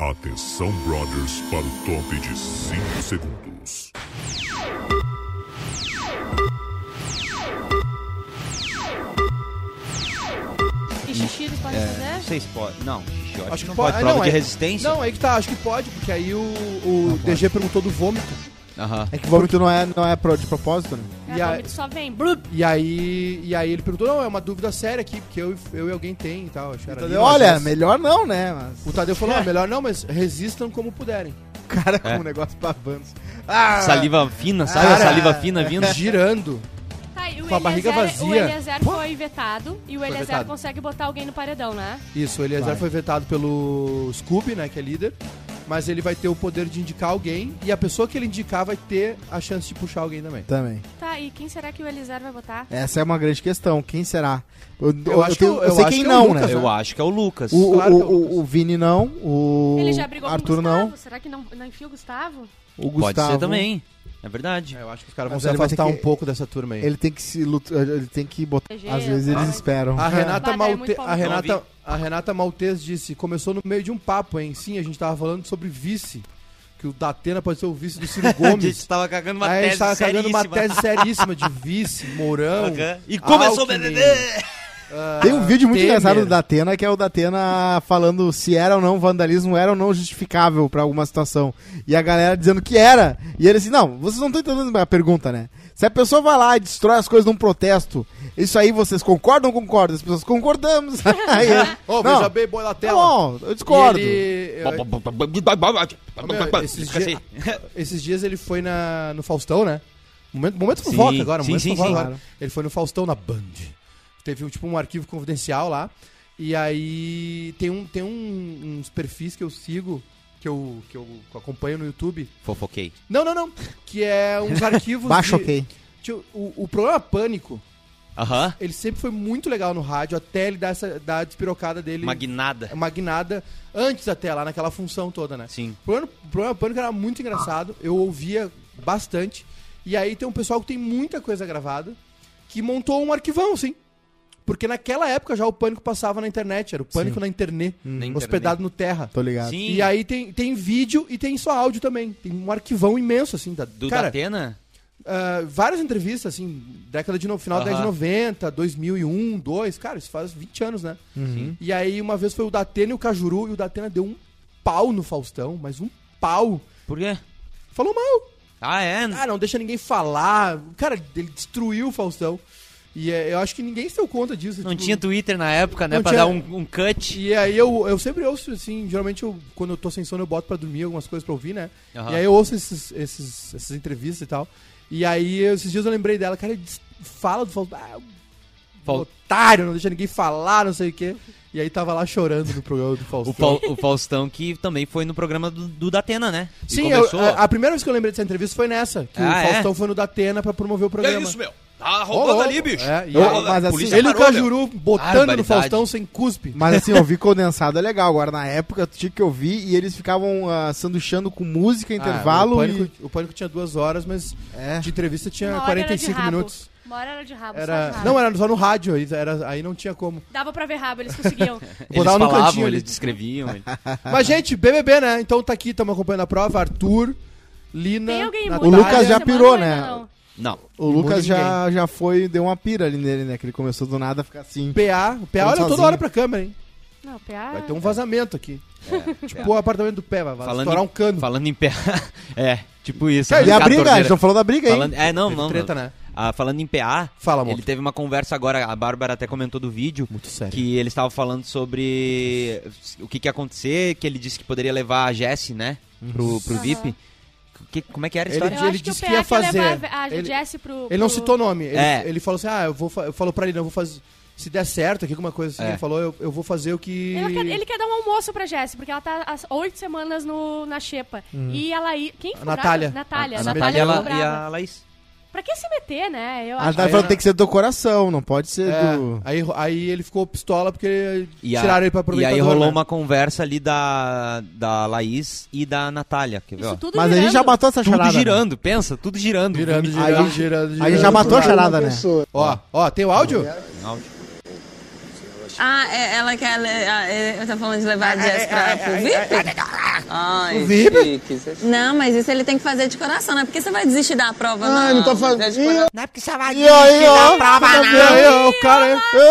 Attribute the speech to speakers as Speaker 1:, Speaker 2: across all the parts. Speaker 1: Atenção, brothers, para o top de 5 segundos.
Speaker 2: E xixi eles podem
Speaker 3: É.
Speaker 4: Não
Speaker 2: fazer?
Speaker 4: sei se pode. Não, xixi, eu acho,
Speaker 3: Acho
Speaker 4: que
Speaker 3: que
Speaker 4: não
Speaker 3: pode-
Speaker 4: pode.
Speaker 3: ah,
Speaker 4: Prova
Speaker 3: não,
Speaker 4: de
Speaker 3: é-
Speaker 4: resistência?
Speaker 3: Não, aí que tá, acho que pode, porque aí o, o DG perguntou do vômito.
Speaker 4: Aham.
Speaker 5: É que vômito não é, não é pro- de propósito, né?
Speaker 2: É,
Speaker 3: E a-
Speaker 2: não, ele só vem. Blup.
Speaker 3: E aí, e aí ele perguntou, não, é uma dúvida séria aqui, porque eu, eu e alguém tem e tal. Acho que era
Speaker 5: Entendeu?
Speaker 3: ali, mas
Speaker 5: Olha,
Speaker 3: essa-
Speaker 5: melhor não, né? Mas
Speaker 3: O Tadeu falou, ah, melhor não, mas resistam como puderem.
Speaker 5: o cara
Speaker 4: É.
Speaker 5: com o negócio babando. Ah!
Speaker 4: Saliva fina, sabe? a
Speaker 3: Cara.
Speaker 4: saliva fina vindo.
Speaker 3: Girando.
Speaker 2: Tá, e o
Speaker 3: Com a barriga
Speaker 2: Eliezer- O
Speaker 3: vazia.
Speaker 2: Eliezer foi vetado e o Eliezer
Speaker 3: vetado.
Speaker 2: consegue botar alguém no paredão, né?
Speaker 3: Isso, o Eliezer foi vetado pelo Scooby, né, que é líder. Mas ele vai ter o poder de indicar alguém. E a pessoa que ele indicar vai ter a chance de puxar alguém também.
Speaker 5: Também.
Speaker 2: Tá, e quem será que o Eliezer vai botar?
Speaker 5: Essa é uma grande questão. Quem será? Eu,
Speaker 3: Eu acho que
Speaker 5: tenho-
Speaker 3: eu-
Speaker 5: eu
Speaker 3: eu
Speaker 5: sei
Speaker 3: acho
Speaker 5: quem
Speaker 3: que é o
Speaker 5: não,
Speaker 3: Lucas,
Speaker 5: né?
Speaker 3: né?
Speaker 4: Eu acho que é o Lucas.
Speaker 5: O,
Speaker 3: Claro
Speaker 5: o,
Speaker 3: que é o
Speaker 5: o-
Speaker 3: Lucas.
Speaker 5: o Vini não, o
Speaker 2: Ele já brigou
Speaker 5: Arthur
Speaker 2: com o Gustavo.
Speaker 5: não,
Speaker 2: Será que não, não enfia o Gustavo?
Speaker 5: o
Speaker 4: Pode
Speaker 5: Gustavo.
Speaker 4: ser também. É verdade.
Speaker 3: É, eu acho que os caras vão
Speaker 5: Mas
Speaker 3: se
Speaker 5: ele vai ter
Speaker 3: afastar
Speaker 5: que-
Speaker 3: um pouco dessa turma aí.
Speaker 5: Ele tem que se lutar, ele tem que botar.
Speaker 2: DG,
Speaker 5: Às vezes
Speaker 2: vai.
Speaker 5: eles esperam.
Speaker 3: A Renata,
Speaker 2: Badé, é
Speaker 3: Malte...
Speaker 2: muito pau no
Speaker 3: a,
Speaker 2: cu.
Speaker 3: Renata... a Renata Maltês disse: começou no meio de um papo, hein? Sim, a gente tava falando sobre vice. Que o Datena pode ser o vice do Ciro
Speaker 4: A gente
Speaker 3: Gomes.
Speaker 4: tava cagando uma
Speaker 3: Aí a
Speaker 4: tese
Speaker 3: gente tava cagando uma
Speaker 4: seríssima.
Speaker 3: tese seríssima de vice, Mourão.
Speaker 4: Aham. E começou né, o
Speaker 3: Alckmin.
Speaker 4: BBB!
Speaker 3: ah,
Speaker 5: Tem um vídeo muito
Speaker 3: Temer.
Speaker 5: engraçado da Atena, que é o da Atena falando se era ou não vandalismo, era ou não justificável pra alguma situação. E a galera dizendo que era. E ele assim, não, vocês não estão entendendo a pergunta, né? Se a pessoa vai lá e destrói as coisas num protesto, isso aí vocês concordam ou concordam? As pessoas concordamos. aí, ele,
Speaker 3: Ô,
Speaker 5: não,
Speaker 3: veja bem, boi na
Speaker 5: tá
Speaker 3: tela.
Speaker 5: bom, eu discordo.
Speaker 3: E ele- eu- meu, esses,
Speaker 4: Fica assim.
Speaker 3: dias, esses dias ele foi na, no Faustão, né? Momento, momento
Speaker 4: Sim,
Speaker 3: fofoca agora,
Speaker 4: sim,
Speaker 3: momento
Speaker 4: sim,
Speaker 3: fofoca
Speaker 4: sim.
Speaker 3: agora. Ele foi no Faustão na Band. Teve um, tipo um arquivo confidencial lá. E aí tem, um, tem um- uns perfis que eu sigo, que eu, que eu acompanho no YouTube.
Speaker 4: Fofoquei.
Speaker 3: Não, não, não. Que é uns arquivos.
Speaker 5: Baixo,
Speaker 3: de-
Speaker 5: ok.
Speaker 3: Tio, o, o programa Pânico,
Speaker 4: Aham.
Speaker 3: ele sempre foi muito legal no rádio, até ele dar essa dar a despirocada dele. É
Speaker 4: Magnada.
Speaker 3: Magnada. Antes até lá, naquela função toda, né?
Speaker 4: Sim.
Speaker 3: O programa, o programa Pânico era muito engraçado, eu ouvia bastante. E aí tem um pessoal que tem muita coisa gravada, que montou um arquivão, assim. Porque naquela época já o Pânico passava na internet, era o Pânico na internet,
Speaker 4: Na internet.
Speaker 3: hospedado no Terra.
Speaker 5: Tô ligado.
Speaker 4: Sim.
Speaker 3: E aí tem, tem vídeo e tem só áudio também. Tem um arquivão imenso, assim. Da,
Speaker 4: Do
Speaker 3: cara,
Speaker 4: Datena?
Speaker 3: ah, várias entrevistas, assim, década de no, final da década de
Speaker 4: Aham.
Speaker 3: 90, 2001, 2, um, cara, isso faz 20 anos, né? E aí uma vez foi o Datena e o Cajuru, e o Datena deu um pau no Faustão, mas um pau.
Speaker 4: Por quê?
Speaker 3: Falou mal.
Speaker 4: Ah, é?
Speaker 3: Ah, não deixa ninguém falar. Cara, ele destruiu o Faustão. E é, eu acho que ninguém se deu conta disso.
Speaker 4: Não
Speaker 3: tipo,
Speaker 4: tinha Twitter na época, né?
Speaker 3: Não
Speaker 4: Pra
Speaker 3: tinha-
Speaker 4: dar um, um cut.
Speaker 3: E aí eu, eu sempre ouço, assim, geralmente eu, quando eu tô sem sono eu boto pra dormir algumas coisas pra ouvir, né?
Speaker 4: Aham.
Speaker 3: E aí eu ouço esses, esses- essas entrevistas e tal. E aí esses dias eu lembrei dela, cara, ele des- fala do Faustão. Ah,
Speaker 4: Fal-
Speaker 3: otário, não deixa ninguém falar, não sei o quê. E aí tava lá chorando no programa do Faustão.
Speaker 4: O, Fau- o Faustão que também foi no programa do, do Datena, né? E
Speaker 3: Sim, eu-
Speaker 4: começou...
Speaker 3: a, a primeira vez que eu lembrei dessa entrevista foi nessa, que
Speaker 4: Ah,
Speaker 3: o
Speaker 4: é?
Speaker 3: Faustão foi no Datena pra promover o programa.
Speaker 4: meu? Tá
Speaker 3: Ô, ô, É, e
Speaker 5: Ô,
Speaker 3: aí-
Speaker 5: mas assim,
Speaker 4: polícia
Speaker 3: ele e o
Speaker 4: parou, meu.
Speaker 3: Cajuru botando
Speaker 4: Barbaridade.
Speaker 3: no Faustão sem cuspe.
Speaker 5: Mas assim, ouvir condensado é legal. Agora, na época, tu tinha que ouvir e eles ficavam ah, sanduichando com música,
Speaker 3: Ah, o,
Speaker 5: intervalo e...
Speaker 3: pânico, o Pânico tinha duas horas, mas
Speaker 5: É.
Speaker 3: de entrevista tinha
Speaker 2: Uma hora era de
Speaker 3: 45
Speaker 2: rabo.
Speaker 3: minutos.
Speaker 2: Uma hora era de rabo, só
Speaker 3: Era,
Speaker 2: de rabo.
Speaker 3: não, é- era só no rádio, aí, era, aí não tinha como.
Speaker 2: Dava pra ver rabo, eles conseguiam.
Speaker 4: Eles
Speaker 3: Botava no
Speaker 4: falavam,
Speaker 3: cantinho ali.
Speaker 4: eles descreviam. ele-
Speaker 3: Mas, gente, BBB, né? Então tá aqui, estamos acompanhando a prova. Arthur, Lina,
Speaker 2: Tem alguém
Speaker 3: Natália.
Speaker 2: imune
Speaker 5: O Lucas
Speaker 2: essa
Speaker 5: já
Speaker 2: semana
Speaker 5: pirou,
Speaker 2: ou ainda
Speaker 5: né?
Speaker 2: não?
Speaker 4: Não.
Speaker 5: O Lucas já, já foi, deu uma pira ali nele, né? Que ele começou do nada a ficar assim.
Speaker 3: PA. O PA olha
Speaker 5: sozinho.
Speaker 3: toda hora pra câmera, hein?
Speaker 2: Não, PA.
Speaker 3: Vai ter um vazamento aqui. Tipo, o apartamento do pé, vai vai
Speaker 4: É, Falando
Speaker 3: estourar
Speaker 4: em-
Speaker 3: um cano.
Speaker 4: Falando em pé. é, tipo isso.
Speaker 5: E a
Speaker 4: arrancar
Speaker 5: briga, a
Speaker 3: né?
Speaker 4: torneira.
Speaker 5: gente não falou da briga, hein?
Speaker 4: Falando, é, não,
Speaker 3: Teve
Speaker 4: não.
Speaker 3: treta,
Speaker 4: não.
Speaker 3: né?
Speaker 4: Ah, falando em PA,
Speaker 3: Fala, amor.
Speaker 4: ele teve uma conversa agora, a Bárbara até comentou do vídeo,
Speaker 3: Muito sério.
Speaker 4: que ele estava falando sobre o que, que ia acontecer, que ele disse que poderia levar a Jessie, né, pro, pro VIP. Que- como é que era a
Speaker 3: Ele
Speaker 4: história?
Speaker 2: Eu
Speaker 3: dia
Speaker 2: acho que o
Speaker 3: disse
Speaker 2: PA
Speaker 3: que ia
Speaker 2: quer
Speaker 3: fazer.
Speaker 2: levar a
Speaker 3: Ele-
Speaker 2: Jess pro,
Speaker 3: Ele não
Speaker 2: pro-
Speaker 3: citou nome. Ele,
Speaker 4: É.
Speaker 3: ele falou assim: ah, eu vou. fa- Eu falou pra ele, eu vou fazer. Se der certo aqui, alguma coisa assim,
Speaker 4: É.
Speaker 3: ele falou, eu, eu vou fazer o que.
Speaker 2: Ele quer, ele quer dar um almoço pra Jess, porque ela tá há oito semanas no, na xepa. E ela aí. Quem ficou
Speaker 3: A Natália.
Speaker 2: brava? Natália.
Speaker 4: a
Speaker 2: Natália,
Speaker 4: Natália
Speaker 2: ficou
Speaker 4: ela- e
Speaker 2: brava.
Speaker 4: a Laís.
Speaker 2: Pra que se meter, né? Eu
Speaker 5: A
Speaker 2: acho
Speaker 5: Natália
Speaker 2: que...
Speaker 5: falou tem que ser do coração, não pode ser
Speaker 3: É,
Speaker 5: do.
Speaker 3: aí, aí ele ficou pistola porque
Speaker 4: E a-
Speaker 3: tiraram ele pra
Speaker 4: E
Speaker 3: né? aproveitar.
Speaker 4: aí rolou uma conversa ali da, da Laís e da Natália, quer ver? ó?
Speaker 2: Isso tudo
Speaker 5: Mas a
Speaker 2: girando.
Speaker 5: gente já matou essa
Speaker 3: é
Speaker 4: Tudo
Speaker 5: charada. né?
Speaker 4: girando, pensa, tudo girando.
Speaker 3: Girando,
Speaker 5: Aí-
Speaker 3: girando, girando, girando.
Speaker 5: Aí já matou a charada, né?
Speaker 3: Ó, ó, tem o áudio?
Speaker 6: é, Ah, é- ela quer. le- ah, é, Eu tô falando de levar a Jess pra pro VIP? Ai,
Speaker 3: Inclusive-
Speaker 6: chiques.
Speaker 7: Não, mas isso ele tem que fazer de coração, né? Porque você vai desistir da prova,
Speaker 5: Ai, não tá fazendo.
Speaker 6: Mas é
Speaker 5: Ih,
Speaker 6: de coração.
Speaker 8: Não é porque você vai
Speaker 5: E aí,
Speaker 8: desistir da
Speaker 5: ó,
Speaker 8: prova,
Speaker 5: tá
Speaker 8: não.
Speaker 3: E aí, ó, o cara, aí,
Speaker 5: ei, ó,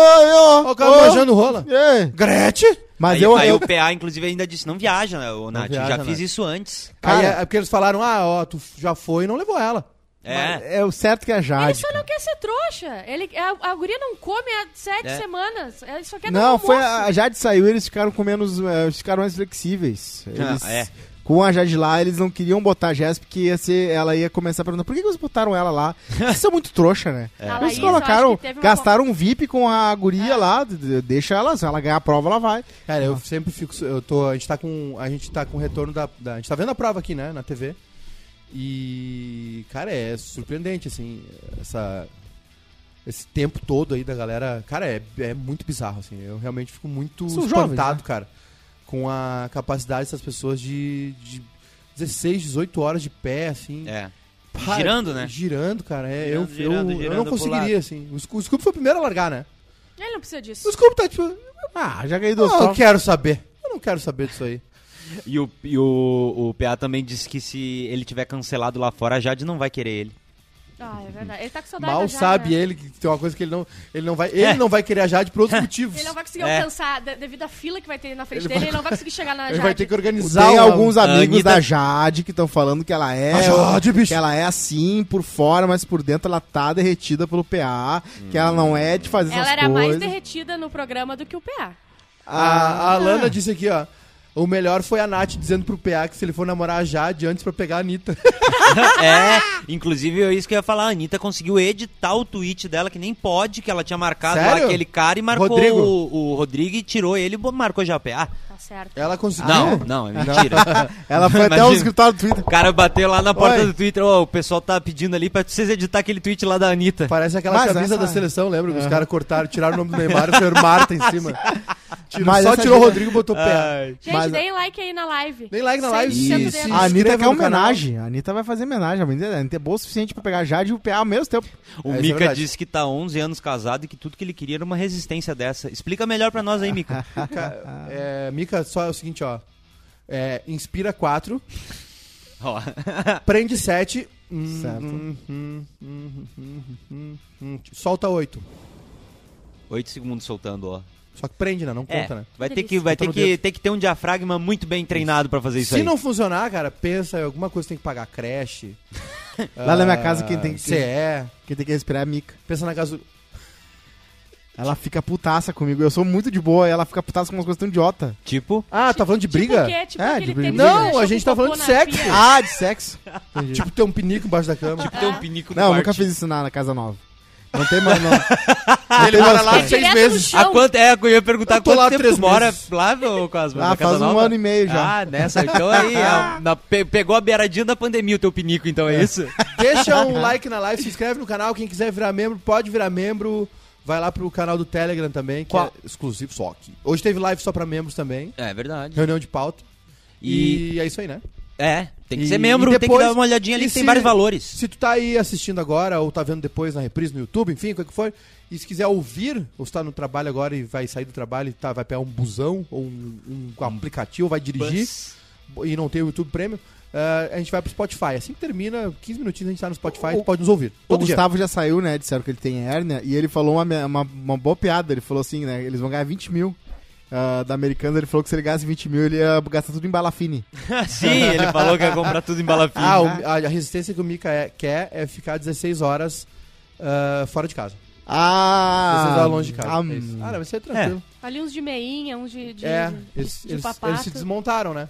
Speaker 3: ó, o cara
Speaker 5: ó.
Speaker 3: manjando rola.
Speaker 5: Ei.
Speaker 3: Gretchen?
Speaker 5: Mas
Speaker 4: aí,
Speaker 5: eu,
Speaker 4: aí
Speaker 5: eu-
Speaker 4: o PA, inclusive, ainda disse, não viaja, né, ô, Nath, eu
Speaker 5: viaja,
Speaker 4: já fiz
Speaker 5: Nath.
Speaker 4: isso antes.
Speaker 3: Aí,
Speaker 5: Cara.
Speaker 3: é porque eles falaram, ah, ó, tu já foi e não levou ela.
Speaker 4: É,
Speaker 5: é o certo que é a
Speaker 2: Ele
Speaker 5: Jade.
Speaker 2: só não quer ser trouxa. Ele, a, a guria não come há sete
Speaker 4: É.
Speaker 2: semanas. Ele só quer
Speaker 5: Não,
Speaker 2: ter um
Speaker 5: foi
Speaker 2: almoço.
Speaker 5: a a Jade saiu e eles ficaram com menos. eh, Eles ficaram mais flexíveis. Eles-
Speaker 4: Ah, é.
Speaker 5: Com a Jade lá, eles não queriam botar a Jéssica, porque ia ser, ela ia começar a perguntar por que que eles botaram ela lá? Vocês são muito trouxa, né?
Speaker 2: A Laís,
Speaker 5: Eles
Speaker 2: eu acho que
Speaker 5: colocaram,
Speaker 2: teve uma É.
Speaker 5: gastaram um VIP com a guria lá, d- d- deixa ela, se ela ganhar a prova, ela vai.
Speaker 3: Cara, eu sempre fico. Eu tô, a, gente tá com, a gente tá com o retorno da, da. A gente tá vendo a prova aqui, né? Na TV. E. Cara, é surpreendente, assim. Essa. Esse tempo todo aí da galera. Cara, é, é muito bizarro, assim. Eu realmente fico muito
Speaker 5: São
Speaker 3: espantado,
Speaker 5: jovens, né?
Speaker 3: cara. Com a capacidade dessas pessoas de. de 16, 18 horas de pé, assim.
Speaker 4: é.
Speaker 3: Pá,
Speaker 4: Girando, né?
Speaker 3: Girando, cara. É, eu,
Speaker 4: Girando, girando,
Speaker 3: eu, eu
Speaker 4: girando
Speaker 3: não
Speaker 4: pro
Speaker 3: conseguiria, assim. O Sco- o Scoop foi o primeiro a largar, né?
Speaker 2: Ele não precisa
Speaker 3: O
Speaker 2: disso.
Speaker 3: Scoop tá tipo.
Speaker 5: Ah, já ganhei
Speaker 3: Eu
Speaker 5: duas
Speaker 3: não
Speaker 5: provas.
Speaker 3: quero saber. Eu não quero saber disso aí.
Speaker 4: E, o, e o, o PA também disse que se ele tiver cancelado lá fora, a Jade não vai querer ele.
Speaker 2: Ah, é verdade. Ele tá com saudade
Speaker 3: Mal
Speaker 2: da Jade,
Speaker 3: sabe
Speaker 2: né?
Speaker 3: ele que tem uma coisa que ele não, ele não vai, ele
Speaker 4: É.
Speaker 3: não vai querer a Jade por outros motivos.
Speaker 2: Ele não vai conseguir
Speaker 4: É.
Speaker 2: alcançar, de- devido à fila que vai ter na frente dele, ele não vai conseguir chegar na Jade.
Speaker 3: Ele vai ter que organizar
Speaker 5: Tem
Speaker 3: uma-
Speaker 5: alguns amigos
Speaker 4: Anitta-
Speaker 5: da Jade que estão falando que ela é.
Speaker 3: A Jade, bicho.
Speaker 5: Que ela é assim por fora, mas por dentro ela tá derretida pelo PA, que ela não é de fazer
Speaker 2: Ela
Speaker 5: essas
Speaker 2: era
Speaker 5: coisas.
Speaker 2: mais derretida no programa do que o PA.
Speaker 3: A, a
Speaker 4: Ah.
Speaker 3: Lana disse aqui, ó. O melhor foi a Nath dizendo pro PA que se ele for namorar a Jade antes pra pegar a Anitta.
Speaker 4: é, inclusive é isso que eu ia falar. A Anitta conseguiu editar o tweet dela, que nem pode, que ela tinha marcado lá
Speaker 3: Sério?
Speaker 4: aquele cara e marcou
Speaker 3: Rodrigo?
Speaker 4: O, o Rodrigo e tirou ele e bo- marcou já o PA.
Speaker 2: Tá certo.
Speaker 3: Ela
Speaker 5: Ah,
Speaker 3: conseguiu.
Speaker 4: Não, não, é mentira.
Speaker 5: Ela foi até
Speaker 4: Imagina.
Speaker 5: o escritório do Twitter.
Speaker 4: O cara bateu lá na porta
Speaker 5: Oi.
Speaker 4: do Twitter, ó, o pessoal tá pedindo ali pra vocês editar aquele tweet lá da Anitta.
Speaker 3: Parece aquela
Speaker 5: Mas
Speaker 3: camisa
Speaker 5: essa-
Speaker 3: da seleção, lembra?
Speaker 4: É.
Speaker 3: Os caras cortaram, tiraram o nome do Neymar e fizeram Marta em cima. Tirou-
Speaker 5: Mas
Speaker 3: só
Speaker 5: essa
Speaker 3: tirou o
Speaker 5: Anitta-
Speaker 3: Rodrigo e botou o PA.
Speaker 2: Gente,
Speaker 5: Mas-
Speaker 2: deem like aí na live.
Speaker 3: Deem like na live,
Speaker 2: 100%
Speaker 3: isso.
Speaker 2: deles.
Speaker 5: A Anitta
Speaker 3: inscreva
Speaker 5: quer
Speaker 3: no canal.
Speaker 5: homenagem. A Anitta vai fazer homenagem. A Anitta a Anitta é boa o suficiente pra pegar a Jade e o PA ao mesmo tempo.
Speaker 4: O
Speaker 3: É, isso é
Speaker 4: Mika
Speaker 3: verdade.
Speaker 4: disse que tá 11 anos casado e que tudo que ele queria era uma resistência dessa. Explica melhor pra nós aí, Mika.
Speaker 5: Ah,
Speaker 3: Ca- é, Mica, só é o seguinte, ó. É, inspira 4,
Speaker 4: Ó,
Speaker 3: prende hum, 7.
Speaker 5: Certo.
Speaker 3: hum, solta 8.
Speaker 4: 8 segundos soltando, ó.
Speaker 3: Só que prende, né? Não
Speaker 4: É,
Speaker 3: conta, né?
Speaker 4: vai ter
Speaker 2: Delícia.
Speaker 4: que vai ter
Speaker 3: no
Speaker 4: que,
Speaker 3: dedo.
Speaker 4: ter que ter um diafragma muito bem treinado pra fazer isso
Speaker 3: Se
Speaker 4: aí.
Speaker 3: não funcionar, cara, pensa em alguma coisa que tem que pagar creche.
Speaker 5: Lá na minha casa, quem
Speaker 3: que
Speaker 5: tem que-
Speaker 3: CE.
Speaker 5: Quem tem que respirar é a Mika.
Speaker 3: Pensa na gasolina.
Speaker 5: Ela fica putaça comigo. Eu sou muito de boa e ela fica putaça com umas coisas tão idiota.
Speaker 4: Tipo,
Speaker 3: Ah, tá falando de briga?
Speaker 2: Tipo o quê? Tipo
Speaker 5: É,
Speaker 2: aquele
Speaker 5: de briga.
Speaker 2: tênis que
Speaker 3: Não,
Speaker 2: deixou
Speaker 3: a gente
Speaker 2: com
Speaker 3: tá
Speaker 2: cocô
Speaker 3: falando de
Speaker 2: na
Speaker 3: sexo.
Speaker 2: pia.
Speaker 5: Ah, de sexo.
Speaker 3: Tipo, ter um pinico embaixo da cama.
Speaker 4: ter um pinico no
Speaker 5: Não, eu
Speaker 4: quarto.
Speaker 5: nunca fiz isso na, na casa nova. Não tem mais, não.
Speaker 3: ele mora lá
Speaker 2: É
Speaker 3: seis
Speaker 2: direto no
Speaker 3: meses.
Speaker 2: chão.
Speaker 4: Há quanto é? Eu ia perguntar
Speaker 3: Eu tô
Speaker 4: quanto
Speaker 3: lá há
Speaker 4: tempo
Speaker 3: três
Speaker 4: tu mora
Speaker 3: meses.
Speaker 4: lá, meu Cosmo?
Speaker 5: Ah,
Speaker 4: na Casa
Speaker 5: faz um
Speaker 4: Nova?
Speaker 5: ano e meio já.
Speaker 4: Ah, nessa. Então aí, a- na- pe- pegou a beiradinha da pandemia o teu pinico, então é isso?
Speaker 3: Deixa um like na live, se inscreve no canal. Quem quiser virar membro, pode virar membro. Vai lá pro canal do Telegram também, que
Speaker 4: Qual?
Speaker 3: é exclusivo só aqui. Hoje teve live só pra membros também.
Speaker 4: É verdade.
Speaker 3: Reunião de pauta.
Speaker 4: E,
Speaker 3: E, é isso aí, né?
Speaker 4: é, tem que ser
Speaker 3: e-
Speaker 4: membro,
Speaker 3: e
Speaker 4: tem que
Speaker 3: depois-
Speaker 4: dar uma olhadinha ali,
Speaker 3: e
Speaker 4: que tem
Speaker 3: se-
Speaker 4: vários valores.
Speaker 3: Se tu tá aí assistindo agora ou tá vendo depois na reprise no YouTube, enfim, qual que for, e se quiser ouvir, ou se tá no trabalho agora e vai sair do trabalho e tá, vai pegar um busão ou um, um aplicativo, vai dirigir
Speaker 4: Bus.
Speaker 3: e não tem o YouTube Premium, eh, a gente vai pro Spotify. Assim que termina, 15 minutinhos a gente tá no Spotify, tu pode nos ouvir.
Speaker 5: O
Speaker 3: Todo dia.
Speaker 5: Gustavo já saiu, né? Disseram que ele tem hérnia. E ele falou uma, me- uma, uma boa piada. Ele falou assim, né? Eles vão ganhar 20 mil. ah, da americana, ele falou que se ele ganhasse 20 mil, ele ia gastar tudo em balafine.
Speaker 4: Sim, ele falou que ia comprar tudo em balafim.
Speaker 3: Ah, o- a, a resistência que o Mika é- quer é ficar 16 horas ah, fora de casa. 16
Speaker 5: Ah!
Speaker 3: horas longe de casa.
Speaker 5: ah,
Speaker 3: é isso. Ah, não, isso é tranquilo.
Speaker 2: Ali uns de meinha, uns de... de-
Speaker 3: É,
Speaker 2: de-
Speaker 3: eles,
Speaker 2: de
Speaker 3: eles-
Speaker 2: papato.
Speaker 3: eles se desmontaram, né?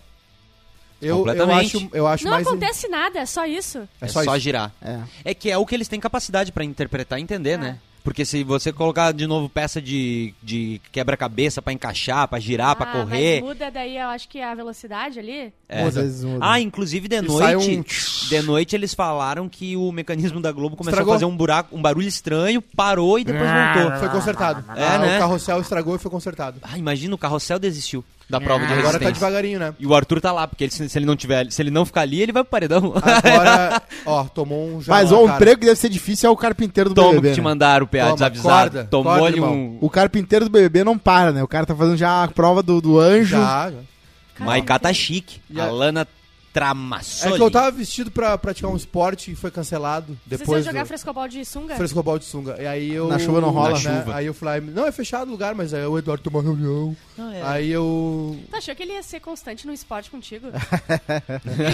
Speaker 3: Eu, eu
Speaker 4: Completamente.
Speaker 3: acho, eu acho
Speaker 2: Não
Speaker 3: mais.
Speaker 2: acontece nada, é só isso.
Speaker 3: É só, isso.
Speaker 4: girar.
Speaker 5: É.
Speaker 4: É que é o que eles têm capacidade pra interpretar e entender, né?
Speaker 2: É.
Speaker 4: Porque se você colocar de novo peça de, de quebra-cabeça pra encaixar, pra girar, pra
Speaker 2: Ah,
Speaker 4: correr,
Speaker 2: Mas muda daí, eu acho que a velocidade ali.
Speaker 4: É.
Speaker 5: Às vezes muda.
Speaker 4: Ah, inclusive de
Speaker 3: E sai
Speaker 4: noite,
Speaker 3: um-
Speaker 4: de noite eles falaram que o mecanismo da Globo começou
Speaker 3: Estragou.
Speaker 4: a fazer um buraco, um barulho estranho, parou e depois
Speaker 2: Ah.
Speaker 4: voltou.
Speaker 3: Foi consertado.
Speaker 4: É,
Speaker 3: Ah,
Speaker 4: né?
Speaker 3: O carrossel estragou e foi consertado.
Speaker 4: Ah, imagina o carrossel desistiu da prova
Speaker 2: Ah,
Speaker 4: de
Speaker 3: Agora tá
Speaker 4: resistência.
Speaker 3: devagarinho, né?
Speaker 4: E o Arthur tá lá, porque ele- se se ele não tiver, se ele não ficar ali, ele vai pro paredão.
Speaker 3: Agora, ó, tomou um já.
Speaker 5: Mas ó, o emprego que deve ser difícil é o carpinteiro do
Speaker 4: Toma
Speaker 5: BBB.
Speaker 4: que então, te
Speaker 5: né?
Speaker 4: mandaram o PA
Speaker 3: Toma,
Speaker 4: desavisado.
Speaker 3: acorda,
Speaker 4: Tomou-lhe
Speaker 3: acorda,
Speaker 4: um...
Speaker 5: O carpinteiro do BBB não para, né? O cara tá fazendo já a prova do, do anjo.
Speaker 3: Já, já.
Speaker 4: Maiká tá chique.
Speaker 3: E
Speaker 4: a
Speaker 3: a-
Speaker 4: Lana Tramassoli.
Speaker 3: É que eu tava vestido pra praticar um esporte e foi cancelado
Speaker 2: Vocês
Speaker 3: depois
Speaker 2: iam jogar
Speaker 3: do
Speaker 2: frescobol de sunga?
Speaker 3: frescobol de sunga. E aí eu...
Speaker 5: Na chuva não rola.
Speaker 3: né,
Speaker 5: Na chuva.
Speaker 3: Aí eu fui lá, e- não, é fechado o lugar, mas aí o Eduardo tomou uma reunião. Aí eu...
Speaker 2: Tu achou que ele ia ser constante no esporte contigo?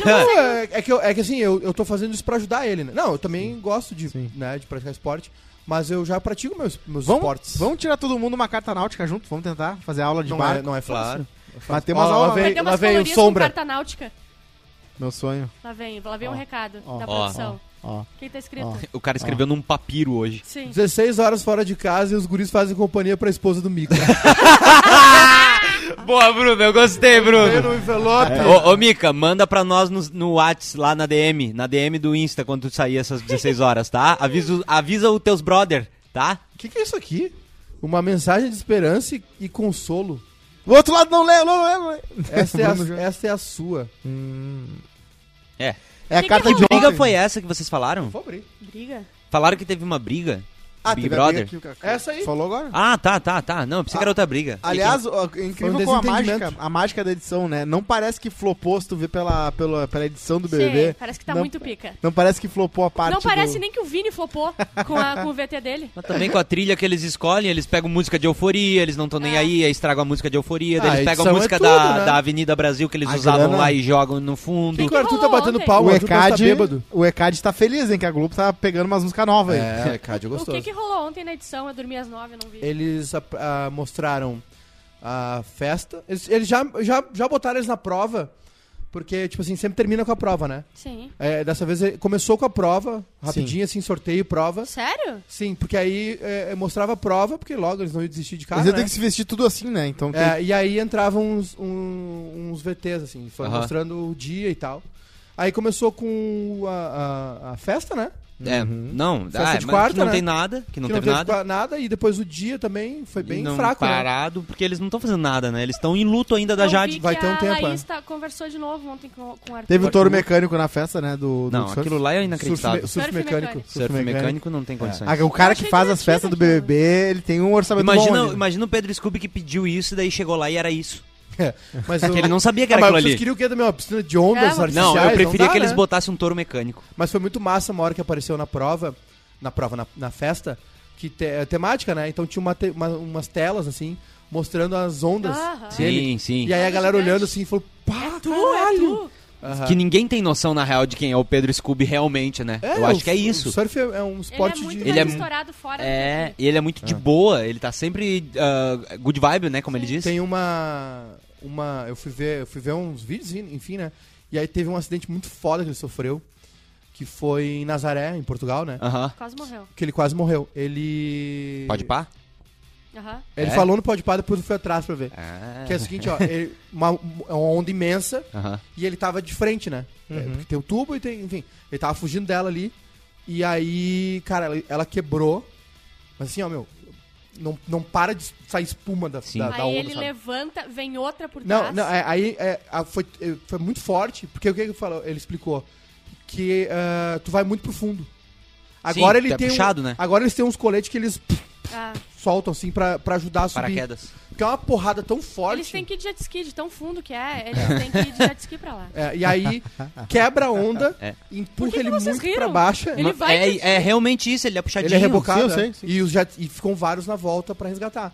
Speaker 3: Não, é, é que eu- é que assim, eu, eu tô fazendo isso pra ajudar ele, né? Não, eu também gosto de,
Speaker 5: Sim.
Speaker 3: né, de praticar esporte, mas eu já pratico meus, meus
Speaker 5: Vamos,
Speaker 3: esportes.
Speaker 5: vamos tirar todo mundo uma carta náutica junto? Vamos tentar fazer aula de
Speaker 3: não
Speaker 5: barco?
Speaker 3: é, não é fácil.
Speaker 4: Claro.
Speaker 5: Mas tem umas
Speaker 3: Ó, lá
Speaker 5: aulas...
Speaker 3: vem-
Speaker 2: Perdeu umas
Speaker 3: lá o
Speaker 2: colorias com
Speaker 3: Sombra.
Speaker 2: carta náutica.
Speaker 5: Meu sonho.
Speaker 2: Lá vem, lá vem
Speaker 5: Ó,
Speaker 2: um recado
Speaker 5: ó,
Speaker 2: da
Speaker 4: ó,
Speaker 2: produção.
Speaker 5: Ó.
Speaker 2: Quem tá escrito?
Speaker 5: ó.
Speaker 4: O cara escreveu num papiro hoje.
Speaker 2: Sim.
Speaker 3: 16 horas fora de casa e os guris fazem companhia pra esposa do Mico.
Speaker 4: Boa, Bruno, eu gostei, Bruno.
Speaker 3: no envelope.
Speaker 5: É.
Speaker 4: Ô, ô, Mica, manda pra nós no, no Whats, lá na DM, na DM do Insta, quando tu sair essas 16 horas, tá? Avisa, o- avisa os teus brother, tá?
Speaker 3: O que, que é isso aqui? Uma mensagem de esperança e, e consolo.
Speaker 5: O outro lado não lê, não lê, não lê.
Speaker 3: Essa é,
Speaker 5: Bruno
Speaker 3: a,
Speaker 5: já-
Speaker 3: essa é a sua.
Speaker 4: É.
Speaker 5: É a
Speaker 2: Que
Speaker 5: carta
Speaker 2: que
Speaker 5: de
Speaker 4: Que briga
Speaker 5: ontem.
Speaker 4: foi essa que vocês falaram?
Speaker 3: Vou abrir.
Speaker 2: Briga?
Speaker 4: Falaram que teve uma briga?
Speaker 5: Ah,
Speaker 4: Big
Speaker 5: teve a
Speaker 4: Brother?
Speaker 5: briga aqui, cara.
Speaker 3: Essa aí.
Speaker 5: Falou agora?
Speaker 4: Ah, tá, tá, tá. Não, eu pensei que era outra briga.
Speaker 5: Aliás, ó, incrível como a
Speaker 3: desentendimento.
Speaker 5: mágica, a mágica da edição, né? Não parece que flopou, se tu vê pela, pela, pela edição do BBB.
Speaker 2: Sim, parece que tá
Speaker 5: Não-
Speaker 2: muito pica.
Speaker 5: Não parece que flopou a parte
Speaker 2: Não parece
Speaker 5: do...
Speaker 2: nem que o Vini flopou com, a- com o VT dele.
Speaker 4: Mas também com a trilha que eles escolhem, eles pegam música de euforia, eles não estão nem aí, aí estragam a música de euforia, daí
Speaker 3: Ah,
Speaker 4: eles pegam a
Speaker 3: edição é
Speaker 4: música
Speaker 3: tudo,
Speaker 4: da,
Speaker 3: né?
Speaker 4: da Avenida Brasil que eles
Speaker 5: A
Speaker 4: usavam
Speaker 5: grana.
Speaker 4: lá e jogam no fundo.
Speaker 3: O Arthur tá
Speaker 2: rolou
Speaker 3: batendo
Speaker 2: ontem?
Speaker 3: palma,
Speaker 5: O
Speaker 3: o Arthur tá
Speaker 5: ECAD,
Speaker 3: bêbado.
Speaker 5: o ECAD tá feliz, hein? Que a Globo tá pegando umas músicas novas. aí.
Speaker 3: É, Cádio
Speaker 2: O
Speaker 3: gostoso.
Speaker 2: que que rolou ontem na edição? Eu dormi às nove, não vi.
Speaker 3: Eles ap- ah, mostraram a festa. Eles, eles já, já, já botaram eles na prova, porque, tipo assim, sempre termina com a prova, né?
Speaker 2: Sim.
Speaker 3: É, dessa vez eh, começou com a prova, rapidinho, assim, sorteio, prova.
Speaker 2: Sério?
Speaker 3: Sim, porque aí eh, mostrava a prova, porque logo eles não iam desistir de cara,
Speaker 5: Mas eu
Speaker 3: né?
Speaker 5: tenho que se vestir tudo assim, né? Então tem-
Speaker 3: É, e aí entravam uns, um- uns VTs, assim, foi
Speaker 4: Aham.
Speaker 3: mostrando o dia e tal. Aí começou com a, a- a festa, né?
Speaker 4: É, não,
Speaker 3: Festa
Speaker 4: ah,
Speaker 3: de
Speaker 4: mas
Speaker 3: quarta,
Speaker 4: que não
Speaker 3: né?
Speaker 4: tem nada, que não teve nada.
Speaker 3: qua- nada. E depois o dia também foi bem
Speaker 4: não
Speaker 3: fraco, né?
Speaker 4: parado, porque eles não estão fazendo nada, né? Eles estão em luto ainda da
Speaker 2: Eu vi
Speaker 4: Jade.
Speaker 2: que
Speaker 3: vai ter um
Speaker 2: a
Speaker 3: tempo,
Speaker 2: Laís
Speaker 3: é. um
Speaker 2: tá- conversou de novo ontem com, com o Arthur.
Speaker 5: Teve o touro mecânico na festa, né? Do, do
Speaker 4: Não,
Speaker 5: surf.
Speaker 4: aquilo lá é
Speaker 3: Surf,
Speaker 4: inacreditável.
Speaker 3: me- surf
Speaker 2: Surf
Speaker 3: mecânico. É.
Speaker 2: mecânico.
Speaker 4: Surf,
Speaker 5: surf
Speaker 4: mecânico não tem condições.
Speaker 5: Ah, O cara que
Speaker 2: achei
Speaker 5: faz as
Speaker 2: divertido
Speaker 5: festas do
Speaker 2: aquilo.
Speaker 5: BBB, ele tem um orçamento bom.
Speaker 4: Imagina,
Speaker 5: ali.
Speaker 4: imagina o Pedro Scooby que pediu isso e daí chegou lá e era isso.
Speaker 3: É, Mas
Speaker 4: É Que ele não sabia que
Speaker 3: Ah,
Speaker 4: era
Speaker 3: mas
Speaker 4: aquilo
Speaker 3: vocês
Speaker 4: ali.
Speaker 3: queriam o quê também? Uma piscina de ondas
Speaker 2: É, mas-
Speaker 3: artificiais?
Speaker 4: Não, eu preferia
Speaker 3: dá,
Speaker 4: que eles
Speaker 3: né?
Speaker 4: botassem um touro mecânico.
Speaker 3: Mas foi muito massa uma hora que apareceu na prova, na prova, na, na festa, que te- é temática, né? Então tinha uma te- uma- umas telas, assim, mostrando as ondas
Speaker 2: Aham.
Speaker 3: dele.
Speaker 4: Sim, sim.
Speaker 3: Ah, E aí a galera
Speaker 2: Gigante.
Speaker 3: olhando assim e falou, pá,
Speaker 2: É tu, é
Speaker 3: caralho!
Speaker 2: tu.
Speaker 3: Aham.
Speaker 4: Que ninguém tem noção, na real, de quem é o Pedro Scooby realmente, né? eu
Speaker 3: o-
Speaker 4: acho que é
Speaker 3: O
Speaker 4: isso.
Speaker 3: surf é é um
Speaker 2: Ele é
Speaker 3: esporte
Speaker 2: muito
Speaker 3: de.
Speaker 2: mais
Speaker 4: Ele é mu-
Speaker 2: estourado fora do
Speaker 4: É,
Speaker 2: que aqui.
Speaker 4: e ele é muito de boa, ele tá sempre ah, good vibe, né? Como ele diz.
Speaker 3: Tem uma. Uma. Eu fui ver. Eu fui ver uns vídeos, enfim, né? E aí teve um acidente muito foda que ele sofreu. Que foi em Nazaré, em Portugal, né?
Speaker 4: Aham.
Speaker 2: Quase morreu.
Speaker 3: Que ele quase morreu. Ele.
Speaker 4: Ah. Pode pá?
Speaker 2: Aham.
Speaker 3: Ele
Speaker 4: É?
Speaker 3: falou no pode par, depois eu fui atrás pra ver.
Speaker 4: Ah.
Speaker 3: Que é o seguinte, ó, ele- uma, uma onda imensa
Speaker 4: Aham.
Speaker 3: e ele tava de frente, né? É, porque tem o tubo e tem, enfim, ele tava fugindo dela ali. E aí, cara, ela, ela quebrou. Mas assim, ó, meu, não, não para de sair espuma da,
Speaker 4: Sim.
Speaker 3: da, da
Speaker 2: Aí
Speaker 3: onda,
Speaker 2: ele
Speaker 3: um sabe?
Speaker 2: levanta, vem outra por
Speaker 3: Não,
Speaker 2: trás.
Speaker 3: não, é, aí é, a- foi, é, foi muito forte, porque o que ele falou? Ele explicou que ah, tu vai muito pro fundo. Agora
Speaker 4: Sim,
Speaker 3: ele
Speaker 4: é
Speaker 3: tem um-
Speaker 4: puxado, né?
Speaker 3: Agora eles têm uns coletes que eles pff,
Speaker 2: Ah,
Speaker 3: soltam assim pra, pra ajudar a subir.
Speaker 4: Paraquedas.
Speaker 3: Porque é uma porrada tão forte.
Speaker 2: Eles têm que ir de jet ski, de tão fundo que é. Eles têm que ir de jet ski pra lá.
Speaker 3: É, e aí quebra a onda,
Speaker 4: É.
Speaker 3: empurra
Speaker 2: que
Speaker 3: ele
Speaker 2: vocês
Speaker 3: muito
Speaker 2: riram?
Speaker 3: pra baixo.
Speaker 2: Ele vai
Speaker 4: é,
Speaker 2: de-
Speaker 4: é realmente isso, ele é puxadinho.
Speaker 3: Ele é rebocado,
Speaker 5: Sim, eu
Speaker 3: né?
Speaker 5: sei, sim.
Speaker 3: E, os jet, e ficam vários na volta pra resgatar.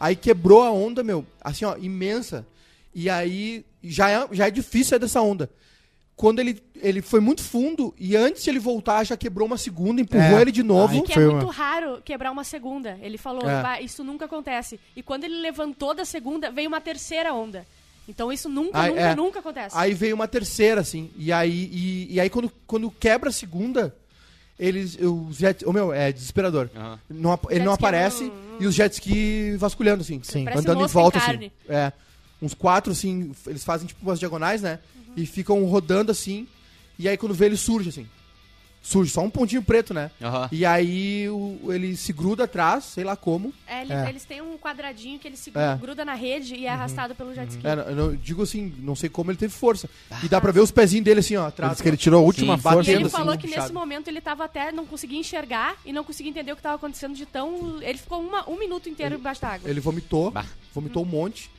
Speaker 3: Aí quebrou a onda, meu, assim, ó, imensa. E aí já é, já é difícil sair dessa onda. Quando ele, ele foi muito fundo e antes de ele voltar, já quebrou uma segunda, empurrou
Speaker 5: É.
Speaker 3: ele de novo.
Speaker 5: Ai,
Speaker 2: Que
Speaker 5: Foi
Speaker 2: é
Speaker 5: uma-
Speaker 2: muito raro quebrar uma segunda. Ele falou,
Speaker 3: É.
Speaker 2: "Bah, isso nunca acontece. E quando ele levantou da segunda, veio uma terceira onda. Então isso nunca,
Speaker 3: Ai,
Speaker 2: nunca,
Speaker 3: é.
Speaker 2: nunca acontece.
Speaker 3: Aí veio uma terceira, assim. E aí, e, e aí quando, quando quebra a segunda, eles. Os jet, oh, meu, é desesperador.
Speaker 4: Aham.
Speaker 3: Não ap- ele
Speaker 2: Jet
Speaker 3: não
Speaker 2: ski é
Speaker 3: aparece
Speaker 2: um-
Speaker 3: e os jet ski vasculhando, assim.
Speaker 2: Parece
Speaker 3: Andando em
Speaker 2: mosca em
Speaker 3: volta, assim.
Speaker 2: carne.
Speaker 3: É. Uns quatro, assim, f- eles fazem tipo umas diagonais, né?
Speaker 2: Uhum.
Speaker 3: E ficam rodando assim. E aí quando vê, ele surge, assim. Surge, só um pontinho preto, né?
Speaker 4: Aham.
Speaker 5: Ah.
Speaker 3: E aí o- ele se gruda atrás, sei lá como.
Speaker 2: É, ele-
Speaker 5: É.
Speaker 2: Eles têm um quadradinho que ele se
Speaker 3: É.
Speaker 2: gruda na rede e é arrastado pelo jet ski.
Speaker 3: É, não- eu não- digo assim, não sei como ele teve força. E dá pra ver os pezinhos dele assim, ó,
Speaker 5: Ele
Speaker 3: atrás.
Speaker 5: disse que ele tirou a última
Speaker 4: Sim.
Speaker 2: E
Speaker 5: força.
Speaker 2: ele
Speaker 3: assim,
Speaker 2: falou que
Speaker 3: puxado.
Speaker 2: nesse momento ele tava até, não conseguia enxergar e não conseguia entender o que tava acontecendo de tão. Ele ficou uma- um minuto inteiro embaixo da água.
Speaker 3: Ele vomitou,
Speaker 4: Bah.
Speaker 3: vomitou um monte.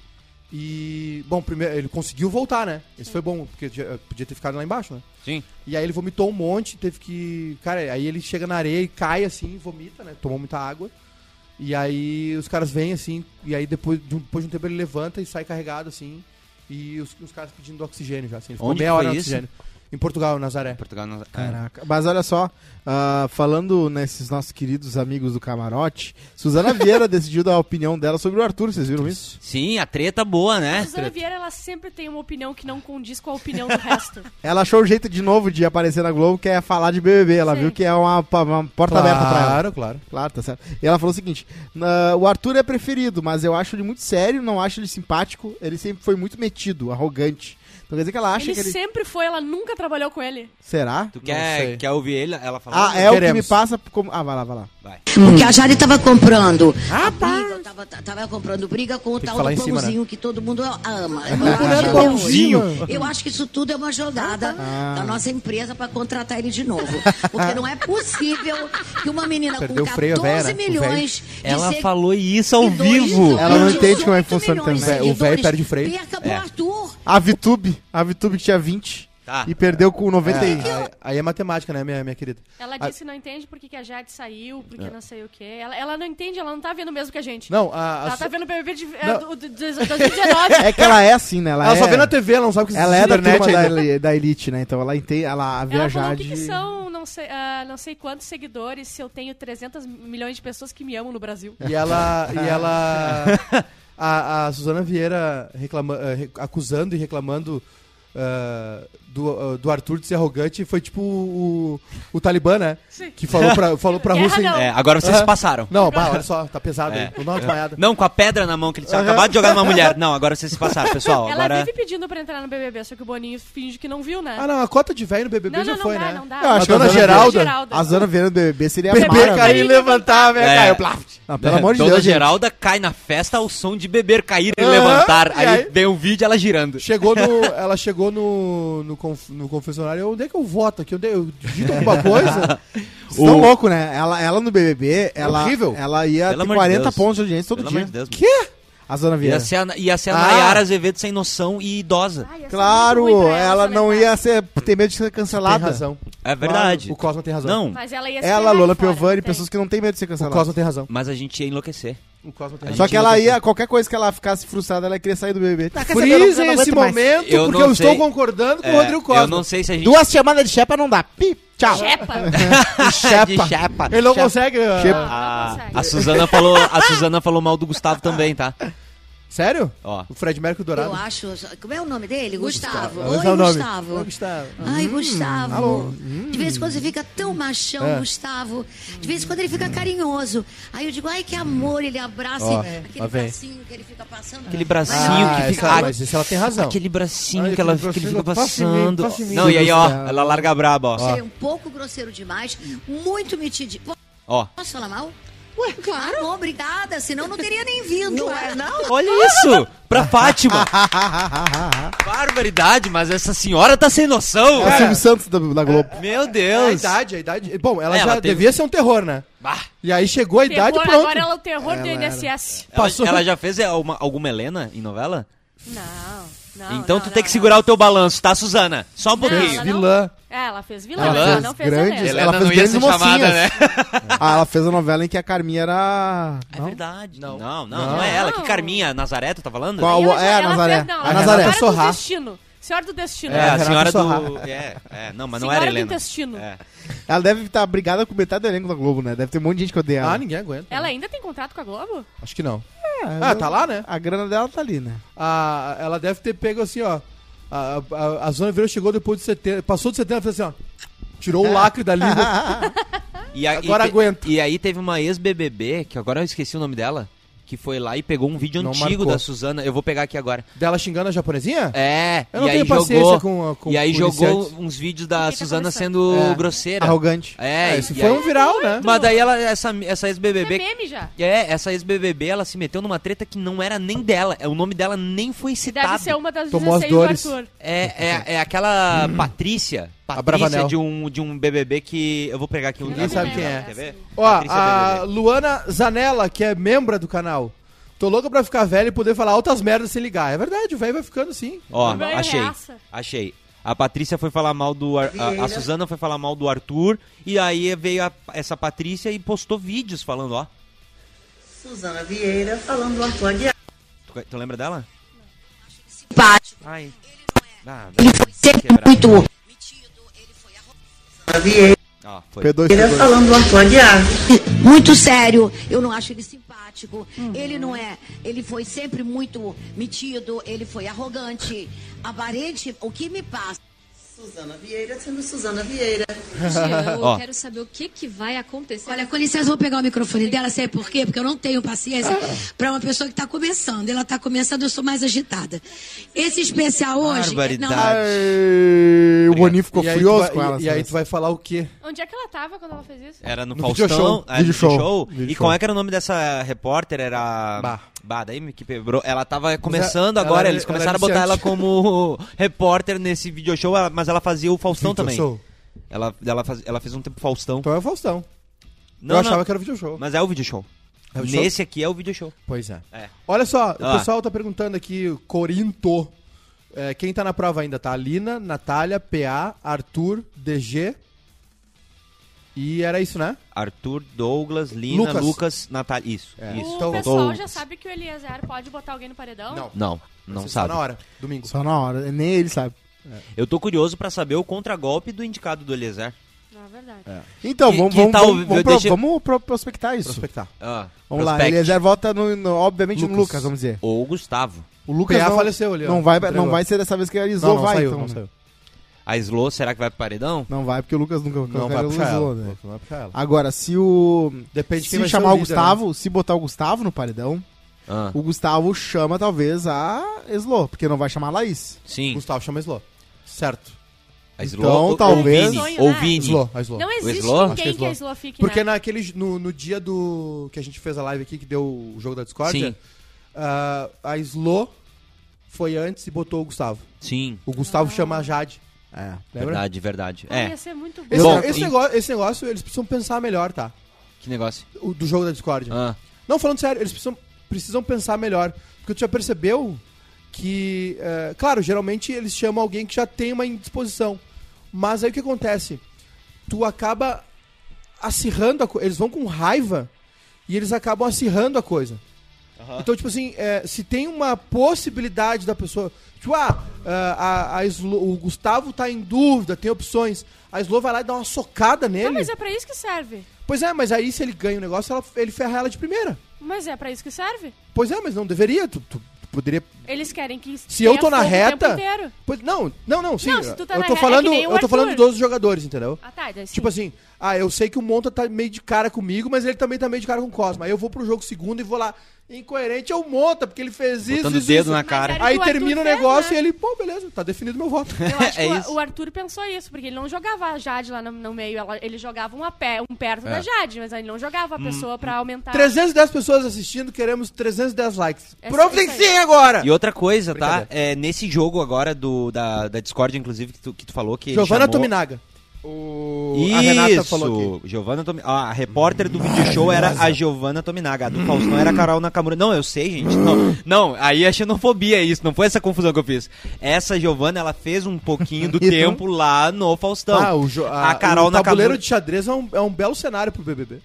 Speaker 3: E, bom, primeiro ele conseguiu voltar, né? Isso foi bom, porque já- eh, podia ter ficado lá embaixo, né?
Speaker 4: Sim.
Speaker 3: E aí ele vomitou um monte, teve que. Cara, aí ele chega na areia e cai assim, vomita, né? Tomou muita água. E aí os caras vêm assim, e aí depois de um, depois de um tempo ele levanta e sai carregado assim. E os, os caras pedindo oxigênio já, assim. Ele ficou
Speaker 4: Onde
Speaker 3: meia
Speaker 4: que
Speaker 3: hora
Speaker 4: foi
Speaker 3: no
Speaker 4: isso? Tá
Speaker 3: oxigênio. Em Portugal, em Nazaré.
Speaker 4: Portugal não...
Speaker 5: Caraca. Mas olha só, ah, falando nesses nossos queridos amigos do camarote, Suzana Vieira decidiu dar a opinião dela sobre o Arthur, vocês viram isso?
Speaker 4: Sim, a treta boa,
Speaker 3: é
Speaker 4: né?
Speaker 2: Suzana Vieira, ela sempre tem uma opinião que não condiz com a opinião do resto.
Speaker 5: Ela achou o jeito de novo de aparecer na Globo, que é falar de BBB. Ela
Speaker 2: Sim.
Speaker 5: viu que é uma, pa- uma porta aberta pra ela.
Speaker 3: Claro, claro.
Speaker 5: Claro, tá certo. E ela falou o seguinte: "Na- o Arthur é preferido, mas eu acho ele muito sério, não acho ele simpático. Ele sempre foi muito metido, arrogante. Então quer dizer que ela acha
Speaker 2: ele,
Speaker 5: que ele.
Speaker 2: sempre foi, ela nunca trabalhou com ele.
Speaker 5: Será?
Speaker 4: Tu
Speaker 3: sei.
Speaker 4: quer, quer ouvir ele, ela falando?
Speaker 5: Ah, é o que me
Speaker 3: Veremos.
Speaker 5: passa como. Ah, vai lá, vai lá.
Speaker 4: Vai.
Speaker 6: Porque a Jade tava comprando. briga, eu tava, tava comprando briga com o
Speaker 3: que
Speaker 6: tal
Speaker 3: falar
Speaker 6: do
Speaker 3: em cima, né?
Speaker 6: pãozinho que todo mundo ama. Eu,
Speaker 5: mulher
Speaker 6: acho-
Speaker 5: pãozinho.
Speaker 6: eu acho que isso tudo é uma jogada
Speaker 3: Ah.
Speaker 6: da nossa empresa pra contratar ele de novo. Porque não é possível que uma menina
Speaker 3: Perdeu o
Speaker 6: com
Speaker 3: freio, a
Speaker 6: 14
Speaker 3: Vera, o velho.
Speaker 6: milhões de
Speaker 4: Ela
Speaker 6: seguidores,
Speaker 4: falou isso ao vivo.
Speaker 5: Ela não entende
Speaker 6: 18
Speaker 5: como é que funciona
Speaker 6: milhões de
Speaker 5: também.
Speaker 3: O velho
Speaker 6: seguidores,
Speaker 3: perde o freio.
Speaker 6: Perca pro Arthur.
Speaker 5: A VTube, a VTube que tinha 20
Speaker 4: Tá.
Speaker 5: e perdeu com 90 e.
Speaker 3: Aí, aí é matemática, né, minha, minha querida?
Speaker 2: Ela
Speaker 3: Ah. É.
Speaker 2: disse que não entende porque que a Jade saiu, porque não sei o quê. Ela, ela não entende, ela não tá vendo mesmo que a gente.
Speaker 3: Não, a, a
Speaker 2: Ela
Speaker 3: Su-
Speaker 2: tá vendo o BBB de, é,
Speaker 3: Não.
Speaker 2: do- do- de 2019.
Speaker 5: É que ela é assim, né? Ela,
Speaker 3: ela
Speaker 5: é,
Speaker 3: só vê na TV, ela não sabe o que
Speaker 5: Ela é da
Speaker 3: internet
Speaker 5: turma da,
Speaker 3: ainda.
Speaker 5: eli- da elite, né? Então ela entende, ela vê a
Speaker 2: Ela falou o
Speaker 5: Jade.
Speaker 2: que, que são não sei, ah, não sei quantos seguidores se eu tenho 300 milhões de pessoas que me amam no Brasil.
Speaker 3: E ela. e ela. A, a Suzana Vieira reclama, eh, re- acusando e reclamando ah, do, ah, do Arthur de ser arrogante foi tipo o, o Talibã, né?
Speaker 2: Sim.
Speaker 3: Que falou pra, falou pra
Speaker 2: Guerra
Speaker 3: Rússia.
Speaker 2: não.
Speaker 3: Não,
Speaker 4: É, agora vocês se passaram.
Speaker 3: não bah, olha só, tá pesado
Speaker 4: É.
Speaker 3: aí. Vou dar uma desmaiada.
Speaker 4: Não, com a pedra na mão que ele tinha acabado de jogar numa mulher. Não, agora vocês se passaram, pessoal.
Speaker 2: Ela
Speaker 4: Agora.
Speaker 2: vive pedindo pra entrar no BBB, só que o Boninho finge que não viu, né?
Speaker 3: Ah, não, a cota de velho no BBB
Speaker 2: não,
Speaker 3: já
Speaker 2: não, não
Speaker 3: foi,
Speaker 2: dá,
Speaker 3: né?
Speaker 2: não dá.
Speaker 5: Eu acho
Speaker 3: A dona
Speaker 5: que a Zona
Speaker 3: Geralda-
Speaker 2: Geralda.
Speaker 5: A é Zona Vieira do BBB seria a
Speaker 3: Beber,
Speaker 5: Mara.
Speaker 3: cair e levantar, velho.
Speaker 4: É.
Speaker 3: Caiu, plaf.
Speaker 5: Não, pelo amor de
Speaker 4: Dona
Speaker 5: Deus. gente.
Speaker 4: Geralda cai na festa ao som de beber, cair e
Speaker 3: Aham,
Speaker 4: levantar.
Speaker 3: e
Speaker 4: Aí,
Speaker 3: aí?
Speaker 4: vem um vídeo ela girando.
Speaker 3: Chegou no, ela chegou no, no, conf- no confessionário. Onde é que eu voto aqui? Onde eu digito alguma coisa?
Speaker 5: Vocês Tão louco, né? Ela, ela no BBB, ela,
Speaker 3: horrível.
Speaker 5: ela ia
Speaker 4: Pelo
Speaker 5: ter
Speaker 4: amor de
Speaker 5: 40
Speaker 4: Deus.
Speaker 5: pontos de audiência todo
Speaker 4: Pelo
Speaker 5: dia.
Speaker 4: amor de Deus. mano.
Speaker 5: A Zona
Speaker 4: Ia
Speaker 5: Vieira.
Speaker 4: ser a, ia ser a
Speaker 3: Ah.
Speaker 4: Nayara Azevedo sem noção e idosa.
Speaker 2: Ai, ia ser muito
Speaker 5: Claro,
Speaker 2: ruim pra né?
Speaker 5: ela
Speaker 2: se
Speaker 5: não
Speaker 2: lembrar.
Speaker 5: ia ser, ter medo de ser
Speaker 3: Tem
Speaker 5: cancelada.
Speaker 3: razão.
Speaker 4: É verdade.
Speaker 3: Claro, o Cosma tem razão.
Speaker 4: Não,
Speaker 2: Mas ela ia se
Speaker 5: Ela,
Speaker 2: ferrar fora,
Speaker 5: Lola Piovani,
Speaker 2: tem.
Speaker 5: pessoas que não têm medo de ser
Speaker 3: O
Speaker 5: canceladas.
Speaker 3: Cosma tem razão.
Speaker 4: mas a gente ia enlouquecer.
Speaker 3: O Cosma tem razão.
Speaker 5: Só que ela ia, qualquer coisa que ela ficasse frustrada, ela queria sair do BBB. Tá, quer saber, eu não- eu
Speaker 3: Frisem
Speaker 5: não
Speaker 3: esse
Speaker 5: aguento mais.
Speaker 3: momento,
Speaker 4: Eu
Speaker 3: porque
Speaker 4: não
Speaker 3: eu
Speaker 4: sei.
Speaker 3: estou concordando com
Speaker 4: É,
Speaker 3: o Rodrigo Costa.
Speaker 4: Eu não sei se a gente.
Speaker 5: Duas chamadas de chepa não dá. Pi, tchau.
Speaker 2: Chepa.
Speaker 4: de chapa.
Speaker 3: Ele não
Speaker 5: Chepa.
Speaker 3: consegue. ah,
Speaker 5: Chepa.
Speaker 4: A,
Speaker 2: Não consegue.
Speaker 4: a Suzana falou, a Suzana falou mal do Gustavo também, tá?
Speaker 3: Sério?
Speaker 4: Ó.
Speaker 3: O Fred Mercury
Speaker 6: Eu
Speaker 3: Dourado.
Speaker 6: acho. Como é o nome dele? Gustavo.
Speaker 3: Esse
Speaker 6: Oi,
Speaker 3: é o nome.
Speaker 6: Gustavo.
Speaker 3: Oi, Gustavo.
Speaker 6: Ai, Gustavo. De vez em quando você fica tão machão,
Speaker 3: É.
Speaker 6: Gustavo. De vez em quando ele fica carinhoso. Aí eu digo, ai, que amor, ele abraça
Speaker 3: Ó, lá
Speaker 6: aquele
Speaker 3: vem.
Speaker 6: bracinho que ele fica passando.
Speaker 4: Aquele bracinho
Speaker 3: Ah,
Speaker 4: que fica.
Speaker 3: essa-
Speaker 4: ah,
Speaker 3: mas isso ela tem razão.
Speaker 4: Aquele bracinho
Speaker 3: Ai,
Speaker 4: que, ela,
Speaker 3: aquele
Speaker 4: que ele
Speaker 3: bracinho,
Speaker 4: fica
Speaker 3: passa em mim,
Speaker 4: passando.
Speaker 3: passa em mim,
Speaker 4: Não, e aí, ó,
Speaker 3: Gustavo.
Speaker 4: ela larga a braba, ó.
Speaker 6: Ele é um pouco grosseiro demais, muito metido.
Speaker 4: Ó.
Speaker 6: Posso falar mal? Ué, claro. não, obrigada, senão não teria nem vindo. Não é, não?
Speaker 4: Olha isso! Pra Fátima! Barbaridade, mas essa senhora tá sem noção!
Speaker 5: É o Silvio Santos da, da Globo.
Speaker 4: Meu
Speaker 3: É A
Speaker 4: Deus!
Speaker 3: idade, a idade. Bom, ela,
Speaker 4: É,
Speaker 3: já
Speaker 4: ela teve-
Speaker 3: devia ser um terror, né?
Speaker 4: Bah,
Speaker 3: E aí chegou a idade
Speaker 2: Terror,
Speaker 3: pronto.
Speaker 2: agora ela é o terror do INSS.
Speaker 4: ela,
Speaker 3: Passou.
Speaker 4: ela já fez é, alguma, alguma Helena em novela?
Speaker 6: Não.
Speaker 4: então tu tem que segurar o teu balanço, tá, Suzana? Só um pouquinho.
Speaker 2: ela não-
Speaker 3: Vilã.
Speaker 2: É, ela fez vilã,
Speaker 4: Ela
Speaker 2: ela,
Speaker 4: fez
Speaker 2: não fez
Speaker 5: grandes-
Speaker 2: Helena.
Speaker 5: ela fez grandes mocinhas.
Speaker 4: né?
Speaker 5: Ah, ela fez a novela em que a Carminha era.
Speaker 4: É
Speaker 5: Não?
Speaker 4: verdade. Não, não, não, é ela. Que
Speaker 2: Não.
Speaker 4: Carminha, Nazaré, tu tá falando?
Speaker 5: Qual?
Speaker 2: Ela
Speaker 5: É,
Speaker 2: já-
Speaker 5: a
Speaker 2: ela
Speaker 5: Nazaré.
Speaker 2: fez- não,
Speaker 5: A
Speaker 2: ela
Speaker 5: Nazaré.
Speaker 2: fez Senhora
Speaker 3: Sorrar.
Speaker 2: do Destino. Senhora do Destino.
Speaker 4: É, a
Speaker 3: Renata
Speaker 4: senhora do.
Speaker 3: Sorra.
Speaker 4: É, é, não, mas não
Speaker 2: Senhora
Speaker 4: era
Speaker 2: do
Speaker 4: Helena.
Speaker 2: Intestino.
Speaker 4: É.
Speaker 5: Ela deve estar brigada com metade do elenco da Globo, né? Deve ter um monte de gente que odeia ela.
Speaker 3: Ah, ninguém aguenta.
Speaker 2: Ela ainda tem contrato com a Globo?
Speaker 3: Acho que não.
Speaker 5: É,
Speaker 3: Ah, tá lá, né?
Speaker 5: A grana dela tá ali, né?
Speaker 3: A, ela deve ter pego assim, ó. A, a, a Zona Vieira chegou depois de 70. Passou de 70, fez assim, ó. Tirou o lacre da língua.
Speaker 4: E a-
Speaker 3: Agora
Speaker 4: e te-
Speaker 3: aguenta.
Speaker 4: E aí teve uma ex-BBB, que agora eu esqueci o nome dela, que foi lá e pegou um vídeo
Speaker 3: Não
Speaker 4: antigo
Speaker 3: marcou.
Speaker 4: da Suzana. Eu vou pegar aqui agora.
Speaker 3: dela xingando a japonesinha?
Speaker 4: É,
Speaker 3: Eu não
Speaker 4: e aí
Speaker 3: tenho paciência
Speaker 4: jogou,
Speaker 3: com a- com
Speaker 4: e aí jogou
Speaker 3: policiantes.
Speaker 4: uns vídeos da
Speaker 2: que tá
Speaker 4: Suzana
Speaker 2: começando?
Speaker 4: sendo
Speaker 3: É.
Speaker 4: grosseira.
Speaker 5: Arrogante.
Speaker 4: É,
Speaker 3: É,
Speaker 4: e-
Speaker 3: isso
Speaker 4: e
Speaker 3: foi
Speaker 4: aí-
Speaker 3: um viral, né?
Speaker 4: Mas daí ela, essa, essa
Speaker 2: É
Speaker 4: ex-BBB...
Speaker 2: meme já.
Speaker 4: É, essa ex-BBB, ela se meteu numa treta que não era nem dela. É, O nome dela nem foi
Speaker 2: Que
Speaker 4: citado.
Speaker 2: deve ser uma das
Speaker 3: Tomou as
Speaker 2: 16 do
Speaker 3: dores.
Speaker 2: Arthur.
Speaker 4: É, é, é aquela
Speaker 3: Uhum.
Speaker 4: Patrícia. Patrícia
Speaker 3: Bravanel.
Speaker 4: de um, de um BBB que... Eu vou pegar aqui. um Ninguém
Speaker 3: sabe quem é.
Speaker 4: Quer ver?
Speaker 3: Ó,
Speaker 4: Patrícia
Speaker 3: a
Speaker 4: BBB.
Speaker 3: Luana Zanella, que é membra do canal. Tô louca pra ficar velho e poder falar altas merdas sem ligar. É verdade, o velho vai ficando assim.
Speaker 4: Ó,
Speaker 2: Vai,
Speaker 4: achei.
Speaker 2: reaça.
Speaker 4: Achei. A Patrícia foi falar mal do. Ar- a, a Suzana foi falar mal do Arthur. E aí veio a- essa Patrícia e postou vídeos falando, ó.
Speaker 8: Suzana Vieira falando do Arthur Aguiar.
Speaker 4: Tu, tu lembra dela?
Speaker 6: Simpático.
Speaker 4: Ai. Ah,
Speaker 6: Ele foi sempre muito.
Speaker 8: Suzana Vieira
Speaker 4: Ó,
Speaker 3: É.
Speaker 4: foi.
Speaker 5: P2, P2.
Speaker 8: falando do Arthur Aguiar.
Speaker 6: Muito sério, eu não acho ele simpático. Ele não é. Ele foi sempre muito metido, ele foi arrogante, avarente. O que me passa?
Speaker 8: Suzana Vieira sendo Suzana Vieira.
Speaker 9: Eu
Speaker 4: Ó.
Speaker 9: quero saber o que, que vai acontecer.
Speaker 6: Olha, com licença, eu vou pegar o microfone dela, sei por quê? Porque eu não tenho paciência para uma pessoa que está começando. Ela está começando, eu sou mais agitada. Esse especial
Speaker 3: é
Speaker 6: hoje.
Speaker 4: Barbaridade.
Speaker 6: Não,
Speaker 5: Ai, o Boninho ficou
Speaker 3: E aí tu
Speaker 5: furioso
Speaker 3: vai-
Speaker 5: com ela.
Speaker 3: E, e aí
Speaker 5: sabe?
Speaker 3: tu vai falar o quê?
Speaker 2: Onde é que ela tava quando ela fez isso?
Speaker 4: Era no,
Speaker 3: No
Speaker 4: Faustão.
Speaker 3: video
Speaker 4: é,
Speaker 3: show.
Speaker 4: no
Speaker 5: Video
Speaker 4: video
Speaker 5: show.
Speaker 4: show.
Speaker 5: Video
Speaker 4: e
Speaker 5: show.
Speaker 4: qual é que era o nome dessa repórter? Era.
Speaker 3: Bah.
Speaker 4: Bah, daí me que quebrou. Ela tava começando
Speaker 3: ela
Speaker 4: agora,
Speaker 3: era-
Speaker 4: eles
Speaker 3: ela
Speaker 4: começaram
Speaker 3: era
Speaker 4: a botar ela
Speaker 3: iniciante.
Speaker 4: como repórter nesse video show, ela- mas ela fazia o Faustão
Speaker 3: Video
Speaker 4: Então também.
Speaker 3: show.
Speaker 4: Ela, ela, faz- ela fez um tempo Faustão.
Speaker 3: Então é o Faustão.
Speaker 4: Não,
Speaker 3: eu
Speaker 4: não,
Speaker 3: achava que era o video show.
Speaker 4: Mas é o video show.
Speaker 3: É o video
Speaker 4: Nesse aqui é o video show.
Speaker 3: Pois é.
Speaker 4: É.
Speaker 3: Olha só,
Speaker 4: Ah.
Speaker 3: o pessoal tá perguntando aqui, Corinto. É, quem tá na prova ainda? Tá Alina, Natália, PA, Arthur, DG. E era isso, né?
Speaker 4: Arthur, Douglas, Lina,
Speaker 3: Lucas.
Speaker 4: Lucas, Natália. Isso, isso.
Speaker 2: o
Speaker 3: então-
Speaker 2: pessoal
Speaker 4: Todos.
Speaker 2: já sabe que o Eliezer pode botar alguém no paredão?
Speaker 3: Não.
Speaker 4: Não, não
Speaker 3: Só
Speaker 4: sabe.
Speaker 3: na hora, domingo.
Speaker 5: Só na hora, nem ele sabe.
Speaker 4: Eu tô curioso pra saber o contragolpe do indicado do Eliezer.
Speaker 2: Não, é verdade.
Speaker 5: Então,
Speaker 4: Que-
Speaker 5: vamos,
Speaker 4: que
Speaker 3: tá
Speaker 5: vamos,
Speaker 4: tal-
Speaker 5: vamos, vamos,
Speaker 4: eu
Speaker 5: pro-
Speaker 4: deixei-
Speaker 5: vamos pro- prospectar isso.
Speaker 3: Prospectar.
Speaker 4: Ah,
Speaker 5: Vamos lá,
Speaker 4: prospect.
Speaker 5: ele reserva vota, no, no- obviamente, no
Speaker 3: Lucas.
Speaker 5: Lucas, vamos dizer.
Speaker 4: Ou Gustavo.
Speaker 5: O Lucas
Speaker 3: PA
Speaker 5: não,
Speaker 3: faleceu ali, ó.
Speaker 5: não vai, não
Speaker 3: Entregou.
Speaker 5: vai ser dessa vez que a Isolou
Speaker 3: Não, não
Speaker 5: vai,
Speaker 3: saiu,
Speaker 5: então.
Speaker 3: não
Speaker 5: né?
Speaker 3: saiu.
Speaker 4: A Slow, será que vai pro paredão?
Speaker 5: Não vai, porque o Lucas nunca
Speaker 3: Não
Speaker 5: nunca
Speaker 3: vai puxar
Speaker 5: Isolou,
Speaker 3: ela.
Speaker 5: né?
Speaker 3: Não vai puxar ela.
Speaker 5: Agora, se o.
Speaker 3: Depende de quem
Speaker 5: se
Speaker 3: vai ser
Speaker 5: chamar o,
Speaker 3: líder, né?
Speaker 5: Gustavo, se botar o Gustavo no paredão,
Speaker 4: Ah,
Speaker 5: o Gustavo chama talvez a Eslo, porque não vai chamar a Laís.
Speaker 3: né?
Speaker 4: sim.
Speaker 3: Gustavo chama Slow. Certo.
Speaker 4: A
Speaker 5: Então,
Speaker 4: ou-
Speaker 5: talvez-
Speaker 4: Ou Vini.
Speaker 2: Sonho,
Speaker 4: Ou
Speaker 2: né?
Speaker 4: Vini.
Speaker 3: Slow, a Slow.
Speaker 2: Não existe
Speaker 4: Slow?
Speaker 3: Acho que é
Speaker 2: ninguém que a
Speaker 3: Slow.
Speaker 2: Slow fique,
Speaker 3: Porque
Speaker 2: né?
Speaker 3: naquele, no, no dia do que a gente fez a live aqui, que deu o jogo da Discord,
Speaker 4: Sim.
Speaker 3: a Slow foi antes e botou o Gustavo.
Speaker 4: Sim.
Speaker 3: O Gustavo
Speaker 2: Ah.
Speaker 3: chama a Jade.
Speaker 5: É.
Speaker 3: Lembra?
Speaker 4: Verdade, verdade.
Speaker 2: Pô, Ia
Speaker 4: É,
Speaker 2: ser muito bom.
Speaker 3: Esse,
Speaker 4: Bom,
Speaker 3: esse
Speaker 4: e-
Speaker 3: negócio, esse negócio, eles precisam pensar melhor, tá?
Speaker 4: que negócio.
Speaker 3: O, do jogo da Discord.
Speaker 4: Ah,
Speaker 3: Não, falando sério, eles precisam, precisam pensar melhor. Porque tu já percebeu que. eh, claro, geralmente eles chamam alguém que já tem uma indisposição. Mas aí o que acontece? Tu acaba acirrando a coisa. Eles vão com raiva e eles acabam acirrando a coisa. Então, tipo assim, eh, se tem uma possibilidade da pessoa. Tipo, ah, ah, a, a Slo- o Gustavo tá em dúvida, tem opções. A Slow vai lá e dá uma socada nele.
Speaker 2: Não, mas é pra isso que serve.
Speaker 3: Pois é, mas aí se ele ganha o negócio, ela- ele ferra ela de primeira.
Speaker 2: Mas é pra isso que serve.
Speaker 3: Pois é, mas não deveria. Tu, tu poderia.
Speaker 2: Eles querem que
Speaker 3: Se eu
Speaker 2: tenha
Speaker 3: tô na
Speaker 2: fogo o tempo
Speaker 3: reta-
Speaker 2: inteiro.
Speaker 3: Pois- não, não, não, sim.
Speaker 2: Não, se tu tá
Speaker 3: eu
Speaker 2: na
Speaker 3: tô
Speaker 2: reta, é
Speaker 3: falando,
Speaker 2: que nem o
Speaker 3: eu tô
Speaker 2: Arthur.
Speaker 3: falando dos jogadores, entendeu?
Speaker 2: Ah, tá. daí sim.
Speaker 3: Tipo assim, ah, eu sei que o Monta tá meio de cara comigo, mas ele também tá meio de cara com o Cosma. Aí eu vou pro jogo segundo e vou lá. Incoerente é o Monta, porque ele fez isso.
Speaker 4: botando o
Speaker 3: isso,
Speaker 4: dedo
Speaker 3: isso.
Speaker 4: na
Speaker 2: Mas
Speaker 4: cara.
Speaker 2: era-
Speaker 3: Aí
Speaker 2: O Arthur
Speaker 3: termina o
Speaker 2: fez,
Speaker 3: negócio
Speaker 2: né?
Speaker 3: e ele, pô, beleza, tá definido meu voto.
Speaker 2: Eu acho
Speaker 4: É
Speaker 2: que o-
Speaker 4: isso.
Speaker 2: o Arthur pensou isso, porque ele não jogava a Jade lá no, no meio, ela- ele jogava uma pé, um perto
Speaker 3: É.
Speaker 2: da Jade, mas ele não jogava a
Speaker 3: Hum,
Speaker 2: pessoa pra aumentar.
Speaker 3: 310 pessoas assistindo, queremos 310 likes.
Speaker 2: É isso
Speaker 3: Providenciem
Speaker 2: aí.
Speaker 3: agora!
Speaker 4: E outra coisa, tá?
Speaker 3: Brincadeira.
Speaker 4: É, nesse jogo agora do, da, da Discord, inclusive, que tu, que tu falou que. ele
Speaker 3: Giovanna
Speaker 4: chamou...
Speaker 3: Tominaga. O...
Speaker 4: Isso!
Speaker 3: A Renata falou aqui.
Speaker 4: Giovanna Tomi- ah, a repórter do video show era a Giovanna Tominaga. A do Faustão era a Carol Nakamura. Não, eu sei, gente. Não, não, aí é xenofobia isso. Não foi essa confusão que eu fiz. Essa Giovanna, ela fez um pouquinho do tempo lá no Faustão.
Speaker 3: ah, o jo...
Speaker 4: a Carol
Speaker 3: o tabuleiro
Speaker 4: Nakamura.
Speaker 3: de xadrez é um, é um belo cenário pro BBB.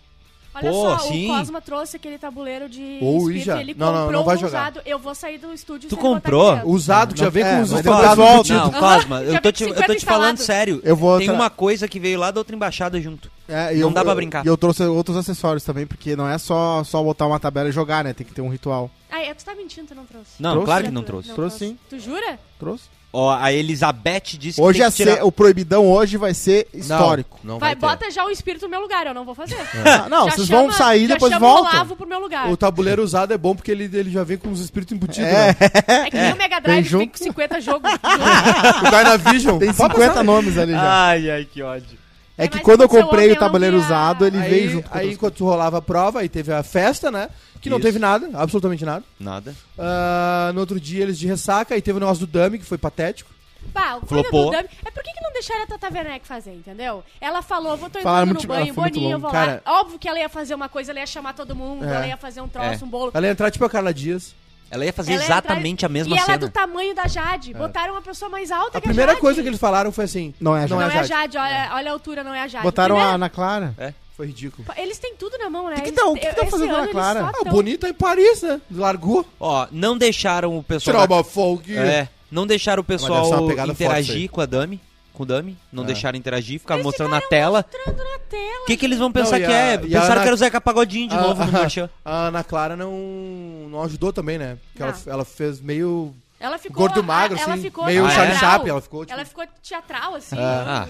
Speaker 2: Olha
Speaker 4: Pô,
Speaker 2: só,
Speaker 4: sim.
Speaker 2: o Cosma trouxe aquele tabuleiro de
Speaker 3: Ou
Speaker 2: espírito,
Speaker 3: Ija.
Speaker 2: ele
Speaker 3: Não, não,
Speaker 2: comprou
Speaker 3: não vai
Speaker 2: um
Speaker 3: jogar.
Speaker 2: usado. Eu vou sair do estúdio
Speaker 4: Tu
Speaker 2: sem botar
Speaker 4: comprou?
Speaker 2: aqui dentro.
Speaker 3: Usado, que já vem
Speaker 5: é,
Speaker 3: com os
Speaker 5: mas
Speaker 4: Cosma,
Speaker 5: fantasma
Speaker 3: fantasmas
Speaker 4: Não,
Speaker 3: embutidos.
Speaker 4: Cosma, eu
Speaker 2: Já
Speaker 4: tô
Speaker 2: vi
Speaker 4: te, eu
Speaker 2: 50
Speaker 4: tô te falando
Speaker 2: instalado.
Speaker 4: sério.
Speaker 5: Eu vou
Speaker 4: Tem
Speaker 5: tra-
Speaker 4: uma coisa que veio lá da outra embaixada junto.
Speaker 5: É,
Speaker 4: Não
Speaker 5: eu-
Speaker 4: dá pra
Speaker 5: eu-
Speaker 4: brincar.
Speaker 5: E eu trouxe outros acessórios também, porque não é só, só botar uma tabela e jogar, né? Tem que ter um ritual.
Speaker 2: Ah, é, tu tá mentindo, tu não trouxe.
Speaker 4: Não,
Speaker 5: Trouxe?
Speaker 4: claro que não trouxe.
Speaker 5: Trouxe sim.
Speaker 2: Tu jura?
Speaker 5: Trouxe?
Speaker 4: Ó, a Elizabeth disse que
Speaker 5: Hoje
Speaker 4: tem
Speaker 5: é
Speaker 4: que tirar...
Speaker 5: ser- o proibidão hoje vai ser
Speaker 3: Não,
Speaker 5: histórico.
Speaker 3: Não
Speaker 2: Vai,
Speaker 3: ter.
Speaker 2: bota já o espírito no meu lugar, eu não vou fazer.
Speaker 5: Ah, Não,
Speaker 2: Já
Speaker 5: vocês
Speaker 2: chama-
Speaker 5: vão sair
Speaker 2: já
Speaker 5: depois
Speaker 2: chama
Speaker 5: voltam.
Speaker 2: o Olavo pro meu lugar.
Speaker 3: O tabuleiro usado é bom porque ele, ele já vem com os espíritos embutidos.
Speaker 5: É.
Speaker 3: Né?
Speaker 2: É que nem o Mega Drive
Speaker 5: junto.
Speaker 2: tem com 50 jogos.
Speaker 3: O Dynavision.
Speaker 5: Tem
Speaker 3: Pode
Speaker 5: 50
Speaker 3: passar.
Speaker 5: nomes ali já.
Speaker 4: Ai, ai, que ódio.
Speaker 5: é
Speaker 2: É
Speaker 5: que
Speaker 2: mais
Speaker 5: quando eu
Speaker 2: como se eu
Speaker 5: comprei o
Speaker 2: ontem eu
Speaker 5: tabuleiro
Speaker 2: vi a-
Speaker 5: usado, ele
Speaker 3: Aí,
Speaker 5: veio junto com
Speaker 3: aí
Speaker 5: outras
Speaker 3: enquanto rolava a prova, aí teve a festa, né? Que não
Speaker 4: Isso.
Speaker 3: teve nada, absolutamente nada.
Speaker 4: Nada.
Speaker 3: Ah, no outro dia eles de ressaca, aí teve o negócio do Dami, que foi patético.
Speaker 2: Pá, o
Speaker 4: Flopou.
Speaker 2: Flopou. É por que, que não deixaram a Tata Werneck fazer, entendeu? Ela falou, vou tô entrando
Speaker 5: Falaram
Speaker 2: no
Speaker 5: muito- ela
Speaker 2: banho,
Speaker 5: foi muito
Speaker 2: Boninho, eu
Speaker 5: longa.
Speaker 2: vou
Speaker 3: Cara-
Speaker 2: lá. Óbvio que ela ia fazer uma coisa, ela ia chamar todo mundo,
Speaker 3: É.
Speaker 2: ela ia fazer um troço, um bolo.
Speaker 3: Ela ia entrar tipo a Carla Dias.
Speaker 4: Ela ia fazer
Speaker 2: Ela ia
Speaker 4: exatamente
Speaker 2: entrar-
Speaker 4: a mesma
Speaker 2: e
Speaker 4: cena.
Speaker 2: ela é do tamanho da Jade. Botaram uma pessoa mais alta
Speaker 3: A
Speaker 2: que
Speaker 3: primeira
Speaker 2: a é Jade.
Speaker 3: coisa que eles falaram foi assim.
Speaker 5: Não é a
Speaker 2: Não,
Speaker 5: Jade.
Speaker 2: é a Jade, olha, olha a altura, não é a Jade.
Speaker 5: Botaram a
Speaker 2: Primeira-
Speaker 5: Ana Clara.
Speaker 3: Foi ridículo.
Speaker 2: Eles têm tudo na mão, né?
Speaker 5: Que que
Speaker 2: Eles-
Speaker 5: tá- o que que tá
Speaker 2: esse
Speaker 5: fazendo
Speaker 2: ano
Speaker 5: Ana
Speaker 2: eles
Speaker 5: Clara?
Speaker 2: só
Speaker 3: Ah, o
Speaker 2: tão-
Speaker 3: Bonito é em Paris, né? Largou.
Speaker 4: Ó, não deixaram o pessoal.
Speaker 3: Trobofolk.
Speaker 4: É, não deixaram o
Speaker 3: deve ser
Speaker 4: pessoal
Speaker 3: uma pegada forte
Speaker 4: interagir
Speaker 3: aí. É.
Speaker 4: com a Dami. Com o Dami. Não deixaram interagir, ficaram
Speaker 2: Eles
Speaker 4: mostrando na
Speaker 2: ficaram
Speaker 4: tela.
Speaker 2: Mostrando na tela.
Speaker 4: O que, que eles vão pensar
Speaker 3: Não, e
Speaker 4: que
Speaker 3: a-
Speaker 4: é?
Speaker 3: e a
Speaker 4: Pensaram
Speaker 3: Ana-
Speaker 4: que era o Zeca Pagodinho de
Speaker 3: Ah,
Speaker 4: novo no
Speaker 3: ah,
Speaker 4: merchan.
Speaker 3: A Ana Clara não, não ajudou também, né? Porque ela,
Speaker 2: Não.
Speaker 3: ela fez meio.
Speaker 2: Ela ficou.
Speaker 3: Gordo
Speaker 2: a-
Speaker 3: magro,
Speaker 2: ela
Speaker 3: assim,
Speaker 2: ficou
Speaker 3: meio
Speaker 2: teatral.
Speaker 4: Charlie
Speaker 3: Chaplin, ela ficou, tipo-
Speaker 2: Ela ficou teatral, assim.
Speaker 4: Ah,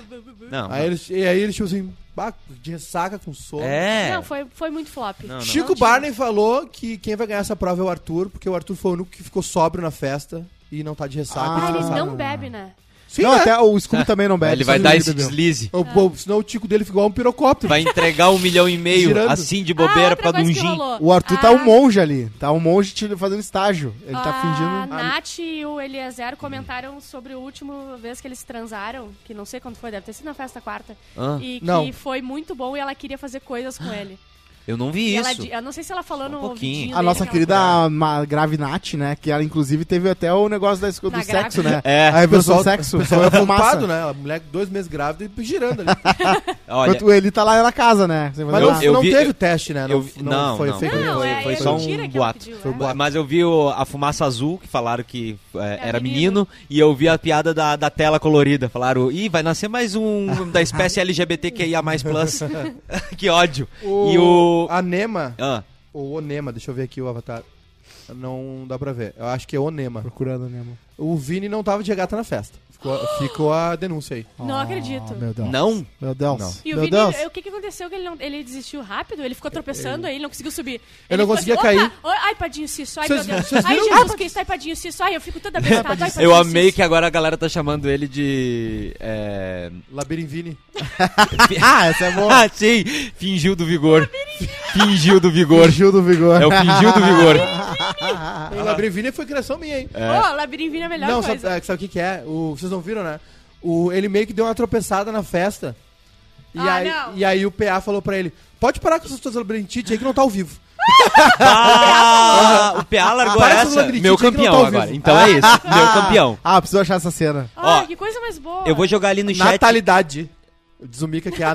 Speaker 4: não.
Speaker 3: Aí eles, e aí eles, tipo assim, bah, de ressaca com sono.
Speaker 4: É.
Speaker 2: Não, foi, foi muito flop.
Speaker 4: não.
Speaker 3: Chico Barney falou que quem vai ganhar essa prova é o Arthur, porque o Arthur foi o único que ficou sóbrio na festa e não tá de ressaca.
Speaker 5: Ah,
Speaker 2: Ah, ele
Speaker 3: descansado.
Speaker 2: não bebe, né?
Speaker 3: Sim,
Speaker 5: não,
Speaker 3: né?
Speaker 5: até o Scooby também não bebe.
Speaker 4: Ele vai
Speaker 5: só
Speaker 4: dar
Speaker 5: ele
Speaker 4: esse
Speaker 5: bebeu.
Speaker 4: deslize.
Speaker 3: Ô, pô, senão o tico dele ficou um pirocóptero.
Speaker 4: Vai entregar um milhão e meio
Speaker 3: Girando.
Speaker 4: assim de bobeira
Speaker 2: ah,
Speaker 4: pra
Speaker 2: outra
Speaker 4: dar um
Speaker 2: coisa que
Speaker 4: gin.
Speaker 2: rolou. Ah,
Speaker 5: O Arthur tá
Speaker 2: A-
Speaker 5: um monge ali. Tá um monge te- fazendo estágio. Ele tá
Speaker 2: A
Speaker 5: fingindo.
Speaker 2: Ah, Nath e o Eliezer comentaram sobre a última vez que eles transaram, que não sei quando foi, deve ter sido na festa quarta.
Speaker 4: Ah.
Speaker 2: E que
Speaker 3: Não.
Speaker 2: foi muito bom e ela queria fazer coisas com ele.
Speaker 4: Eu não vi
Speaker 2: E ela
Speaker 4: isso.
Speaker 2: di- eu não sei se ela falou no
Speaker 4: pouquinho.
Speaker 2: ouvidinho
Speaker 5: A
Speaker 2: dele
Speaker 5: nossa
Speaker 2: que ela-
Speaker 5: querida ma- grave Nath, né? Que ela, inclusive, teve até o negócio da, esco- do
Speaker 2: Na
Speaker 5: sexo,
Speaker 2: grave.
Speaker 5: né?
Speaker 4: É.
Speaker 5: A revolução do
Speaker 3: o
Speaker 5: sexo.
Speaker 3: pessoal é
Speaker 5: Foi a fumaça.
Speaker 3: culpado, né? A mulher com dois meses grávida e girando ali.
Speaker 4: Olha,
Speaker 5: Enquanto ele tá lá na casa, né? Sem
Speaker 3: Mas
Speaker 5: fazer
Speaker 4: Eu-
Speaker 3: não,
Speaker 5: nada.
Speaker 4: eu
Speaker 3: não
Speaker 4: vi-
Speaker 3: teve
Speaker 4: eu-
Speaker 3: teste, né? Não,
Speaker 4: eu vi- não,
Speaker 3: foi
Speaker 4: não.
Speaker 3: fake
Speaker 2: Não,
Speaker 3: news.
Speaker 2: é,
Speaker 4: Foi
Speaker 2: é
Speaker 4: só um
Speaker 2: mentira que ela
Speaker 4: boato.
Speaker 2: pediu,
Speaker 3: Foi um
Speaker 2: né?
Speaker 3: boato.
Speaker 4: Mas eu vi o- a fumaça azul, que falaram que é,
Speaker 2: É
Speaker 4: era menino,
Speaker 2: menino.
Speaker 4: e eu vi a piada da, da tela colorida. Falaram, ih, vai nascer mais um da espécie LGBTQIA. que ódio. E o.
Speaker 3: A Nema,
Speaker 4: Ah,
Speaker 3: ou Onema, deixa eu ver aqui o avatar. Não dá pra ver. Eu acho que é Onema.
Speaker 5: Procurando, né, amor?
Speaker 3: O Vini não tava de gata na festa. Ficou, ficou a denúncia aí.
Speaker 2: Não acredito.
Speaker 5: Ah, meu Deus.
Speaker 4: não?
Speaker 5: Meu Deus.
Speaker 3: Não.
Speaker 2: E o
Speaker 5: meu
Speaker 2: Vini,
Speaker 5: Deus.
Speaker 2: o que, que aconteceu? Que ele, não- ele desistiu rápido, ele ficou tropeçando aí, ele não conseguiu subir.
Speaker 3: Eu não
Speaker 2: ficou
Speaker 3: conseguia
Speaker 2: assim,
Speaker 3: cair.
Speaker 2: "Opa, Ai, padinho cisso, ai, meu
Speaker 3: Vocês-
Speaker 2: Deus.
Speaker 3: vocês
Speaker 2: Ai,
Speaker 3: viram?
Speaker 2: Jesus Cristo, ai, padinho cisso, ai, eu fico toda abençoada. ai,
Speaker 4: Eu
Speaker 2: Padinho
Speaker 4: amei
Speaker 2: Cisso."
Speaker 4: que agora a galera tá chamando ele de. É...
Speaker 3: Labirin Vini.
Speaker 5: Ah, essa é boa.
Speaker 4: Ah, sim! Fingiu do vigor. Fingiu do vigor.
Speaker 5: Fingiu do vigor.
Speaker 4: É o fingiu do vigor.
Speaker 3: O Labirin Vini foi criação minha,
Speaker 4: É.
Speaker 3: hein?
Speaker 2: Ô, labirinto vira a melhor
Speaker 3: não,
Speaker 2: coisa.
Speaker 3: sabe, é, sabe o que, que é? O, vocês não viram, né? O, ele meio que deu uma tropeçada na festa. E,
Speaker 2: Ah,
Speaker 3: aí,
Speaker 2: não.
Speaker 3: e aí o PA falou pra ele: pode parar com essas tuas labirintite aí que não tá ao vivo.
Speaker 4: Ah, o PA largou
Speaker 3: Parece um
Speaker 4: essa.
Speaker 3: labirintite
Speaker 4: Meu
Speaker 3: que não tá
Speaker 4: campeão
Speaker 3: ao
Speaker 4: agora.
Speaker 3: vivo.
Speaker 4: Então é isso. Meu campeão.
Speaker 5: Ah, preciso achar essa cena.
Speaker 2: Ai,
Speaker 4: ó,
Speaker 2: que coisa mais boa.
Speaker 4: Eu vou jogar ali no chat.
Speaker 3: Natalidade. Diz o Mika que é a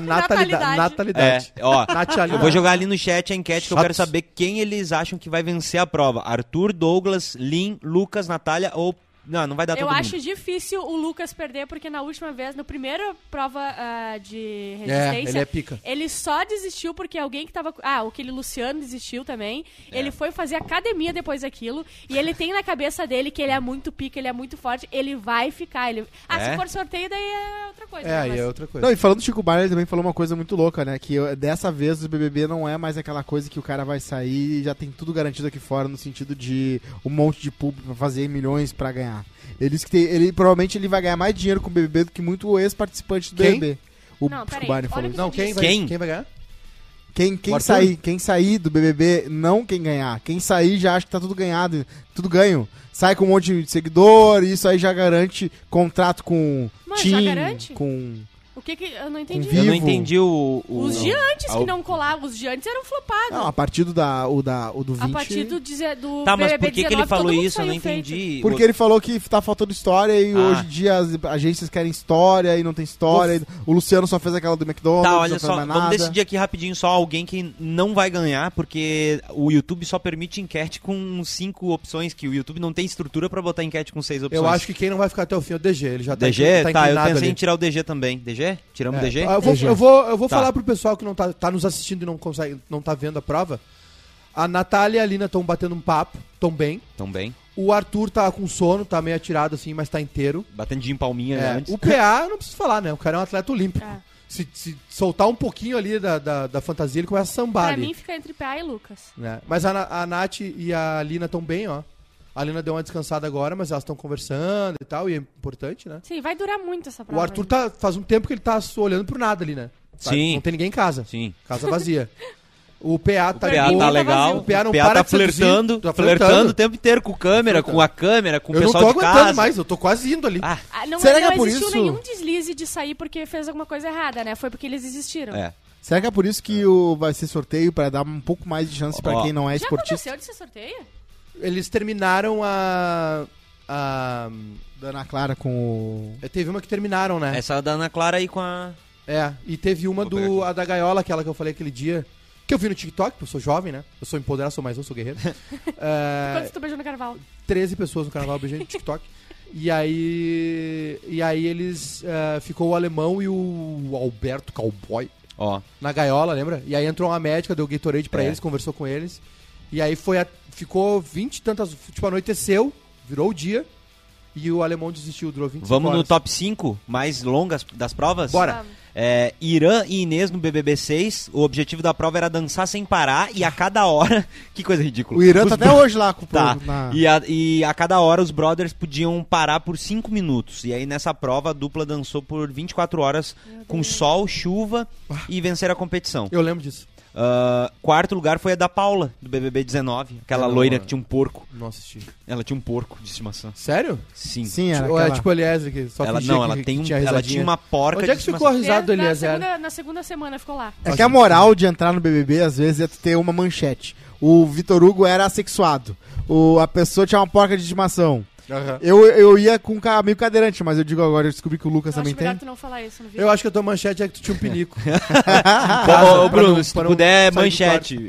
Speaker 3: natalidade.
Speaker 2: Natalidade.
Speaker 4: É,
Speaker 3: natalidade.
Speaker 4: ó.
Speaker 3: Natalidade.
Speaker 4: Eu vou jogar ali no chat a enquete que eu
Speaker 3: Chatos.
Speaker 4: quero saber quem eles acham que vai vencer a prova. Arthur, Douglas, Lin, Lucas, Natália ou. Não, não vai
Speaker 3: Tá
Speaker 4: dar
Speaker 2: Eu
Speaker 4: todo
Speaker 2: acho
Speaker 4: mundo.
Speaker 2: difícil o Lucas perder, porque na última vez, na primeira prova ah, de
Speaker 3: É,
Speaker 2: resistência,
Speaker 3: ele é pica.
Speaker 2: ele só desistiu porque alguém que tava. Ah, aquele Luciano desistiu também.
Speaker 3: É.
Speaker 2: Ele foi fazer academia depois daquilo. E ele tem na cabeça dele que ele é muito pica, ele é muito forte, ele vai ficar. Ele... Ah,
Speaker 4: É?
Speaker 2: se for sorteio, daí é outra coisa.
Speaker 3: É,
Speaker 2: né?
Speaker 3: aí
Speaker 2: Mas-
Speaker 3: é outra coisa.
Speaker 5: Não, e falando do Chico Barney, ele também falou uma coisa muito louca, né? Que eu- dessa vez o BBB não é mais aquela coisa que o cara vai sair e já tem tudo garantido aqui fora, no sentido de um monte de público pra fazer milhões pra ganhar. Ele disse que tem- ele, provavelmente ele vai ganhar mais dinheiro com o BBB do que muito ex-participante do
Speaker 3: Quem?
Speaker 5: BBB. O
Speaker 2: Não,
Speaker 5: Chico
Speaker 2: peraí,
Speaker 5: Barney
Speaker 2: olha
Speaker 5: falou
Speaker 2: o
Speaker 5: isso.
Speaker 3: Não, quem vai,
Speaker 4: Quem?
Speaker 3: quem vai ganhar?
Speaker 5: Quem, quem,
Speaker 3: O Arthur?
Speaker 5: sair, quem sair do BBB, não quem ganhar. Quem sair já acha que tá tudo ganhado, tudo ganho. Sai com um monte de seguidor, isso aí já garante contrato com
Speaker 2: Mas já
Speaker 5: Tim,
Speaker 2: garante?
Speaker 5: com...
Speaker 2: O que que. Eu não
Speaker 3: Um
Speaker 2: entendi.
Speaker 5: Convido.
Speaker 4: Eu não
Speaker 5: vivo.
Speaker 4: entendi o. o-
Speaker 2: Os giantes
Speaker 4: Ah, o-
Speaker 2: que não colaram, os giantes eram flopados.
Speaker 5: Não, a partir do, da, o, da, o do 20...
Speaker 2: a partir do, deze- do
Speaker 4: Tá, mas
Speaker 2: BBB
Speaker 4: por que, que
Speaker 2: 19,
Speaker 4: ele
Speaker 2: todo
Speaker 4: falou
Speaker 2: mundo
Speaker 4: isso? Eu
Speaker 2: saiu
Speaker 4: não
Speaker 2: feito.
Speaker 4: entendi.
Speaker 5: Porque ele falou que tá faltando história e
Speaker 4: Ah.
Speaker 5: hoje em dia as agências querem história e não tem história. O Luciano só fez aquela do McDonald's,
Speaker 4: Tá,
Speaker 5: não
Speaker 4: olha
Speaker 5: fez
Speaker 4: só,
Speaker 5: mais
Speaker 4: vamos
Speaker 5: nada.
Speaker 4: decidir aqui rapidinho só alguém que não vai ganhar, porque o YouTube só permite enquete com cinco opções, que o YouTube não tem estrutura pra botar enquete com seis opções.
Speaker 3: Eu acho que quem não vai ficar até o fim é o DG. Ele já tá,
Speaker 4: DG, tá, eu
Speaker 3: inclinado
Speaker 4: pensei em
Speaker 3: ali.
Speaker 4: tirar o DG também. DG? Tiramos o DG?
Speaker 3: É, Eu vou,
Speaker 5: DG.
Speaker 3: eu vou, eu vou
Speaker 4: Tá.
Speaker 3: falar pro pessoal que não tá, tá nos assistindo e não consegue, não tá vendo a prova. A Natália e a Lina estão batendo um papo, tão bem.
Speaker 4: Também.
Speaker 3: O Arthur tá com sono, tá meio atirado assim, mas tá inteiro.
Speaker 4: Batendo em palminha né,
Speaker 3: É,
Speaker 4: antes.
Speaker 3: o PA, eu não preciso falar, né? O cara é um atleta olímpico.
Speaker 2: É.
Speaker 3: Se, se soltar um pouquinho ali da, da, da fantasia, ele começa a sambar
Speaker 2: Pra
Speaker 3: ali.
Speaker 2: mim fica entre PA e Lucas.
Speaker 3: né? Mas a, Na- a Nath e a Lina estão bem, ó. A Lina deu uma descansada agora, mas elas estão conversando e tal, e é importante, né?
Speaker 2: Sim, vai durar muito essa prova.
Speaker 3: O Arthur tá, faz um tempo que ele tá só olhando por nada ali, né? Sabe?
Speaker 4: Sim.
Speaker 3: Não tem ninguém em casa.
Speaker 4: Sim.
Speaker 3: Casa vazia. O PA tá
Speaker 4: O
Speaker 3: de
Speaker 4: PA
Speaker 3: boa.
Speaker 4: tá
Speaker 2: tá
Speaker 4: legal.
Speaker 2: vazio.
Speaker 4: O PA, tá
Speaker 3: de seduzir,
Speaker 4: flertando,
Speaker 3: tá
Speaker 4: flertando o tempo inteiro com câmera, com a câmera, com o
Speaker 3: Eu não tô
Speaker 4: pessoal de
Speaker 3: aguentando
Speaker 4: casa.
Speaker 3: mais, eu tô quase indo ali.
Speaker 4: Ah,
Speaker 2: Ah, não
Speaker 5: Será que
Speaker 2: não
Speaker 5: é por
Speaker 2: existiu
Speaker 5: isso?
Speaker 2: nenhum deslize de sair porque fez alguma coisa errada, né? Foi porque eles existiram.
Speaker 4: é.
Speaker 5: Será que é por isso que o, vai ser sorteio pra dar um pouco mais de chance pra
Speaker 4: Ó.
Speaker 5: quem não é
Speaker 2: Já
Speaker 5: esportista?
Speaker 2: aconteceu de ser sorteio?
Speaker 3: Eles terminaram a. a-
Speaker 5: Da Ana Clara com o.
Speaker 3: É, Teve uma que terminaram, né?
Speaker 4: Essa da Ana Clara aí com a.
Speaker 3: É, e teve uma
Speaker 4: Vou pegar
Speaker 3: do,
Speaker 4: aqui.
Speaker 3: a da gaiola, aquela que eu falei aquele dia. Que eu vi no TikTok, porque eu sou jovem, né? Eu sou empoderado, sou mais um, sou guerreiro.
Speaker 2: Quantos
Speaker 3: É,
Speaker 2: tu beijou no carnaval?
Speaker 3: 13 pessoas no carnaval beijando no TikTok. E aí. E aí eles. é, ficou o alemão e o Alberto Cowboy
Speaker 4: Ó.
Speaker 3: na gaiola, lembra? E aí entrou uma médica, deu Gatorade pra
Speaker 4: É.
Speaker 3: eles, conversou com eles. E aí foi a- ficou 20 e tantas. Tipo, anoiteceu, virou o dia. E o alemão desistiu, durou 25
Speaker 4: Vamos no
Speaker 3: horas.
Speaker 4: top 5 mais longas das provas?
Speaker 3: Bora.
Speaker 4: É, Irã e Inês no BBB 6. O objetivo da prova era dançar sem parar e a cada hora. Que coisa ridícula.
Speaker 5: O Irã
Speaker 4: Os
Speaker 5: tá até
Speaker 4: bro-
Speaker 5: hoje lá com o
Speaker 4: Tá.
Speaker 5: povo na-
Speaker 4: E, a, e a cada hora os brothers podiam parar por 5 minutos. E aí nessa prova a dupla dançou por 24 horas com sol, chuva
Speaker 3: Ah.
Speaker 4: e vencer a competição.
Speaker 3: Eu lembro disso.
Speaker 4: Ah, quarto lugar foi a da Paula, do BBB 19. Aquela
Speaker 3: Eu não-
Speaker 4: loira que tinha um porco.
Speaker 3: Não assisti.
Speaker 4: Ela tinha um porco de estimação.
Speaker 3: Sério?
Speaker 4: Sim.
Speaker 5: Sim, era
Speaker 3: Ou é
Speaker 5: aquela-
Speaker 3: tipo o Eliezer que só
Speaker 4: Ela,
Speaker 3: fingia
Speaker 4: não,
Speaker 3: que-
Speaker 4: ela,
Speaker 3: que
Speaker 4: tem um,
Speaker 3: tinha
Speaker 4: ela
Speaker 3: risadinha.
Speaker 4: tinha uma porca
Speaker 3: Onde é que
Speaker 4: de
Speaker 3: ficou a
Speaker 4: estimação.
Speaker 3: risada do
Speaker 2: É, na,
Speaker 3: Eliezer?
Speaker 2: segunda, na segunda semana ficou lá.
Speaker 5: É que a moral de entrar no BBB, às vezes, é tu ter uma manchete. O Vitor Hugo era assexuado. O, a pessoa tinha uma porca de estimação.
Speaker 3: Aham.
Speaker 5: Eu, eu ia com ca- meio cadeirante, mas eu digo agora, eu descobri que o Lucas
Speaker 2: Eu acho
Speaker 5: também
Speaker 2: melhor
Speaker 5: tem.
Speaker 2: tu não falar isso no vídeo.
Speaker 3: Eu acho que a tua manchete é que tu tinha um pinico.
Speaker 4: Ô, ô,
Speaker 3: Pra
Speaker 4: Tá Bruno,
Speaker 3: não-
Speaker 4: se
Speaker 3: pra
Speaker 4: tu
Speaker 3: não
Speaker 4: puder,
Speaker 3: sair do
Speaker 4: manchete. É,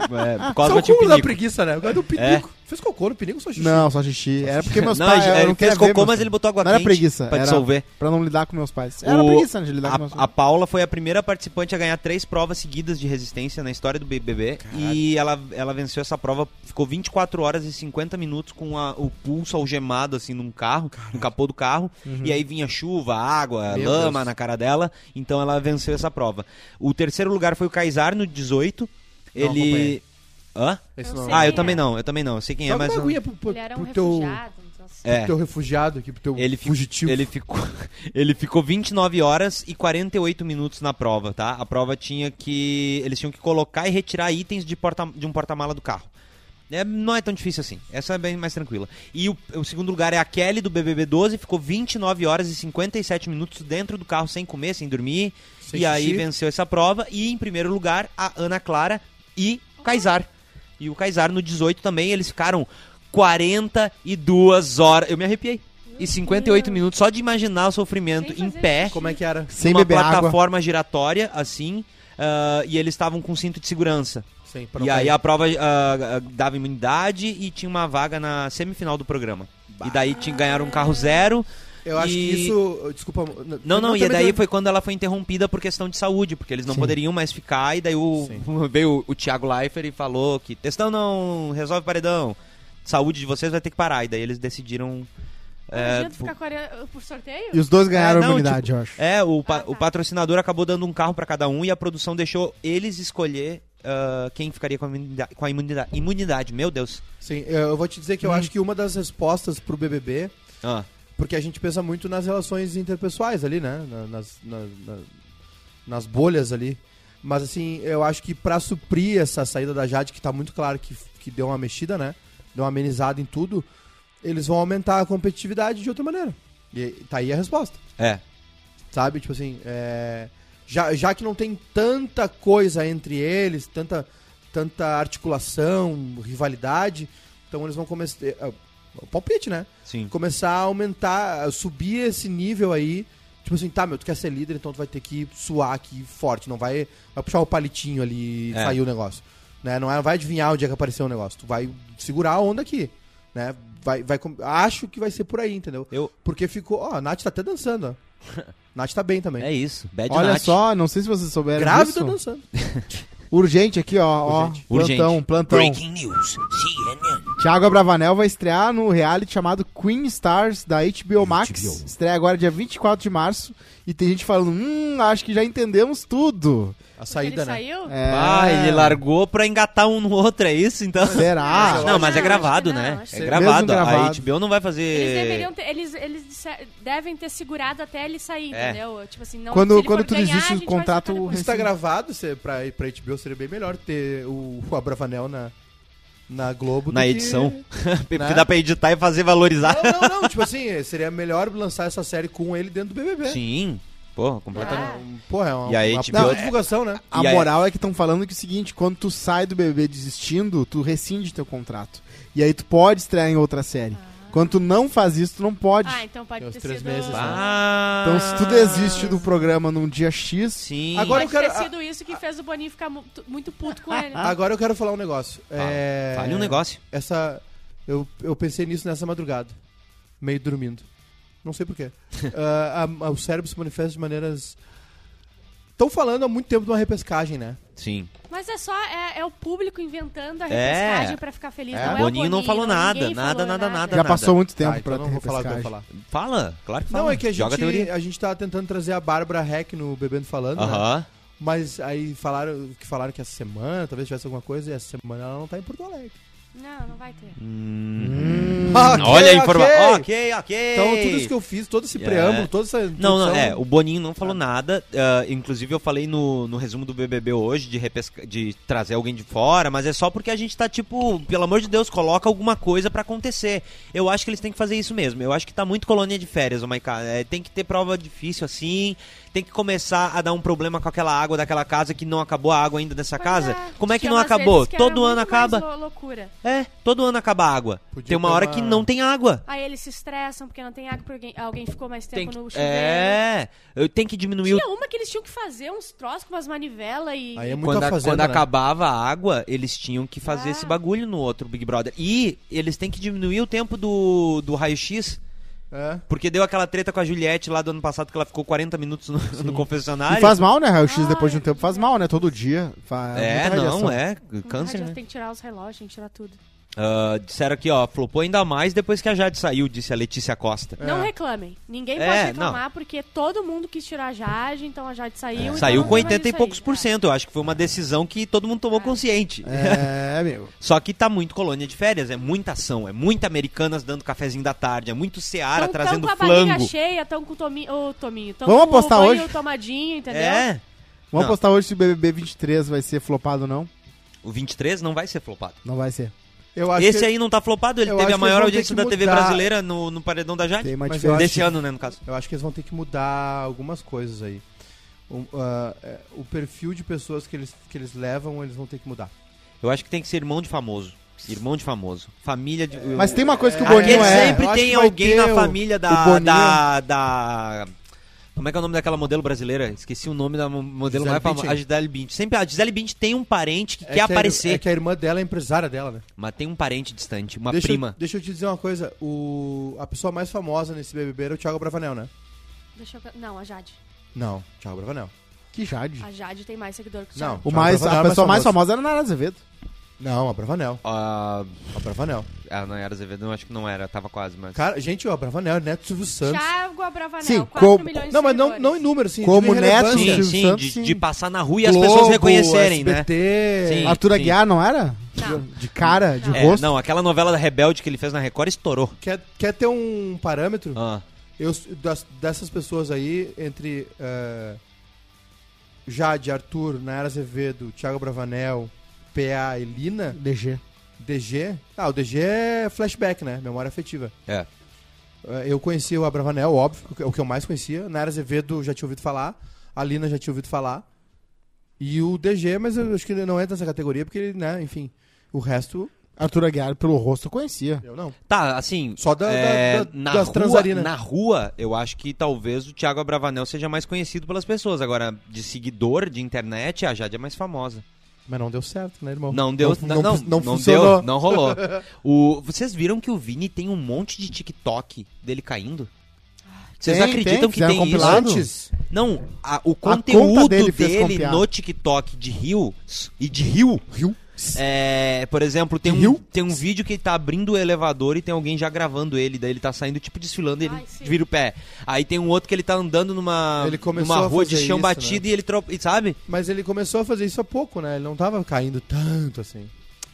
Speaker 4: por causa
Speaker 3: Só
Speaker 4: do
Speaker 3: o
Speaker 4: tio
Speaker 3: cúmulo da
Speaker 4: Pinico. É.
Speaker 3: pinico. né? O cara do pinico. Fez cocô no pinico, só xixi.
Speaker 5: Não, só xixi. Era porque meus
Speaker 4: Não, é,
Speaker 5: pais. eu
Speaker 4: ele
Speaker 5: não
Speaker 4: fez
Speaker 5: queria ver
Speaker 4: cocô,
Speaker 5: meus
Speaker 4: mas
Speaker 5: pais.
Speaker 4: ele botou água
Speaker 5: Não era
Speaker 4: quente
Speaker 5: preguiça.
Speaker 4: pra
Speaker 5: era
Speaker 4: dissolver.
Speaker 5: Pra não lidar com meus pais. Era
Speaker 4: O-
Speaker 5: preguiça né, de lidar
Speaker 4: a,
Speaker 5: com meus
Speaker 4: a
Speaker 5: pais.
Speaker 4: Paula foi a primeira participante a ganhar três provas seguidas de resistência na história do BBB. E ela, ela venceu essa prova, ficou 24 horas e 50 minutos com a- o pulso algemado, assim, num carro, no capô do carro. E aí vinha chuva, água,
Speaker 3: Meu
Speaker 4: lama
Speaker 3: Deus.
Speaker 4: na cara dela. Então ela venceu essa prova. O terceiro lugar foi o Kaysar, no 18.
Speaker 3: Não acompanhei.
Speaker 4: Ele... Hã?
Speaker 3: Esse
Speaker 2: Eu
Speaker 3: não.
Speaker 2: sei.
Speaker 4: Ah, eu
Speaker 2: quem
Speaker 4: também
Speaker 2: é.
Speaker 4: não, eu também não. Eu sei quem
Speaker 3: Só
Speaker 4: é, mas
Speaker 3: uma
Speaker 4: não...
Speaker 3: aguinha pro, pro,
Speaker 9: Ele era um
Speaker 3: pro teu,
Speaker 9: refugiado. Então, assim.
Speaker 4: É.
Speaker 3: pro teu refugiado aqui, pro teu
Speaker 4: Ele, fi-
Speaker 3: fugitivo.
Speaker 4: ele ficou ele ficou 29 horas e 48 minutos na prova, tá? A prova tinha que eles tinham que colocar e retirar itens de porta de um porta-mala do carro. É, não é tão difícil assim. Essa é bem mais tranquila. E o, o segundo lugar é a Kelly do BBB 12, ficou 29 horas e 57 minutos dentro do carro sem comer, sem dormir.
Speaker 3: Sem
Speaker 4: e aí
Speaker 3: xixi.
Speaker 4: venceu essa prova e em primeiro lugar a Ana Clara e o Kaysar. E o Kaysar no 18 também, eles ficaram 42 horas. Eu me arrepiei. E 58 minutos só de imaginar o sofrimento
Speaker 2: Sem
Speaker 4: em
Speaker 2: fazer
Speaker 4: pé,
Speaker 3: Como é que era?
Speaker 5: Sem
Speaker 4: numa
Speaker 5: beber água.
Speaker 4: plataforma giratória assim, ah, e eles estavam com cinto de segurança.
Speaker 3: Sem
Speaker 4: E aí a prova ah, ah, dava imunidade e tinha uma vaga na semifinal do programa. E daí tinha, ganharam um carro zero.
Speaker 3: Eu acho
Speaker 4: e-
Speaker 3: que isso. Desculpa. n-
Speaker 4: Não, não, e é
Speaker 3: também
Speaker 4: daí
Speaker 3: tem-
Speaker 4: foi quando ela foi interrompida por questão de saúde, porque eles não poderiam mais ficar, e daí o, veio o Thiago Leifert e falou que testão não resolve paredão, saúde de vocês vai ter que parar, e daí eles decidiram...
Speaker 2: Não
Speaker 4: é,
Speaker 2: adianta
Speaker 4: pu-
Speaker 2: ficar com a área- por sorteio?
Speaker 5: E os dois ganharam
Speaker 4: É, não,
Speaker 5: imunidade,
Speaker 4: tipo,
Speaker 5: eu acho.
Speaker 4: É, o, pa-
Speaker 2: Ah, tá.
Speaker 4: o patrocinador acabou dando um carro pra cada um e a produção deixou eles escolher ah, quem ficaria com a, imunida- com a imunida- imunidade. Meu Deus.
Speaker 3: Sim, eu eu vou te dizer que eu
Speaker 4: Hum.
Speaker 3: acho que uma das respostas pro BBB,
Speaker 4: Ah,
Speaker 3: porque a gente pensa muito nas relações interpessoais ali, né? Na- Nas, na- na- nas bolhas ali. Mas assim, eu acho que pra suprir essa saída da Jade, que tá muito claro que, que deu uma mexida, né? Deu uma amenizada em tudo, eles vão aumentar a competitividade de outra maneira. E tá aí a resposta.
Speaker 4: é.
Speaker 3: Sabe? Tipo assim, é, já, já que não tem tanta coisa entre eles, tanta, tanta articulação, rivalidade, então eles vão começar. é, é, palpite, né?
Speaker 4: Sim.
Speaker 3: Começar a aumentar, a subir esse nível aí. Tipo assim, tá, meu, tu quer ser líder, então tu vai ter que suar aqui forte. Não vai, vai puxar o palitinho ali e
Speaker 4: É.
Speaker 3: sair o negócio. Né? Não é, vai adivinhar onde é que apareceu o negócio. Tu vai segurar a onda aqui. Né? Vai, vai, com- acho que vai ser por aí, entendeu?
Speaker 4: Eu,
Speaker 3: Porque ficou. Ó, a Nath tá até dançando, ó. Nath tá bem também.
Speaker 4: é isso. Bad
Speaker 5: Olha
Speaker 4: Nath.
Speaker 5: só, não sei se vocês
Speaker 4: É
Speaker 5: souberam
Speaker 3: Grávida
Speaker 5: disso.
Speaker 3: dançando.
Speaker 5: Urgente aqui, ó. ó.
Speaker 3: Urgente.
Speaker 5: Plantão,
Speaker 4: Urgente.
Speaker 5: plantão.
Speaker 1: News, CNN.
Speaker 5: Tiago Abravanel vai estrear no reality chamado Queen Stars da HBO Max.
Speaker 10: HBO.
Speaker 5: Estreia agora dia 24 de março. E tem gente falando, hum, acho que já entendemos tudo.
Speaker 3: A
Speaker 2: Ele
Speaker 3: saída, né?
Speaker 2: saiu?
Speaker 5: É,
Speaker 4: Ah, ele largou pra engatar um no outro, é isso? Então.
Speaker 5: Será?
Speaker 4: não, mas é
Speaker 2: Não,
Speaker 4: gravado,
Speaker 2: acho que não,
Speaker 4: né?
Speaker 2: acho
Speaker 4: É
Speaker 2: que
Speaker 5: não.
Speaker 4: gravado.
Speaker 5: Mesmo
Speaker 4: A
Speaker 5: gravado.
Speaker 4: HBO não vai fazer.
Speaker 2: Eles deveriam ter, eles, eles disse- devem ter segurado até ele sair,
Speaker 4: É.
Speaker 2: entendeu? Tipo assim, não
Speaker 5: Quando-
Speaker 2: se ele
Speaker 5: quando
Speaker 2: for
Speaker 5: tu
Speaker 2: ganhar,
Speaker 5: desiste
Speaker 2: a
Speaker 5: do
Speaker 2: gente vai
Speaker 5: contrato,
Speaker 2: soltar depois.
Speaker 3: Se tá gravado, se, pra, pra HBO seria bem melhor ter o, o Abravanel na, na Globo. do
Speaker 4: Na
Speaker 3: que-
Speaker 4: edição. Porque
Speaker 3: Né?
Speaker 4: dá pra editar e fazer valorizar.
Speaker 3: Não, não, não. tipo assim, seria melhor lançar essa série com ele dentro do BBB.
Speaker 2: né?
Speaker 4: Sim. Porra, completamente.
Speaker 3: Porra, é uma,
Speaker 4: E a
Speaker 3: uma
Speaker 4: HBO
Speaker 3: puta
Speaker 4: é-
Speaker 3: divulgação, né?
Speaker 5: A
Speaker 4: E aí-
Speaker 5: moral é que estão falando que é o seguinte, quando tu sai do BBB desistindo, tu rescinde teu contrato. E aí tu pode estrear em outra série. Quando tu não faz isso, tu não pode.
Speaker 2: Ah, então pode
Speaker 3: Tem uns
Speaker 2: ter
Speaker 3: três
Speaker 2: sido...
Speaker 3: meses, né?
Speaker 4: Ah.
Speaker 5: Então se tu desiste do programa num dia X,
Speaker 4: Sim.
Speaker 3: Agora-
Speaker 2: Pode
Speaker 3: eu quero-
Speaker 2: ter sido isso que fez o Boninho ficar mu- tu- muito puto com ele.
Speaker 3: Agora eu quero falar um negócio.
Speaker 4: Ah. Fala.
Speaker 3: É...
Speaker 4: Fale um negócio.
Speaker 3: Essa... Eu, eu pensei nisso nessa madrugada. Meio dormindo. Não sei porquê. o cérebro se manifesta de maneiras... Estão falando há muito tempo de uma repescagem, né?
Speaker 4: Sim.
Speaker 2: Mas é só, é, é o público inventando a
Speaker 4: É.
Speaker 2: repescagem pra ficar feliz.
Speaker 3: É.
Speaker 2: Não é o
Speaker 4: Boninho não falou nada,
Speaker 2: ninguém
Speaker 4: nada,
Speaker 2: falou
Speaker 4: nada, nada.
Speaker 5: já passou muito tempo
Speaker 3: Tá,
Speaker 5: pra
Speaker 3: então não
Speaker 5: ter
Speaker 3: vou falar o que eu vou
Speaker 5: repescagem.
Speaker 3: falar.
Speaker 4: Fala, claro que fala.
Speaker 3: Não, é que a
Speaker 4: Joga
Speaker 3: gente,
Speaker 4: teoria.
Speaker 3: a gente tá tentando trazer a Bárbara Heck no Bebendo Falando, né?
Speaker 4: Aham.
Speaker 3: Mas aí falaram que falaram que é essa semana talvez tivesse alguma coisa e essa semana ela não tá em Porto Alegre.
Speaker 2: Não, não vai ter.
Speaker 3: Ok,
Speaker 4: Olha a
Speaker 3: ok.
Speaker 4: informação. Ok, ok.
Speaker 3: Então tudo isso que eu fiz, todo esse
Speaker 4: É.
Speaker 3: preâmbulo, toda essa
Speaker 4: Não, não,
Speaker 3: introdução-
Speaker 4: é, o Boninho não falou nada. ah, inclusive, eu falei no, no resumo do BBB hoje de, repesca- de trazer alguém de fora, mas é só porque a gente tá tipo, pelo amor de Deus, coloca alguma coisa pra acontecer. Eu acho que eles têm que fazer isso mesmo. Eu acho que tá muito colônia de férias, ô Maiká. É, tem que ter prova difícil assim, tem que começar a dar um problema com aquela água daquela casa que não acabou a água ainda dessa
Speaker 2: Pois
Speaker 4: casa.
Speaker 2: é,
Speaker 4: Como é que
Speaker 2: tinha
Speaker 4: não
Speaker 2: umas
Speaker 4: acabou?
Speaker 2: vezes que era
Speaker 4: Todo ano
Speaker 2: muito mais
Speaker 4: acaba.
Speaker 2: lou- loucura.
Speaker 4: É, todo ano acaba a água.
Speaker 3: Podia
Speaker 4: tem uma
Speaker 3: ter
Speaker 4: hora
Speaker 3: uma-
Speaker 4: que não tem água.
Speaker 2: Aí eles se estressam porque não tem água, porque alguém, alguém ficou mais
Speaker 4: Tem
Speaker 2: tempo
Speaker 4: que,
Speaker 2: no chuveiro.
Speaker 4: é, eu tenho que diminuir o
Speaker 2: Tinha uma que eles tinham que fazer uns troços com umas manivelas e...
Speaker 3: Aí é muito
Speaker 4: quando, a-
Speaker 3: fazenda,
Speaker 4: quando
Speaker 3: né?
Speaker 4: acabava a água, eles tinham que fazer
Speaker 2: Ah.
Speaker 4: esse bagulho no outro Big Brother. E eles têm que diminuir o tempo do, do raio-x,
Speaker 3: É.
Speaker 4: porque deu aquela treta com a Juliette lá do ano passado, que ela ficou 40 minutos no, no confessionário.
Speaker 5: E faz mal, né? Raio X depois de um tempo faz mal, né? Todo dia. Fa-
Speaker 4: É,
Speaker 5: muita radiação.
Speaker 4: não, é.
Speaker 2: Ah,
Speaker 4: Câncer,
Speaker 2: já
Speaker 4: né?
Speaker 2: Tem que tirar os relógios, tem que tirar tudo.
Speaker 4: Ah, disseram aqui, ó, flopou ainda mais depois que a Jade saiu, disse a Letícia Costa.
Speaker 5: É.
Speaker 2: Não reclamem. Ninguém
Speaker 4: É,
Speaker 2: pode reclamar, porque todo mundo quis tirar a Jade, então a Jade saiu. então
Speaker 4: É. Saiu
Speaker 2: não
Speaker 4: com
Speaker 2: tem mais
Speaker 4: 80 e
Speaker 2: isso aí.
Speaker 4: poucos por
Speaker 2: É.
Speaker 4: cento. Eu acho que foi uma decisão que todo mundo tomou consciente.
Speaker 5: É, meu.
Speaker 4: Só que tá muito colônia de férias, é muita ação, é muita Americanas dando cafezinho da tarde, é muito Seara
Speaker 2: Tão-
Speaker 4: trazendo
Speaker 2: tão Então, com a barriga
Speaker 4: flango.
Speaker 2: cheia, tão com o Tominho. ô, Tominho tão
Speaker 5: Vamos
Speaker 2: com o
Speaker 5: apostar
Speaker 2: banho
Speaker 5: hoje?
Speaker 2: tomadinho, entendeu?
Speaker 4: É,
Speaker 5: Vamos
Speaker 4: Não.
Speaker 5: postar hoje se o BBB 23 vai ser flopado ou não?
Speaker 4: o 23 não vai ser flopado.
Speaker 5: Não vai ser.
Speaker 3: Eu acho
Speaker 4: Esse
Speaker 3: que,
Speaker 4: aí não tá flopado, ele
Speaker 3: eu
Speaker 4: teve
Speaker 3: acho
Speaker 4: a
Speaker 3: que
Speaker 4: maior
Speaker 3: eles vão ter
Speaker 4: audiência
Speaker 3: que
Speaker 4: da TV
Speaker 3: mudar.
Speaker 4: brasileira no, no Paredão da Jade.
Speaker 5: Tem uma
Speaker 3: Mas eu
Speaker 5: diferença.
Speaker 3: acho
Speaker 4: Desse ano, né, no caso.
Speaker 3: Eu acho que eles vão ter que mudar algumas coisas aí. Um, ah, é, o perfil de pessoas que eles, que eles levam, eles vão ter que mudar.
Speaker 4: Eu acho que tem que ser irmão de famoso. Irmão de famoso. Família de.
Speaker 5: Mas tem uma coisa que o
Speaker 3: É,
Speaker 5: Boninho
Speaker 4: Aquele
Speaker 5: é.
Speaker 3: Eu
Speaker 4: sempre
Speaker 3: acho
Speaker 4: tem
Speaker 3: que vai
Speaker 4: alguém
Speaker 3: ter
Speaker 4: na
Speaker 3: o-
Speaker 4: família
Speaker 5: o
Speaker 4: da,
Speaker 5: Boninho.
Speaker 4: da. da- Como é que é o nome daquela modelo brasileira? Esqueci o nome da mo- modelo
Speaker 3: Gisele
Speaker 4: mais famosa.
Speaker 3: Bündchen.
Speaker 4: A Gisele Bündchen. Sempre a Gisele Bündchen tem um parente que
Speaker 3: É
Speaker 4: quer
Speaker 3: a-
Speaker 4: aparecer,
Speaker 3: é que a irmã dela é empresária dela, né?
Speaker 4: mas tem um parente distante, uma
Speaker 3: deixa,
Speaker 4: prima.
Speaker 3: Eu, deixa eu te dizer uma coisa. O, a pessoa mais famosa nesse BBB era o Thiago Bravanel, né?
Speaker 2: Deixa eu... Não, a Jade.
Speaker 3: Não, Thiago Bravanel.
Speaker 5: Que Jade.
Speaker 2: A Jade tem mais seguidor que o
Speaker 3: Não.
Speaker 5: O
Speaker 3: Thiago
Speaker 5: mais,
Speaker 3: Bravanel
Speaker 5: a
Speaker 3: é mais
Speaker 5: pessoa mais
Speaker 3: famoso.
Speaker 5: famosa era a Nara Azevedo.
Speaker 3: Não, a Bravanel.
Speaker 4: Ah,
Speaker 3: A Bravanel.
Speaker 4: a Nayara Azevedo, eu acho que não era, tava quase, mas.
Speaker 3: Cara, gente, ó, Bravanel, é Neto do Silvio Santos.
Speaker 2: Thiago Abravanel,
Speaker 5: Sim,
Speaker 2: 4
Speaker 5: como-
Speaker 2: milhões de
Speaker 3: Não, mas não,
Speaker 2: seguidores.
Speaker 3: não em número, sim.
Speaker 5: Como
Speaker 3: digo em
Speaker 5: Neto,
Speaker 3: relevância.
Speaker 4: Sim,
Speaker 5: Silvio
Speaker 4: sim,
Speaker 5: Santos,
Speaker 4: de,
Speaker 5: sim.
Speaker 4: de passar na rua e as
Speaker 3: Globo,
Speaker 4: pessoas reconhecerem, né?
Speaker 3: SBT.
Speaker 4: Sim.
Speaker 5: Arthur Aguiar não era?
Speaker 2: Não.
Speaker 5: De cara, de
Speaker 2: Não.
Speaker 4: É,
Speaker 5: rosto.
Speaker 4: não, aquela novela da Rebelde que ele fez na Record estourou.
Speaker 3: Quer, quer ter um parâmetro?
Speaker 4: Ah,
Speaker 3: Eu, das- dessas pessoas aí, entre eh, Jade, Arthur, Nayara Azevedo, Thiago Bravanel, PA e Lina,
Speaker 5: DG.
Speaker 3: DG. Ah, o DG é flashback, né? Memória afetiva.
Speaker 4: é.
Speaker 3: Eh, Eu conheci o Abravanel, óbvio, o que- o que eu mais conhecia. Nayara Azevedo já tinha ouvido falar. A Lina já tinha ouvido falar. E o DG, mas eu acho que ele não entra nessa categoria, porque ele, né, enfim. O resto,
Speaker 5: Arthur Aguiar, pelo rosto, eu conhecia.
Speaker 3: eu não.
Speaker 4: Tá, assim.
Speaker 3: Só da-
Speaker 4: é,
Speaker 3: da- da-
Speaker 4: na
Speaker 3: das
Speaker 4: rua,
Speaker 3: transarinas.
Speaker 4: Na rua, eu acho que talvez o Thiago Abravanel seja mais conhecido pelas pessoas. Agora, de seguidor de internet, a Jade é mais famosa.
Speaker 3: Mas não deu certo, né, irmão?
Speaker 4: Não deu. Não, não, não,
Speaker 3: funcionou.
Speaker 4: deu, não rolou. O, vocês viram que o Vini tem um monte de TikTok dele caindo? Vocês
Speaker 5: Tem,
Speaker 4: acreditam
Speaker 5: tem,
Speaker 4: que tem
Speaker 5: fizeram um
Speaker 4: isso?
Speaker 5: compilado.
Speaker 3: Antes,
Speaker 4: Não, a- o
Speaker 5: conta
Speaker 4: conteúdo dele,
Speaker 5: dele fez copiar.
Speaker 4: no TikTok de Rio e de Rio,
Speaker 5: Rio?
Speaker 4: É, por exemplo, tem um, tem um vídeo que ele tá abrindo o elevador e tem alguém já gravando ele, daí ele tá saindo, tipo, desfilando e ele
Speaker 2: Ai, sim.
Speaker 4: vira o pé. Aí tem um outro que ele tá andando numa,
Speaker 3: Ele começou
Speaker 4: numa
Speaker 3: a
Speaker 4: rua de
Speaker 3: fazer
Speaker 4: chão
Speaker 3: isso,
Speaker 4: batido e ele trope- e sabe?
Speaker 3: Mas ele começou a fazer isso há pouco, né? Ele não tava caindo tanto assim.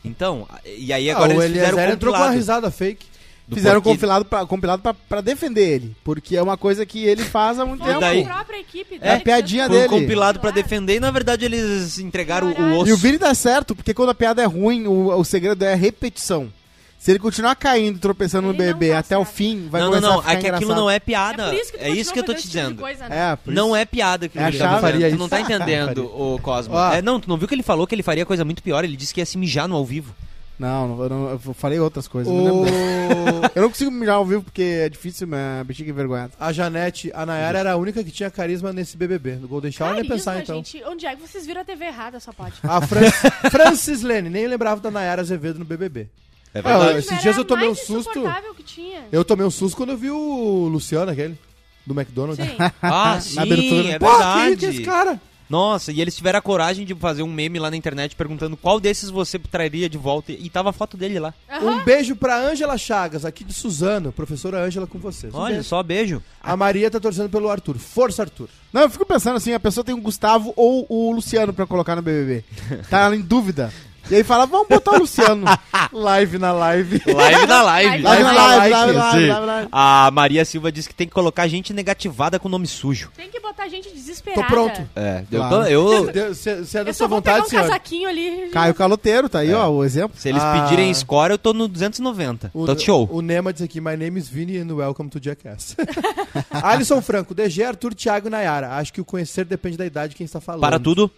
Speaker 4: Então, e aí agora
Speaker 3: ah, o
Speaker 4: eles fizeram
Speaker 3: Eliezer
Speaker 4: o
Speaker 3: entrou com uma
Speaker 4: compilado.
Speaker 3: risada fake.
Speaker 4: do
Speaker 5: Fizeram
Speaker 4: Porquinho.
Speaker 5: compilado, pra, compilado pra, pra defender ele. Porque é uma coisa que ele faz há muito
Speaker 2: Foi
Speaker 5: tempo.
Speaker 2: É a
Speaker 4: daí?
Speaker 2: própria equipe
Speaker 5: É a piadinha
Speaker 2: dele. tá
Speaker 4: Foi um
Speaker 5: dele.
Speaker 4: compilado pra defender e na verdade eles entregaram o osso.
Speaker 5: E o Vini dá certo, porque quando a piada é ruim, o, o segredo é a repetição. Se ele continuar caindo, tropeçando no
Speaker 2: Ele não
Speaker 5: bebê
Speaker 2: tá
Speaker 5: até o
Speaker 2: certo.
Speaker 5: fim, vai
Speaker 4: Não, não,
Speaker 5: começar
Speaker 4: não,
Speaker 5: a ficar
Speaker 4: é que aquilo
Speaker 5: engraçado.
Speaker 4: não é
Speaker 2: É
Speaker 4: piada.
Speaker 2: por isso que, tu
Speaker 4: É isso que eu tô te
Speaker 2: continua fazendo esse tipo de coisa,
Speaker 4: dizendo.
Speaker 2: né?
Speaker 5: É, por isso.
Speaker 4: Não é piada que
Speaker 5: É a
Speaker 4: ele tá
Speaker 5: chave.
Speaker 4: fazendo.
Speaker 3: Faria
Speaker 4: Tu não tá entendendo, o Cosmo.
Speaker 3: Ó.
Speaker 4: É, não, tu não viu que ele falou que ele faria coisa muito pior? Ele disse que ia se mijar no ao vivo.
Speaker 5: Não, não, eu não- eu falei outras coisas. não
Speaker 3: O...
Speaker 5: lembro. Eu não consigo mirar ao vivo porque é difícil, minha bexiga é envergonhada.
Speaker 3: a Janete, a Nayara era a única que tinha carisma nesse BBB. No Golden Shower, nem
Speaker 2: Carisma,
Speaker 3: pensar então.
Speaker 2: gente. Onde é que vocês viram a TV errada, só pode?
Speaker 3: A Fran- Francis Lene, nem lembrava da Nayara Azevedo no BBB.
Speaker 4: É
Speaker 3: verdade.
Speaker 2: Era
Speaker 3: Esses dias eu tomei um
Speaker 2: mais
Speaker 3: susto.
Speaker 2: insuportável que tinha.
Speaker 3: Eu tomei um susto quando eu vi o Luciano, aquele, do McDonald's.
Speaker 2: Sim.
Speaker 4: Ah, sim,
Speaker 5: abertura.
Speaker 4: é
Speaker 3: Pô, que- que
Speaker 4: verdade.
Speaker 3: esse cara?
Speaker 4: Nossa, e eles tiveram a coragem de fazer um meme lá na internet perguntando qual desses você traria de volta. E tava a foto dele lá.
Speaker 3: Um beijo pra Ângela Chagas, aqui de Suzano, professora Ângela com vocês. Um
Speaker 4: Olha,
Speaker 3: beijo.
Speaker 4: só beijo.
Speaker 3: A Maria tá torcendo pelo Arthur. Força, Arthur.
Speaker 5: Não, eu fico pensando assim, a pessoa tem o Gustavo ou o Luciano pra colocar no BBB. Tá em dúvida. E aí fala, vamos botar o Luciano. live na live.
Speaker 4: Live na live.
Speaker 5: Live na live,
Speaker 3: Live,
Speaker 5: live, na live,
Speaker 4: Sim.
Speaker 5: live, live.
Speaker 4: A Maria Silva disse que tem que colocar gente negativada com nome sujo.
Speaker 2: Tem que botar gente desesperada.
Speaker 3: Tô pronto.
Speaker 4: É,
Speaker 5: Claro.
Speaker 4: eu, eu-
Speaker 3: Você é da
Speaker 2: Eu
Speaker 3: sua
Speaker 2: só vou pegar
Speaker 3: vontade,
Speaker 2: um
Speaker 3: senhor?
Speaker 2: casaquinho ali.
Speaker 5: Caio Caloteiro, tá aí, ó, o exemplo.
Speaker 4: se eles
Speaker 3: Ah.
Speaker 4: pedirem score, eu tô no 290.
Speaker 3: O,
Speaker 4: tô Tá de show.
Speaker 3: o Nema diz aqui, my name is Vini and welcome to Jackass. Alisson Franco, DG, Arthur, Thiago e Nayara. Acho que o conhecer depende da idade de quem está falando.
Speaker 4: Para tudo.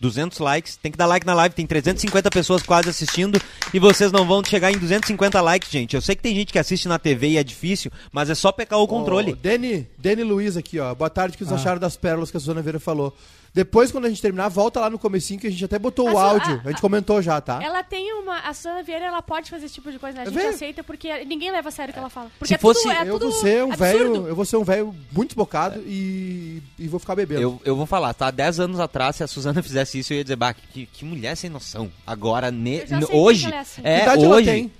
Speaker 4: 200 likes. Tem que dar like na live. Tem 350 pessoas quase assistindo. E vocês não vão chegar em 250 likes, gente. Eu sei que tem gente que assiste na TV e é difícil, mas é só pecar o
Speaker 3: Ô,
Speaker 4: controle.
Speaker 3: Deni, Deni Luiz aqui, ó. Boa tarde, o que
Speaker 2: Ah.
Speaker 3: vocês acharam das pérolas que a Suzana Vieira falou? Depois, quando a gente terminar, volta lá no comecinho que a gente até botou
Speaker 2: A
Speaker 3: o
Speaker 2: Su-
Speaker 3: áudio.
Speaker 2: a-
Speaker 3: A gente comentou já, tá?
Speaker 2: ah, Ela tem uma. A Suzana Vieira, ela pode fazer esse tipo de coisa, né? A gente
Speaker 3: velho.
Speaker 2: aceita porque ninguém leva a sério o que ela fala. Porque
Speaker 4: Se
Speaker 2: é tudo-
Speaker 4: fosse-
Speaker 2: é
Speaker 3: eu
Speaker 2: tudo
Speaker 3: vou ser um
Speaker 2: absurdo.
Speaker 3: velho, eu vou ser um velho muito bocado e, e vou ficar bebendo.
Speaker 4: Eu, eu vou falar, tá? 10 anos atrás, se a Suzana fizesse isso, eu ia dizer, bah, que, que mulher sem noção. Agora, ne,
Speaker 2: Eu já
Speaker 4: n-
Speaker 2: sei
Speaker 4: hoje.
Speaker 2: que ela é assim.
Speaker 3: Que
Speaker 4: É,
Speaker 3: idade ela
Speaker 4: hoje.
Speaker 3: tem?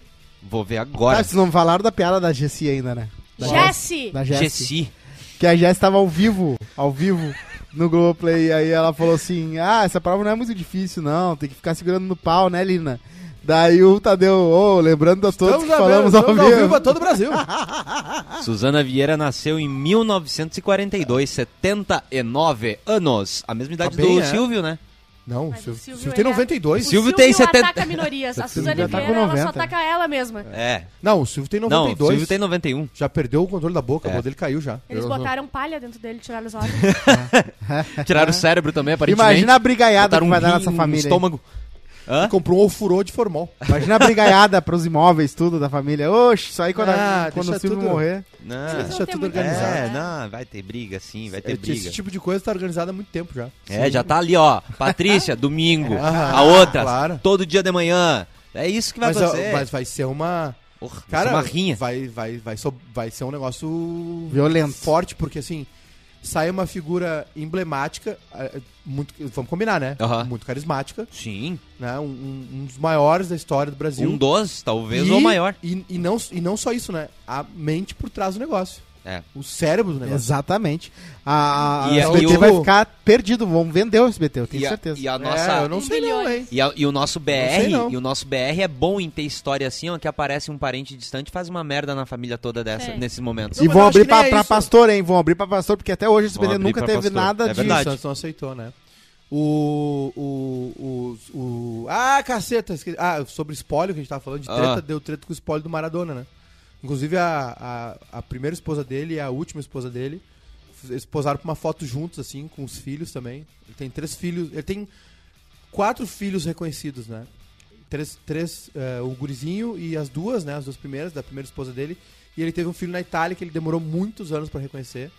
Speaker 4: Vou ver
Speaker 5: Ah,
Speaker 4: agora.
Speaker 5: vocês não falaram da piada da Jessie ainda, né? Da
Speaker 2: Jesse!
Speaker 5: Da Jessie.
Speaker 4: Gessi.
Speaker 5: Que a Jess tava ao vivo, ao vivo, no Globoplay. Aí ela falou assim: Ah, essa prova não é muito difícil, não. Tem que ficar segurando no pau, né, Lina? Daí o Tadeu, ô, lembrando a todos que
Speaker 3: a-
Speaker 5: falamos ao
Speaker 3: estamos
Speaker 5: vivo.
Speaker 3: a todo o Brasil. Ah.
Speaker 4: Suzana Vieira nasceu em 1942, 79 anos. A mesma idade
Speaker 3: Tá bem,
Speaker 4: do
Speaker 3: é.
Speaker 4: Silvio, né?
Speaker 3: Não,
Speaker 2: Mas o
Speaker 3: Silvio,
Speaker 2: Silvio,
Speaker 3: Silvio tem
Speaker 2: ele é-
Speaker 3: 92.
Speaker 2: O
Speaker 4: Silvio tem 70.
Speaker 2: ataca minorias. A Suzana
Speaker 5: já tá com
Speaker 2: Vieira, ela só
Speaker 5: 90.
Speaker 2: ataca ela mesma.
Speaker 4: É.
Speaker 3: Não, o Silvio tem
Speaker 4: Não,
Speaker 3: 92.
Speaker 4: o Silvio tem 91.
Speaker 3: Já perdeu o controle da boca,
Speaker 4: É.
Speaker 3: a boca dele caiu já.
Speaker 2: Eles
Speaker 3: Eu-
Speaker 2: botaram palha dentro dele, tiraram os olhos.
Speaker 4: Tiraram o cérebro também, aparentemente.
Speaker 5: Imagina a brigaiada
Speaker 4: Botaram um
Speaker 5: que vai dar
Speaker 4: rim,
Speaker 5: nessa família. aí.
Speaker 4: estômago. Hã?
Speaker 3: Comprou um ofurô de formol.
Speaker 5: Imagina a brigaiada pros imóveis, tudo da família. Oxe, isso aí quando, a-
Speaker 3: Ah,
Speaker 5: quando o
Speaker 3: deixa
Speaker 5: Silvio
Speaker 3: tudo-
Speaker 5: morrer.
Speaker 4: Não.
Speaker 3: Deixa
Speaker 2: tem
Speaker 3: tudo
Speaker 2: muito
Speaker 3: organizado.
Speaker 2: né?
Speaker 4: É, não, vai ter briga sim, vai ter briga.
Speaker 3: Esse tipo de coisa tá organizada há muito tempo já.
Speaker 4: É, já tá ali, ó. Patrícia, domingo.
Speaker 3: um Ah,
Speaker 4: a outra,
Speaker 3: claro.
Speaker 4: todo dia de manhã. É isso que vai
Speaker 3: Mas, ó,
Speaker 4: acontecer.
Speaker 3: mas vai ser uma.
Speaker 4: Porra, vai
Speaker 3: Cara,
Speaker 4: ser uma rinha.
Speaker 3: Vai, vai, vai, so- vai ser um negócio
Speaker 5: Violento.
Speaker 3: forte, porque assim, sai uma figura emblemática, eh, muito, vamos combinar, né?
Speaker 4: Aham.
Speaker 3: Muito carismática,
Speaker 4: Sim,
Speaker 3: né? Um, um- um dos maiores da história do Brasil.
Speaker 4: um dos, talvez, ou maior.
Speaker 3: E, e não, e não só isso, né? A mente por trás do negócio.
Speaker 4: É.
Speaker 3: O cérebro do negócio.
Speaker 5: Exatamente. A, a-
Speaker 4: E
Speaker 5: o
Speaker 4: a-
Speaker 5: SBT
Speaker 4: e o-
Speaker 5: vai ficar perdido. Vão vender o SBT, eu tenho
Speaker 4: E a,
Speaker 5: certeza.
Speaker 4: e a
Speaker 3: É,
Speaker 4: nossa.
Speaker 3: eu não
Speaker 2: Um
Speaker 3: sei não,
Speaker 2: bilhões.
Speaker 3: hein?
Speaker 4: E, a- e o nosso BR,
Speaker 3: sei não.
Speaker 4: e o nosso BR é bom em ter história assim, ó, que aparece um parente distante e faz uma merda na família toda dessa,
Speaker 2: Sim.
Speaker 4: nesses momentos.
Speaker 5: E
Speaker 3: Não, mas
Speaker 5: vão
Speaker 3: eu acho
Speaker 5: abrir
Speaker 3: que nem
Speaker 5: pra,
Speaker 3: é
Speaker 5: pra
Speaker 3: isso.
Speaker 5: pastor, hein? Vão abrir pra pastor, porque até hoje o
Speaker 4: Vão
Speaker 5: SBT
Speaker 4: abrir
Speaker 5: nunca
Speaker 4: pra
Speaker 5: teve
Speaker 4: pastor,
Speaker 5: nada
Speaker 4: é
Speaker 5: disso.
Speaker 4: verdade.
Speaker 3: O Santos não aceitou, né? O. O. o, o ah, caceta! esque- Ah, sobre espólio que a gente tava falando, de treta,
Speaker 4: Ah.
Speaker 3: deu treta com o espólio do Maradona, né? Inclusive, a, a, a primeira esposa dele e a última esposa dele, f- eles posaram pra uma foto juntos, assim, com os filhos também. Ele tem três filhos, ele tem quatro filhos reconhecidos, né? Três, três eh, o gurizinho e as duas, né? As duas primeiras, da primeira esposa dele. E ele teve um filho na Itália que ele demorou muitos anos pra reconhecer,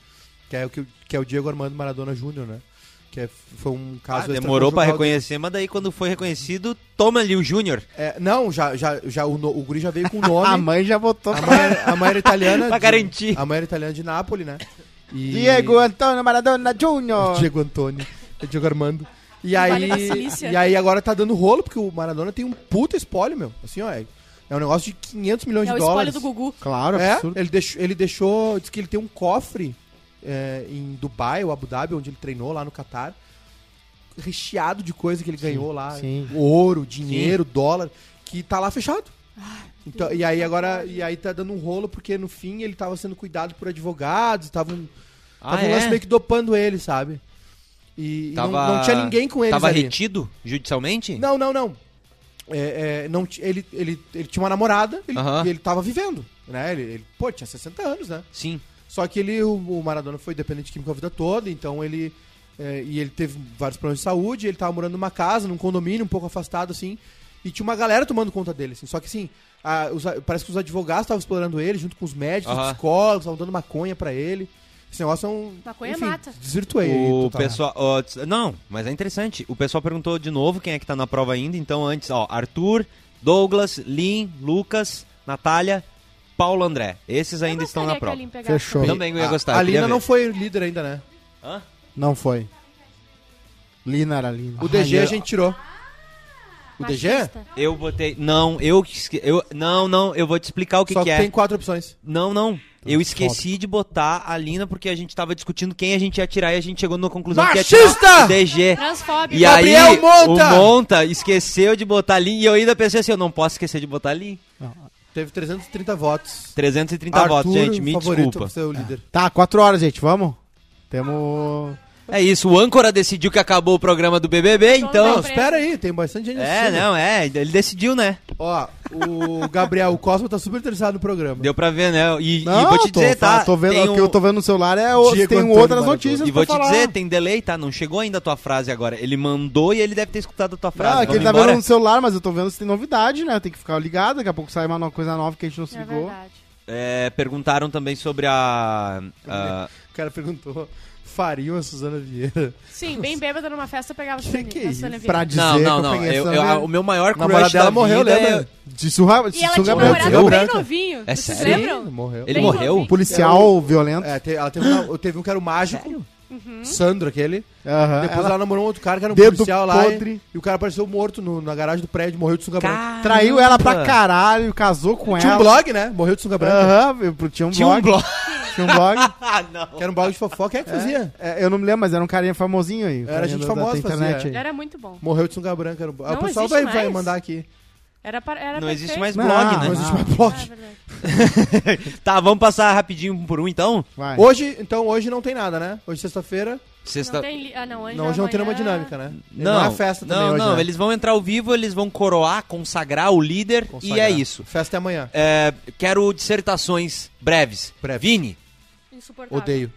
Speaker 3: que é, o, que, que é o Diego Armando Maradona Júnior, né? Que é, foi um
Speaker 4: Ah,
Speaker 3: caso...
Speaker 4: demorou pra
Speaker 3: extraconjugal do-
Speaker 4: reconhecer, mas daí quando foi reconhecido, toma ali o Júnior.
Speaker 3: É, não, já, já, já o, no- o guri já veio com o nome.
Speaker 5: A mãe já botou
Speaker 3: A
Speaker 5: pra-
Speaker 3: mãe, era- a mãe era italiana.
Speaker 4: Pra
Speaker 3: de-
Speaker 4: garantir.
Speaker 3: A mãe era italiana de Nápoles, né? E-
Speaker 5: Diego Antônio Maradona Júnior.
Speaker 3: Diego Antônio. É Diego Armando. E
Speaker 2: Vale
Speaker 3: aí,
Speaker 2: da Silícia.
Speaker 3: e aí agora tá dando rolo, porque o Maradona tem um puta espólio, meu. Assim, ó, é, é um negócio de 500 milhões
Speaker 2: É o
Speaker 3: de
Speaker 2: spoiler
Speaker 3: dólares.
Speaker 2: do Gugu.
Speaker 5: Claro,
Speaker 3: É,
Speaker 5: absurdo.
Speaker 3: ele deixou, ele deixou, diz que ele tem um cofre é, em Dubai ou Abu Dhabi, onde ele treinou lá no Catar, recheado de coisa que ele ganhou lá,
Speaker 5: sim.
Speaker 3: ouro, dinheiro, dólar, que tá lá fechado.
Speaker 2: Ah,
Speaker 3: Então, e aí agora, e aí tá dando um rolo porque no fim ele tava sendo cuidado por advogados, tava um,
Speaker 4: Ah,
Speaker 3: tava um
Speaker 4: é?
Speaker 3: lance meio que dopando ele, sabe? E, e não-
Speaker 4: Tava-
Speaker 3: não, tinha ninguém com ele,
Speaker 4: Tava retido judicialmente?
Speaker 3: Não, não, não. É, é, não ti- ele, ele, ele tinha uma namorada ele,
Speaker 4: Aham.
Speaker 3: e ele tava vivendo, né? Ele, ele, pô, tinha 60 anos, né?
Speaker 4: Sim.
Speaker 3: Só que ele, o, o Maradona foi dependente químico a vida toda, então ele. é, e ele teve vários problemas de saúde, ele tava morando numa casa, num condomínio, um pouco afastado, assim. E tinha uma galera tomando conta dele, assim. Só que, assim, a- os a- parece que os advogados estavam explorando ele, junto com os médicos, os
Speaker 4: Aham.
Speaker 3: psicólogos, estavam dando maconha pra ele. Esse negócio é um.
Speaker 2: Maconha mata.
Speaker 3: Desvirtuei. aí,
Speaker 4: O
Speaker 3: total.
Speaker 4: pessoal. ó, tz- não, mas é interessante. O pessoal perguntou de novo quem é que tá na prova ainda. Então, antes, ó, Arthur, Douglas, Lin, Lucas, Natália, Paulo André. Esses ainda estão na prova.
Speaker 5: Fechou.
Speaker 4: Também eu ia
Speaker 3: A-
Speaker 4: gostar.
Speaker 3: A
Speaker 4: eu queria
Speaker 3: Lina
Speaker 4: ver.
Speaker 3: não foi líder ainda, né?
Speaker 5: Não foi. Lina era Lina.
Speaker 4: Ah,
Speaker 3: O DG
Speaker 5: Ai,
Speaker 3: a gente tirou.
Speaker 2: um
Speaker 3: O DG?
Speaker 4: Eu botei. Não, eu, que esque- eu. Não, não, eu vou te explicar o que,
Speaker 3: Só
Speaker 4: que
Speaker 3: que
Speaker 4: é.
Speaker 3: tem Tá, quatro opções.
Speaker 4: Não, não. Eu esqueci de botar a Lina porque a gente tava discutindo quem a gente ia tirar e a gente chegou na conclusão que ia
Speaker 3: Machista!
Speaker 4: tirar o DG.
Speaker 2: Transfóbico.
Speaker 4: E
Speaker 3: Gabriel
Speaker 4: aí,
Speaker 3: Monta!
Speaker 4: o Monta esqueceu de botar a Lin e eu ainda pensei assim, eu não posso esquecer de botar a Lin.
Speaker 3: Teve 330 votos.
Speaker 4: 330 votos,
Speaker 5: um
Speaker 4: gente, me desculpa.
Speaker 3: pro seu
Speaker 2: É.
Speaker 3: líder.
Speaker 5: Tá, quatro horas, gente, vamos? Temos.
Speaker 4: É isso, o âncora decidiu que acabou o programa do BBB,
Speaker 2: Não,
Speaker 4: então...
Speaker 3: Não, espera aí, tem bastante gente
Speaker 4: É,
Speaker 3: assistindo.
Speaker 4: não, é, ele decidiu, né?
Speaker 3: Ó, o Gabriel, o Cosmo tá super interessado no programa.
Speaker 4: Deu pra ver, né? E, e
Speaker 5: Não,
Speaker 4: vou te
Speaker 5: tô
Speaker 4: dizer,
Speaker 5: fa-
Speaker 4: tá?
Speaker 5: Tô vendo,
Speaker 4: tem
Speaker 5: o que
Speaker 4: um-
Speaker 5: eu tô vendo no celular é o,
Speaker 3: Diego
Speaker 5: tem
Speaker 3: Antônio
Speaker 5: outras
Speaker 3: Maradona.
Speaker 5: notícias.
Speaker 4: E vou te
Speaker 5: pra falar.
Speaker 4: dizer, tem delay, tá? Não chegou ainda a tua frase agora. Ele mandou e ele deve ter escutado a tua frase.
Speaker 5: Não, é que ele
Speaker 4: Vamos
Speaker 5: tá
Speaker 4: embora?
Speaker 5: vendo no celular, mas eu tô vendo se tem novidade, né? Tem que ficar ligado, daqui a pouco sai uma no- coisa nova que a gente não se
Speaker 2: É
Speaker 5: ligou.
Speaker 2: verdade.
Speaker 4: É, perguntaram também sobre a. a-
Speaker 3: O cara perguntou, fariam a Suzana Vieira?
Speaker 2: Sim, bem bêbado numa festa, eu pegava
Speaker 3: Que que é isso?
Speaker 5: pra dizer
Speaker 4: não, não,
Speaker 5: que eu
Speaker 4: não.
Speaker 5: peguei
Speaker 4: Eu-
Speaker 5: essa
Speaker 4: eu-
Speaker 5: merda.
Speaker 4: a- o meu maior
Speaker 3: namorada
Speaker 4: crush
Speaker 3: dela
Speaker 4: da
Speaker 3: morreu,
Speaker 4: vida
Speaker 3: lembra?
Speaker 4: é-
Speaker 5: De surra,
Speaker 2: E ela
Speaker 5: surra
Speaker 2: tinha um
Speaker 3: Gabriel,
Speaker 2: namorado
Speaker 3: deu
Speaker 2: bem
Speaker 3: branco.
Speaker 2: novinho.
Speaker 4: É
Speaker 2: Vocês
Speaker 4: sério?
Speaker 2: lembram?
Speaker 3: morreu.
Speaker 4: Ele
Speaker 2: Bem
Speaker 4: morreu?
Speaker 2: novinho.
Speaker 5: policial violento.
Speaker 3: É, te- ela teve, uma- teve um que era o mágico,
Speaker 2: Uhum.
Speaker 3: Sandro aquele.
Speaker 5: Aham, É.
Speaker 3: Depois ela...
Speaker 5: ela
Speaker 3: namorou um outro cara que era um
Speaker 5: Dedo
Speaker 3: policial lá. e-
Speaker 5: podre.
Speaker 3: E o cara apareceu morto no- na garagem do prédio, morreu de sunga branca.
Speaker 2: Ah,
Speaker 5: traiu ela pra
Speaker 4: Caramba.
Speaker 5: caralho, casou com
Speaker 3: Tinha um
Speaker 5: ela.
Speaker 3: blog, né? Morreu de sunga branca.
Speaker 5: Aham, eu- tinha um
Speaker 4: Tinha um
Speaker 5: blog.
Speaker 4: blog.
Speaker 5: Tinha um blog.
Speaker 4: Ah, não.
Speaker 3: Que era um blog de fofoca. Quem é que fazia?
Speaker 5: É, eu não me lembro, mas era um carinha famosinho aí.
Speaker 3: Era gente famosa fazia,
Speaker 5: aí.
Speaker 2: Ele era muito bom.
Speaker 3: Morreu de sunga branca. era um-
Speaker 2: Não
Speaker 3: o pessoal
Speaker 2: existe
Speaker 3: vai, vai
Speaker 2: mais.
Speaker 3: mandar aqui.
Speaker 2: Era pra, era
Speaker 4: Não existe
Speaker 2: perfeito.
Speaker 4: mais
Speaker 5: Não,
Speaker 4: blog,
Speaker 5: não
Speaker 4: né?
Speaker 3: Não existe mais blog.
Speaker 2: Ah, é verdade.
Speaker 4: Tá, vamos passar rapidinho um por um então?
Speaker 5: Vai.
Speaker 3: Hoje, então, hoje não tem nada, né? Hoje, sexta-feira,
Speaker 4: Sexta.
Speaker 2: Não tem... li- Ah, não, hoje
Speaker 3: não, hoje não tem nenhuma
Speaker 2: amanhã-
Speaker 3: dinâmica, né?
Speaker 4: Não,
Speaker 3: é festa também
Speaker 4: não,
Speaker 3: hoje,
Speaker 4: não.
Speaker 3: né?
Speaker 4: Eles vão entrar ao vivo, eles vão coroar, consagrar o líder e é
Speaker 3: Consagrar.
Speaker 4: isso.
Speaker 3: Festa é amanhã.
Speaker 4: É, quero dissertações breves.
Speaker 3: Breves.
Speaker 4: Vini,
Speaker 2: Insuportável.
Speaker 3: Odeio.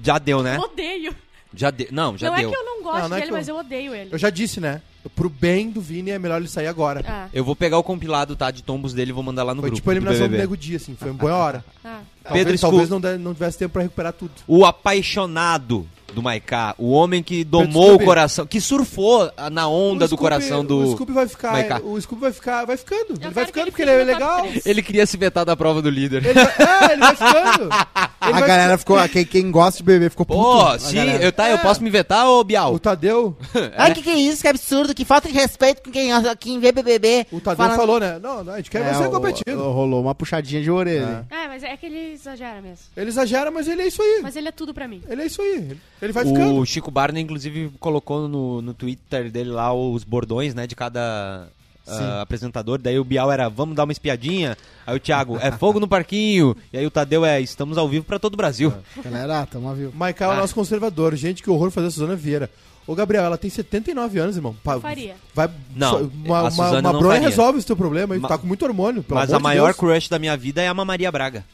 Speaker 4: já deu, né?
Speaker 2: Odeio.
Speaker 4: Já deu. Não, já
Speaker 2: não
Speaker 4: deu.
Speaker 2: é que eu não
Speaker 3: Não,
Speaker 2: gosto
Speaker 3: não é
Speaker 2: dele,
Speaker 3: que eu-
Speaker 2: mas eu odeio ele.
Speaker 3: Eu já disse, né? Pro bem do Vini é melhor ele sair agora.
Speaker 2: Ah,
Speaker 4: Eu vou pegar o compilado, tá? De tombos dele e vou mandar lá no
Speaker 3: Foi
Speaker 4: grupo.
Speaker 3: tipo a
Speaker 4: do
Speaker 3: eliminação do
Speaker 4: BBB.
Speaker 3: Nego Dia, assim. Foi uma boa hora.
Speaker 2: ah.
Speaker 3: Talvez,
Speaker 4: Pedro
Speaker 3: talvez
Speaker 4: Scooby.
Speaker 3: não, dê- não tivesse tempo pra recuperar tudo.
Speaker 4: O apaixonado do Maiká, o homem que domou
Speaker 3: Scooby.
Speaker 4: o coração, que surfou ah, na onda
Speaker 3: O
Speaker 4: do
Speaker 3: Scooby-
Speaker 4: coração do.
Speaker 3: O Scooby vai ficar...
Speaker 4: Maiká.
Speaker 3: O Scooby vai ficar... Vai ficando. ele
Speaker 2: quero
Speaker 3: vai
Speaker 2: que
Speaker 3: ficando
Speaker 2: ele
Speaker 3: porque
Speaker 2: fique
Speaker 3: ele é
Speaker 2: no top
Speaker 3: legal.
Speaker 2: três.
Speaker 4: Ele queria se vetar da prova do líder.
Speaker 3: Ele vai- é, ele vai ficando. Ele
Speaker 5: a
Speaker 3: vai
Speaker 5: galera ficou. Quem, quem gosta de beber ficou puto.
Speaker 4: Pô,
Speaker 5: a
Speaker 4: sim,
Speaker 5: galera.
Speaker 4: eu, tá,
Speaker 3: É.
Speaker 4: eu posso me vetar, ô Bial?
Speaker 3: O Tadeu,
Speaker 10: Ai, que que é isso? Que absurdo, que falta de respeito com quem, quem vê BBB.
Speaker 3: o Tadeu
Speaker 10: Falando-
Speaker 3: falou, né? Não, não, a gente quer
Speaker 5: É,
Speaker 3: você
Speaker 5: o-
Speaker 3: competindo.
Speaker 5: o- rolou uma puxadinha de orelha.
Speaker 2: Ah, mas é que ele exagera mesmo.
Speaker 3: Ele exagera, mas ele é isso aí.
Speaker 2: Mas ele é tudo pra mim.
Speaker 3: Ele é isso aí. Ele- Ele vai ficando.
Speaker 4: O Chico Barney, inclusive, colocou no, no Twitter dele lá os bordões, né, de cada ah, apresentador. Daí o Bial era, vamos dar uma espiadinha. Aí o Thiago, é fogo no parquinho. E aí o Tadeu é, estamos ao vivo pra todo o Brasil.
Speaker 3: É.
Speaker 5: Galera, tamo a viu.
Speaker 3: Maiká
Speaker 4: Ah.
Speaker 3: é o nosso conservador. Gente, que horror fazer a Suzana Vieira. Ô, Gabriel, ela tem 79 anos, irmão. Pa-
Speaker 2: faria.
Speaker 3: Vai,
Speaker 4: Não,
Speaker 3: só-
Speaker 4: a
Speaker 3: uma, uma,
Speaker 4: Suzana
Speaker 3: uma
Speaker 4: não
Speaker 3: bronha
Speaker 4: faria.
Speaker 3: resolve esse teu problema. aí. Tu
Speaker 4: Ma-
Speaker 3: tá com muito hormônio, pelo
Speaker 4: Mas
Speaker 3: amor
Speaker 4: a
Speaker 3: de
Speaker 4: maior
Speaker 3: Deus.
Speaker 4: crush da minha vida é a Ana Maria Braga.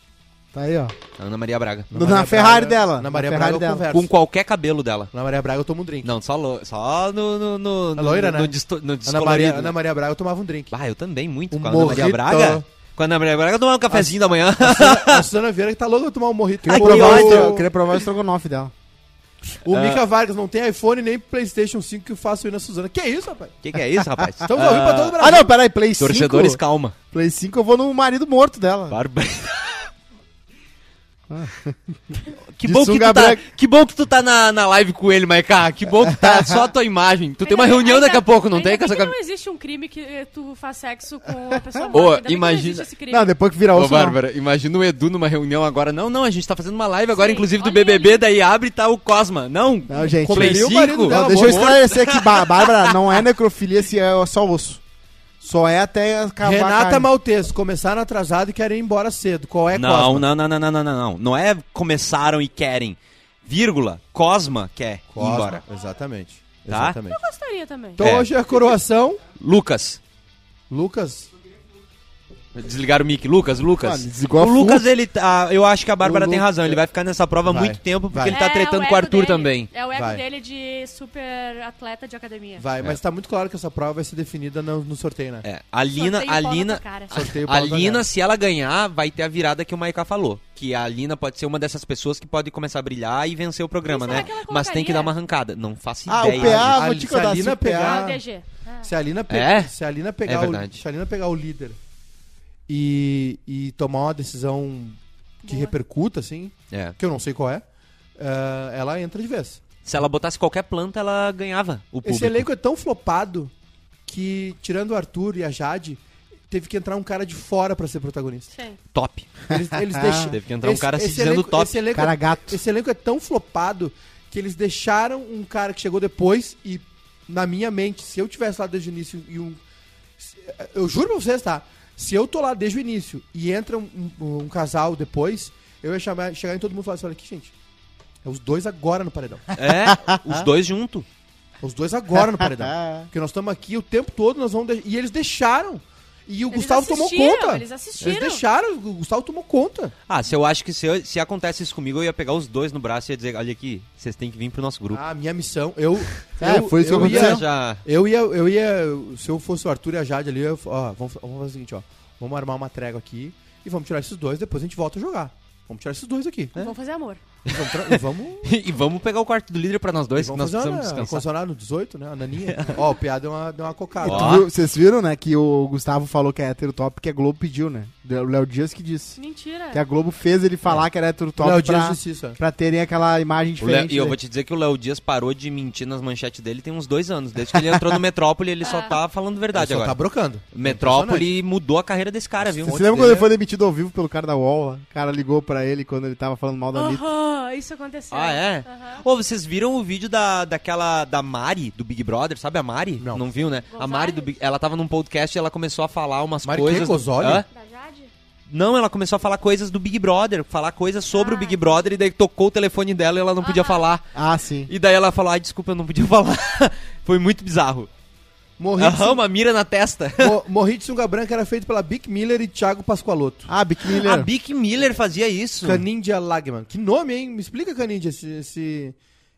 Speaker 5: Tá aí, ó.
Speaker 4: Ana Maria Braga.
Speaker 5: Na Ferrari dela.
Speaker 3: Na Maria Braga
Speaker 5: Na Ferrari
Speaker 3: eu
Speaker 5: dela.
Speaker 3: converso.
Speaker 4: Com qualquer cabelo dela.
Speaker 3: Na Maria Braga eu tomo um drink.
Speaker 4: Não, só, lo- só no, no, no,
Speaker 3: A
Speaker 4: no,
Speaker 3: loira,
Speaker 4: no,
Speaker 3: né?
Speaker 4: disto- no
Speaker 3: Ana Maria,
Speaker 4: descolorido.
Speaker 3: Ana Maria Braga eu tomava um drink.
Speaker 4: Ah, eu também, muito.
Speaker 3: Um
Speaker 4: com a Ana Maria
Speaker 3: mojito.
Speaker 4: Braga. Com a Ana Maria Braga, eu tomava um cafezinho da manhã.
Speaker 3: a Suzana Vieira que tá louca de tomar um morrito.
Speaker 5: Queria
Speaker 3: Pô,
Speaker 5: provar, o,
Speaker 3: o,
Speaker 5: eu queria provar o estrogonofe dela.
Speaker 3: o
Speaker 4: Ah.
Speaker 3: Mika Vargas não tem iPhone nem Playstation 5 que eu faço ir na Suzana. Que isso, rapaz?
Speaker 4: O que, que é isso, rapaz?
Speaker 3: Estamos ao vivo pra todo o
Speaker 5: Ah,
Speaker 3: Brasil.
Speaker 5: não, peraí, Play 5.
Speaker 4: Torcedores, calma.
Speaker 5: Play 5 eu vou no marido morto dela.
Speaker 4: Barba... Que
Speaker 5: De
Speaker 4: bom que,
Speaker 5: sunga
Speaker 4: tu tá,
Speaker 5: branca.
Speaker 4: que bom que tu tá na, na live com ele, Maiká. Que bom que tá só a tua imagem. Tu tem uma
Speaker 2: Ainda-
Speaker 4: reunião
Speaker 2: ainda-
Speaker 4: daqui a pouco, não
Speaker 2: ainda bem
Speaker 4: tem? Com essa
Speaker 2: que
Speaker 4: cam-
Speaker 2: não existe um crime que eh, tu faz sexo com a pessoa
Speaker 4: Ô,
Speaker 2: morta. Ainda bem que
Speaker 4: imagina-
Speaker 2: Não existe esse crime.
Speaker 5: Não, depois que virar
Speaker 4: Ô,
Speaker 5: osso, não.
Speaker 4: Bárbara, imagina o Edu numa reunião agora. Não, não, a gente tá fazendo uma live agora,
Speaker 2: Sim,
Speaker 4: inclusive do
Speaker 2: olha
Speaker 4: BBB,
Speaker 2: ali.
Speaker 4: daí abre e tá o Cosma. Não,
Speaker 5: Não, gente.
Speaker 4: Play
Speaker 3: Comeria o
Speaker 4: 5?
Speaker 3: marido dela,
Speaker 5: Não,
Speaker 3: Pelo
Speaker 5: deixa eu
Speaker 3: amor.
Speaker 5: esclarecer aqui, Bá- Bárbara, não é necrofilia se é só osso. Só é até cavar
Speaker 3: Renata
Speaker 5: carne.
Speaker 3: Maltês, começaram atrasado e querem ir embora cedo. Qual é
Speaker 4: não,
Speaker 3: Cosma?
Speaker 4: não, não, não, não, não, não, não. Não é começaram e querem. Vírgula, Cosma quer ir
Speaker 3: Cosma,
Speaker 4: embora.
Speaker 3: Exatamente.
Speaker 4: Tá?
Speaker 3: Exatamente.
Speaker 2: Eu gostaria também.
Speaker 3: Então
Speaker 4: É.
Speaker 3: hoje é a coroação.
Speaker 4: Lucas.
Speaker 3: Lucas,
Speaker 4: Desligaram o mic. Lucas, Lucas.
Speaker 5: Ah, desligou a
Speaker 4: o
Speaker 5: fu-
Speaker 4: Lucas, ele tá. Eu acho que a Bárbara
Speaker 3: O
Speaker 4: tem
Speaker 3: Lucas-
Speaker 4: razão. Ele vai ficar nessa prova há
Speaker 3: Vai,
Speaker 4: muito tempo porque
Speaker 3: vai.
Speaker 4: ele tá
Speaker 2: É, o
Speaker 4: tretando
Speaker 2: ego
Speaker 4: com o Arthur
Speaker 2: dele.
Speaker 4: também.
Speaker 2: É o ego
Speaker 3: Vai.
Speaker 2: dele de super atleta de academia.
Speaker 3: vai, mas tá muito claro que essa prova vai ser definida no, no sorteio, né?
Speaker 4: É, a Lina,
Speaker 2: Sorteio
Speaker 4: a
Speaker 2: o pau na
Speaker 4: Lina,
Speaker 2: tua cara. Ah,
Speaker 3: Sorteio
Speaker 4: a
Speaker 3: Paulo Zagara.
Speaker 4: Lina, se ela ganhar, vai ter a virada que o Maiká falou. Que a Lina pode ser uma dessas pessoas que pode começar a brilhar e vencer o programa,
Speaker 2: Quem será que
Speaker 4: né?
Speaker 2: ela
Speaker 4: Mas tem que
Speaker 2: colocaria?
Speaker 4: dar uma arrancada. Não faço
Speaker 5: Ah, o
Speaker 4: ideia.
Speaker 5: PA, vou
Speaker 3: Ali-
Speaker 5: te
Speaker 3: se
Speaker 5: contar.
Speaker 3: a
Speaker 5: Se
Speaker 3: Lina
Speaker 5: o PA...
Speaker 2: Ah, o DG. Ah.
Speaker 3: Se a Lina, pe-
Speaker 4: É?
Speaker 3: se a Lina pegar,
Speaker 4: É
Speaker 3: o,
Speaker 4: verdade.
Speaker 3: se a Lina pegar o líder e, e tomar uma decisão que
Speaker 2: Boa.
Speaker 3: repercuta, assim,
Speaker 4: É.
Speaker 3: que eu não sei qual é, eh, ela entra de vez.
Speaker 4: Se ela botasse qualquer planta, ela ganhava o público.
Speaker 3: Esse elenco é tão flopado que, tirando o Arthur e a Jade, teve que entrar um cara de fora pra ser protagonista.
Speaker 2: Sim.
Speaker 4: Top.
Speaker 3: Eles, eles deixam.
Speaker 4: Teve que entrar um cara se dizendo
Speaker 3: elenco-
Speaker 4: top.
Speaker 3: Esse elenco,
Speaker 5: Cara gato.
Speaker 3: esse elenco é tão flopado que eles deixaram um cara que chegou depois e, na minha mente, se eu tivesse lá desde o início e um. se- Eu juro pra vocês, tá? Se eu tô lá desde o início e entra um, um- um casal depois, eu ia chamar, chegar em todo mundo e falar assim: olha aqui, gente. É os dois agora no paredão.
Speaker 4: É, os dois juntos.
Speaker 3: É os dois agora no paredão. Porque nós estamos aqui o tempo todo, nós vamos. de- E eles deixaram. E o
Speaker 2: Eles
Speaker 3: Gustavo tomou
Speaker 2: assistiram,
Speaker 3: conta.
Speaker 2: Eles assistiram.
Speaker 3: Eles deixaram, o Gustavo tomou conta.
Speaker 4: Ah, se eu acho que se, eu- se acontece isso comigo, eu ia pegar os dois no braço e ia dizer, olha aqui, vocês têm que vir pro nosso grupo.
Speaker 3: Ah, minha missão. Eu.
Speaker 5: É,
Speaker 3: eu-
Speaker 5: foi isso que
Speaker 3: eu ia-
Speaker 5: aconteceu.
Speaker 4: já...
Speaker 3: Eu ia, eu ia. Se eu fosse o Arthur e a Jade ali, eu, ia fa- ó, vamos, fa- vamos fazer o seguinte, ó. Vamos armar uma trégua aqui e vamos tirar esses dois, depois a gente volta a jogar. Vamos tirar esses dois aqui. né?
Speaker 5: É.
Speaker 2: Vamos fazer amor.
Speaker 3: E vamos. tra- e vamos
Speaker 4: e vamos pegar o quarto do líder pra nós
Speaker 3: e
Speaker 4: dois, que
Speaker 3: vamos
Speaker 4: nós
Speaker 3: fazer
Speaker 4: precisamos
Speaker 3: uma, um
Speaker 4: descansar.
Speaker 3: condicionado 18, né? A naninha. Ó, o piada deu uma, deu uma cocada.
Speaker 4: Ó.
Speaker 5: Tu viu- Vocês viram, né, que o Gustavo falou que é hétero top, que a Globo pediu, né? O Léo Dias que disse.
Speaker 2: Mentira.
Speaker 5: Que a Globo fez ele falar que era hétero
Speaker 3: Não,
Speaker 5: top
Speaker 3: o Dias
Speaker 5: pra,
Speaker 3: disse isso, é.
Speaker 5: pra terem aquela
Speaker 4: É.
Speaker 5: imagem
Speaker 4: O Léo-
Speaker 5: diferente. né?
Speaker 4: E eu
Speaker 3: né?
Speaker 5: dele.
Speaker 4: vou te dizer que o Léo Dias parou de mentir nas manchetes dele tem uns dois anos. Desde que ele entrou no Metrópole, ele
Speaker 2: Ah.
Speaker 4: só tá falando verdade
Speaker 3: Só tá
Speaker 4: agora.
Speaker 3: brocando.
Speaker 4: Metrópole mudou a carreira desse cara, viu?
Speaker 5: Você lembra quando ele foi demitido ao vivo pelo cara da UOL? lá? O cara ligou pra ele quando ele tava falando mal da
Speaker 3: Ah.
Speaker 5: Anitta.
Speaker 2: Aham, isso aconteceu.
Speaker 4: Ah, é?
Speaker 2: Aham.
Speaker 4: Ô, vocês viram o vídeo da, daquela, da Mari, do Big Brother? Sabe a Mari?
Speaker 3: Não.
Speaker 4: viu, né? A Mari, do Big, ela tava num podcast e ela começou a falar umas
Speaker 3: Mari
Speaker 4: coisas...
Speaker 3: quem? Gosoli?
Speaker 4: Hã?
Speaker 2: Da Jade?
Speaker 4: Não, ela começou a falar coisas do Big Brother, falar coisas sobre o
Speaker 2: Ah.
Speaker 4: Big Brother e daí tocou o telefone dela e ela não podia falar.
Speaker 5: Ah, sim.
Speaker 4: E daí ela falou, ai, desculpa, eu não podia falar. Foi muito bizarro.
Speaker 3: Morri, de
Speaker 4: Aham, uma mira na testa.
Speaker 3: sunga- Mo- Morri de Sunga Branca era feito pela Bic Miller e Thiago Pascoalotto.
Speaker 5: Ah, Bic
Speaker 4: A
Speaker 5: Miller.
Speaker 4: Bic Miller fazia isso.
Speaker 3: Canindia Lagman. Que nome, hein? Me explica, Canindia, esse, esse...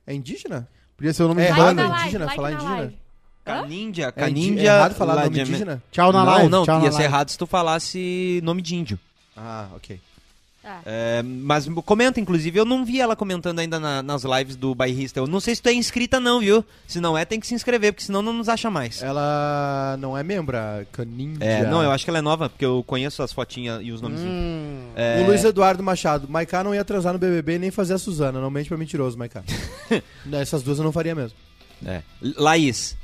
Speaker 3: É indígena?
Speaker 5: Podia ser o nome
Speaker 3: É,
Speaker 2: Like
Speaker 5: urbano.
Speaker 2: na
Speaker 3: Urbana,
Speaker 2: live,
Speaker 3: indígena,
Speaker 2: like
Speaker 3: falar
Speaker 2: na
Speaker 3: indígena.
Speaker 2: live.
Speaker 4: Caníndia,
Speaker 3: É indi-
Speaker 4: Canindia...
Speaker 3: É errado falar nome
Speaker 4: Ladjame-
Speaker 3: indígena?
Speaker 5: Tchau na
Speaker 4: não,
Speaker 5: live.
Speaker 4: não,
Speaker 5: tchau na
Speaker 4: ia ser
Speaker 5: live.
Speaker 4: errado se tu falasse nome de índio.
Speaker 3: Ah, ok.
Speaker 2: Ah.
Speaker 4: É, mas comenta, inclusive, eu não vi ela comentando ainda na- nas lives do bairrista. Eu não sei se tu é inscrita, não, viu? Se não é, tem que se inscrever, porque senão não nos acha mais. É,
Speaker 3: Ela não é membra, Canindia.
Speaker 4: não, eu acho que ela é nova, porque eu conheço as fotinhas e os nomezinhos.
Speaker 3: O
Speaker 4: é-
Speaker 3: Luiz Eduardo Machado. Maiká não ia transar no BBB e nem fazer a Suzana. Não mente pra mentiroso, Maiká. Né, Essas duas eu não faria mesmo.
Speaker 4: É. Laís.